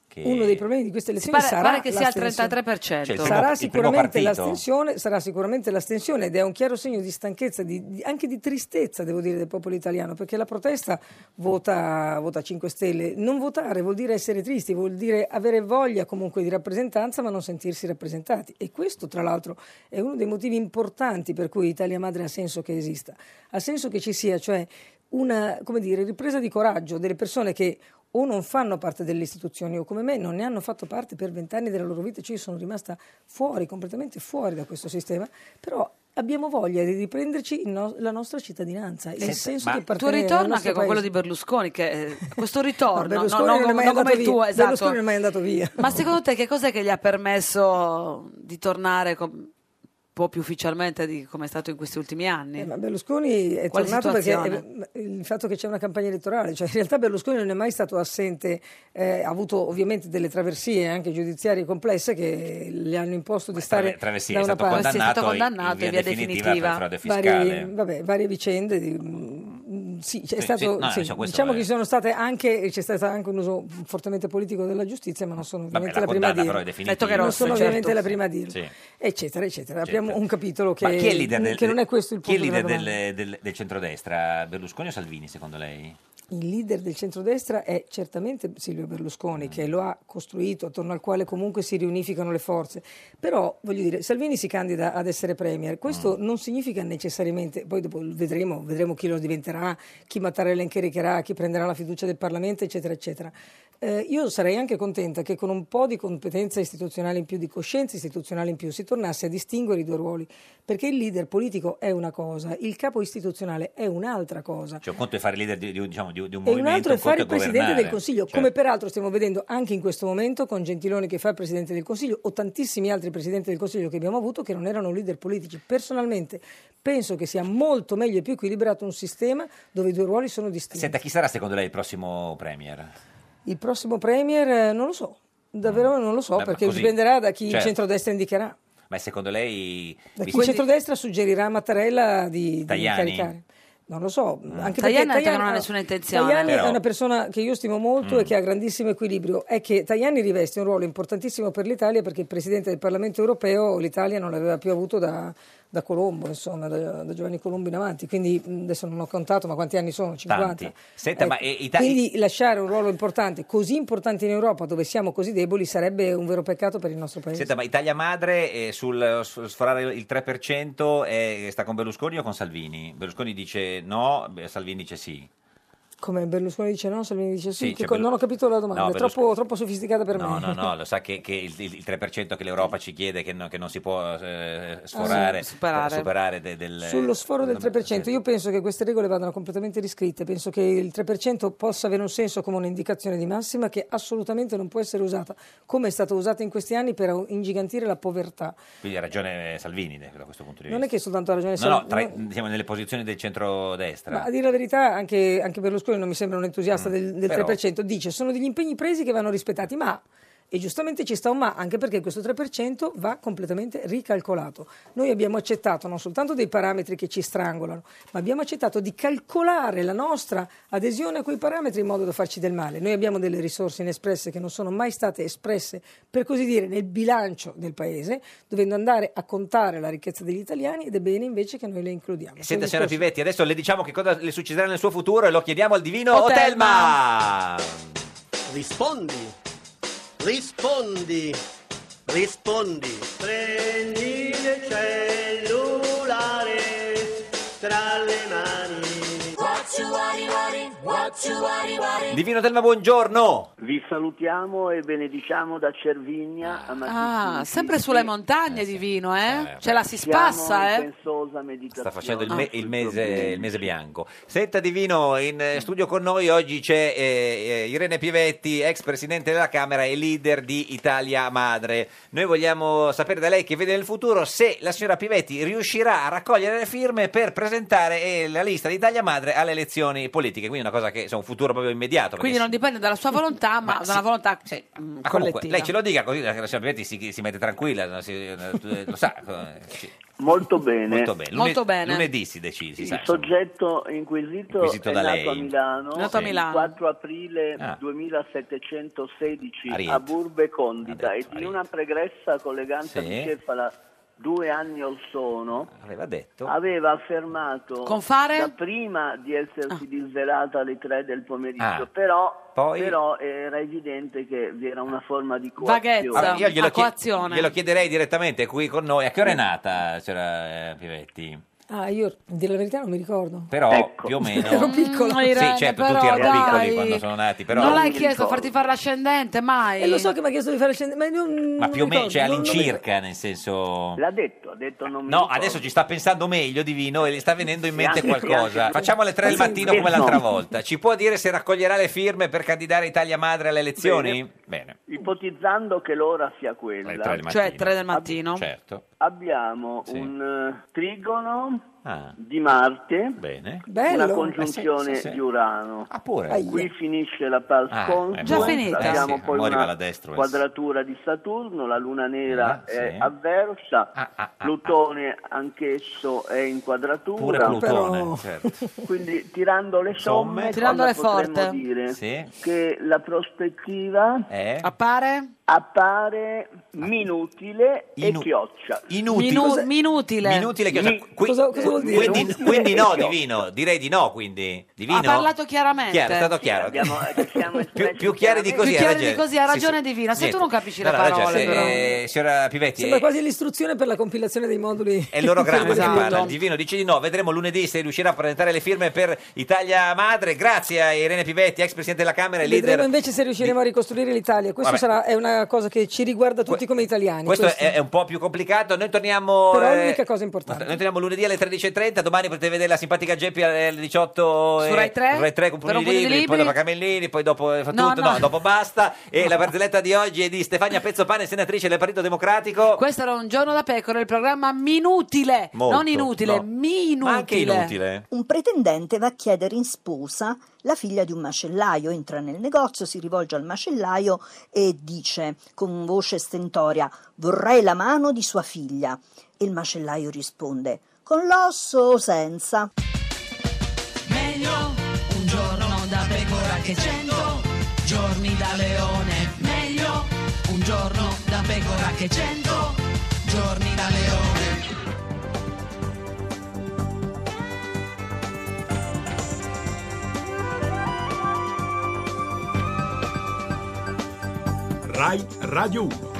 S2: Che-
S14: Uno dei problemi di queste elezioni
S1: Pare-
S14: sarà
S1: pare che sia al
S14: l'astensione.
S1: 33%. Cioè, il primo-
S14: sarà,
S1: il primo
S14: sicuramente
S1: partito.
S14: l'astensione, sarà sicuramente l'astensione ed è un chiaro segno di stanchezza, di- di- anche di tristezza, devo dire, del popolo italiano, perché la protesta vota, vota 5 Stelle. Non votare vuol dire essere tristi, vuol dire avere voglia comunque di rappresentanza ma non sentirsi rappresentati. E questo, tra l'altro, è uno dei motivi importanti per cui Italia Madre ha senso che esista. Ha senso che ci sia, cioè una come dire, ripresa di coraggio delle persone che o non fanno parte delle istituzioni o come me non ne hanno fatto parte per vent'anni della loro vita, cioè io sono rimasta fuori, completamente fuori da questo sistema, però abbiamo voglia di riprenderci il no- la nostra cittadinanza, il
S1: Senta,
S14: senso
S1: ma
S14: che
S1: tuo
S14: appartenere al
S1: ritorno
S14: nostro
S1: anche con quello
S14: paese.
S1: di Berlusconi, che eh, questo
S14: (laughs) No,
S1: ritorno, no,
S14: Berlusconi
S1: no,
S14: non è
S1: come-
S14: mai
S1: non
S14: andato
S1: come il
S14: via.
S1: tuo, esatto.
S14: Berlusconi non è mai andato via.
S1: Ma secondo te che cos'è che gli ha permesso di tornare com- un po' più ufficialmente di come è stato in questi ultimi anni?
S14: Eh, Ma Berlusconi è
S1: Quale
S14: tornato
S1: situazione?
S14: perché eh, il fatto che c'è una campagna elettorale, cioè in realtà Berlusconi non è mai stato assente, eh, ha avuto ovviamente delle traversie anche giudiziarie complesse che le hanno imposto di stare
S2: tra- traversie,
S14: da
S2: è
S14: una
S2: stato
S14: parte.
S2: condannato Sì, è stato in- in condannato via in via definitiva definitiva. per frode fiscale.
S14: Vari- vabbè, varie vicende. di- mm, sì, c'è
S2: Sì,
S14: stato,
S2: sì, no,
S14: sì,
S2: cioè, questo
S14: diciamo
S2: è-
S14: che ci sono state anche, c'è stato anche un uso fortemente politico della giustizia, ma non sono ovviamente
S2: la
S14: la, prima a
S2: condanna
S14: dirlo.
S2: però è definitiva. Detto che
S14: non
S2: rosso,
S14: sono
S2: certo.
S14: ovviamente la prima a dirlo.
S2: Sì. Certo.
S14: Eccetera, eccetera. Apriamo un capitolo che,
S2: Ma chi è il leader del,
S14: che non è questo il
S2: chi è
S14: punto
S2: il leader
S14: della domanda.
S2: del, del- del centrodestra? Berlusconi o Salvini, secondo lei?
S14: Il leader del centrodestra è certamente Silvio Berlusconi, che lo ha costruito, attorno al quale comunque si riunificano le forze. Però, voglio dire, Salvini si candida ad essere premier. Questo non significa necessariamente, poi dopo vedremo, vedremo chi lo diventerà, chi Mattarella incaricherà, chi prenderà la fiducia del Parlamento, eccetera, eccetera. Eh, io sarei anche contenta che con un po' di competenza istituzionale in più, di coscienza istituzionale in più, si tornasse a distinguere i due ruoli, perché il leader politico è una cosa, il capo istituzionale è un'altra cosa.
S2: Cioè, un conto è fare il leader di, di un- diciamo, di- di un
S14: E un
S2: movimento,
S14: altro è
S2: conto
S14: fare il Presidente
S2: governare.
S14: del Consiglio,
S2: Cioè,
S14: come peraltro stiamo vedendo anche in questo momento con Gentiloni che fa il Presidente del Consiglio o tantissimi altri Presidenti del Consiglio che abbiamo avuto che non erano leader politici. Personalmente penso che sia molto meglio e più equilibrato un sistema dove i due ruoli sono distinti.
S2: Senta, chi sarà secondo lei il prossimo premier?
S14: Il prossimo Premier eh, non lo so, davvero non lo so,
S2: Beh, ma
S14: perché
S2: così.
S14: dipenderà da chi il
S2: Certo.
S14: centrodestra indicherà.
S2: Ma secondo lei...
S14: Da chi
S2: visto-
S14: il centrodestra suggerirà a Mattarella di, di
S2: Tajani? Ah.
S14: incaricare. Non lo so,
S1: Tajani
S14: anche perché
S1: ha detto che non ha nessuna intenzione.
S14: Tajani
S1: Però-
S14: è una persona che io stimo molto
S1: Mm.
S14: e che ha grandissimo equilibrio. È che Tajani riveste un ruolo importantissimo per l'Italia perché il presidente del Parlamento europeo l'Italia non l'aveva più avuto da, da Colombo, insomma, da, da Giovanni Colombo in avanti. Quindi mh, adesso non ho contato, ma quanti anni sono? 50.
S2: Tanti. Senta, ma, eh, Ita-
S14: Quindi lasciare un ruolo importante, così importante in Europa, dove siamo così deboli, sarebbe un vero peccato per il nostro paese.
S2: Senta, ma Italia Madre eh, sul su- sforare il 3% è- sta con Berlusconi o con Salvini? Berlusconi dice no, beh, Salvini dice sì.
S14: Come Berlusconi dice no, Salvini dice sì. Che
S2: Sì, cioè
S14: co-
S2: Berlu-
S14: Non ho capito la domanda,
S2: No,
S14: è troppo, troppo sofisticata per me.
S2: No, no, no, lo sa che, che il, il- il 3% che l'Europa ci chiede che, no- che non si può eh, sforare,
S14: Ah, sì, superare.
S2: superare de- del...
S14: Sullo sforo del 3%, io penso che queste regole vadano completamente riscritte, penso che il 3% possa avere un senso come un'indicazione di massima che assolutamente non può essere usata, come è stata usata in questi anni per ingigantire la povertà.
S2: Quindi ha ragione eh, Salvini de- da questo punto di vista.
S14: Non è che soltanto ha ragione
S2: No, no,
S14: Salvini,
S2: tra-
S14: no.
S2: siamo nelle posizioni del centrodestra.
S14: Ma a dire la verità, anche, anche Berlusconi non mi sembra un entusiasta del, del
S2: Mm, però-
S14: 3%. Dice sono degli impegni presi che vanno rispettati, ma. E giustamente ci sta un ma, anche perché questo 3% va completamente ricalcolato. Noi abbiamo accettato non soltanto dei parametri che ci strangolano, ma abbiamo accettato di calcolare la nostra adesione a quei parametri in modo da farci del male. Noi abbiamo delle risorse inespresse che non sono mai state espresse, per così dire, nel bilancio del Paese, dovendo andare a contare la ricchezza degli italiani ed è bene invece che noi le includiamo. Sono
S2: Senta, signora
S14: discorsi-
S2: Pivetti, adesso le diciamo che cosa le succederà nel suo futuro e lo chiediamo al divino
S3: Otelma.
S2: Otelma.
S3: Rispondi, rispondi, rispondi. Prendi il cellulare tra le mani.
S4: What you worry, worry, what you worry, worry.
S2: Divino Otelma, buongiorno.
S3: Vi salutiamo e benediciamo da Cervigna a
S1: Ah, sempre sulle montagne di vino, eh? Ce la si spassa, eh?
S2: Sta facendo il, me- il mese, il mese bianco. Senta Divino, in eh, studio con noi oggi c'è eh, eh, Irene Pivetti, ex presidente della Camera e leader di Italia Madre. Noi vogliamo sapere da lei che vede nel futuro se la signora Pivetti riuscirà a raccogliere le firme per presentare eh, la lista di Italia Madre alle elezioni politiche. Quindi una cosa che c'è un futuro proprio immediato. perché
S1: Quindi non dipende dalla sua volontà, ma, dalla volontà mm,
S2: Mm. Ma comunque,
S1: collettiva.
S2: lei ce lo dica così la la signora Pivetti si, si mette tranquilla, no, si- eh, lo sa. eh, sì.
S3: Molto bene.
S2: Molto bene. Lune-
S3: Molto bene.
S2: Lunedì si decide, si sa,
S3: Il soggetto inquisito,
S2: Inquisito
S3: è
S2: da
S3: nato
S2: lei.
S3: a Milano
S2: Nato a
S3: il
S2: Milano.
S3: 4 aprile
S2: Ah.
S3: 2716
S2: A Rieti.
S3: a Burbe Condita e di una pregressa colleganza
S2: Sì.
S3: di Cefala due anni or sono
S2: aveva detto
S3: aveva affermato
S1: Con fare?
S3: da prima di essersi disvelata alle 3 del pomeriggio
S2: Ah.
S3: però,
S2: Poi?
S3: però era evidente che vi era una forma di coazione
S1: Vaghezza.
S2: Allora, io glielo,
S1: a
S2: chie-
S1: coazione.
S2: glielo chiederei direttamente qui con noi. A che ora è nata c'era Pivetti?
S14: Ah, io, dire la verità, non mi ricordo.
S2: Però più o
S14: (laughs)
S2: meno.
S14: Ero piccola.
S2: Sì,
S1: Irene,
S2: certo,
S1: però,
S2: tutti erano
S1: dai.
S2: piccoli quando sono nati, però
S1: non l'hai chiesto a farti fare l'ascendente mai?
S14: E Eh, lo so che mi ha chiesto di fare scendere, ma non- non
S2: ma più o meno,
S14: ricordo,
S2: cioè
S14: non- non
S2: all'incirca, nel senso.
S3: L'ha detto, ha detto non mi
S2: No,
S3: ricordo.
S2: adesso ci sta pensando meglio Divino e le sta venendo in mente
S3: Sì, anche-
S2: qualcosa.
S3: anche-
S2: Facciamo alle 3 del
S3: Sì,
S2: mattino
S3: sì,
S2: come
S3: no.
S2: l'altra volta. Ci può dire se raccoglierà le firme per candidare Italia Madre alle elezioni?
S3: Bene.
S2: Bene.
S3: Ipotizzando che l'ora sia quella,
S2: Alle tre del
S1: Cioè,
S2: mattino.
S1: 3 del mattino.
S2: Certo.
S3: abbiamo un eh, trigono
S2: Ah,
S3: di Marte,
S2: Bello.
S3: una congiunzione
S2: Eh, sì, sì, sì.
S3: di Urano.
S2: pure.
S3: Qui finisce la pars
S2: Ah,
S3: consua,
S2: è Già buono. finita.
S3: abbiamo
S2: Eh sì,
S3: poi
S2: mo' arriva la
S3: una
S2: destra,
S3: quadratura di Saturno, la Luna nera
S2: Eh,
S3: è
S2: sì. Ah,
S3: avversa, Plutone anchesso è in
S2: pure
S3: quadratura.
S2: Plutone, certo.
S3: (laughs) Quindi tirando le somme,
S2: Somme. Tirandole
S3: cosa potremmo
S2: forte.
S3: dire
S2: Sì.
S3: che la prospettiva
S2: Eh?
S1: appare
S3: appare minutile e
S2: Inu-
S3: chioccia.
S2: Inutile.
S1: Minu- minutile.
S3: Eh,
S2: Minutile che-
S1: Mi-
S2: qui- Quindi,
S3: Inutile (laughs)
S2: quindi
S3: e
S2: no,
S3: chioccia.
S2: Divino, direi di no, quindi. Divino?
S1: Ha parlato chiaramente.
S2: Chiaro, è stato chiaro. (laughs) più, più chiari di
S1: Più
S2: così, ha
S1: chiari
S2: ragione.
S1: di così, ha
S2: Sì,
S1: ragione
S2: sì.
S1: Divina. Se
S2: Niente.
S1: tu non capisci
S2: No,
S1: le
S2: no, ha ragione.
S1: parole,
S2: Eh,
S1: però.
S2: signora Pivetti,
S14: Sembra
S2: eh,
S14: quasi l'istruzione per la compilazione dei moduli.
S2: È l'orogramma che
S14: Esatto.
S2: parla. Il divino dice di no. Vedremo lunedì se riuscirà a presentare le firme per Italia Madre. Grazie a Irene Pivetti, ex presidente della Camera
S14: (laughs)
S2: e
S14: Vedremo
S2: leader.
S14: invece se riusciremo a ricostruire l'Italia. Questo
S2: Vabbè.
S14: sarà, è una cosa che ci riguarda tutti come italiani.
S2: Questo
S14: questo.
S2: è, è un po' più complicato. Noi torniamo.
S14: Però è
S2: eh,
S14: l'unica cosa importante.
S2: Noi torniamo lunedì alle 13.30. Domani potete vedere la simpatica Geppi alle 18.
S1: Su
S2: eh,
S1: Rai 3?
S2: Rai 3 con
S1: Per un
S2: Pugni
S1: po' di
S2: Libri,
S1: libri.
S2: poi dopo Camellini, poi dopo eh, fa
S1: No,
S2: tutto.
S1: no.
S2: No, dopo basta.
S1: (laughs)
S2: E la barzelletta di oggi è di Stefania Pezzopane, senatrice del Partito Democratico.
S1: Questo era un giorno da pecora, il programma minutile,
S2: Molto,
S1: non inutile,
S2: no.
S1: minutile.
S2: Ma anche inutile.
S5: Un pretendente va a chiedere in sposa la figlia di un macellaio, entra nel negozio, si rivolge al macellaio e dice con voce stentorea vorrei la mano di sua figlia. E il macellaio risponde con l'osso o senza.
S28: Meglio un giorno da pecora che cento giorni da leone. Meglio un giorno da pecora che cento giorni da leone.
S9: Rai Radio 1.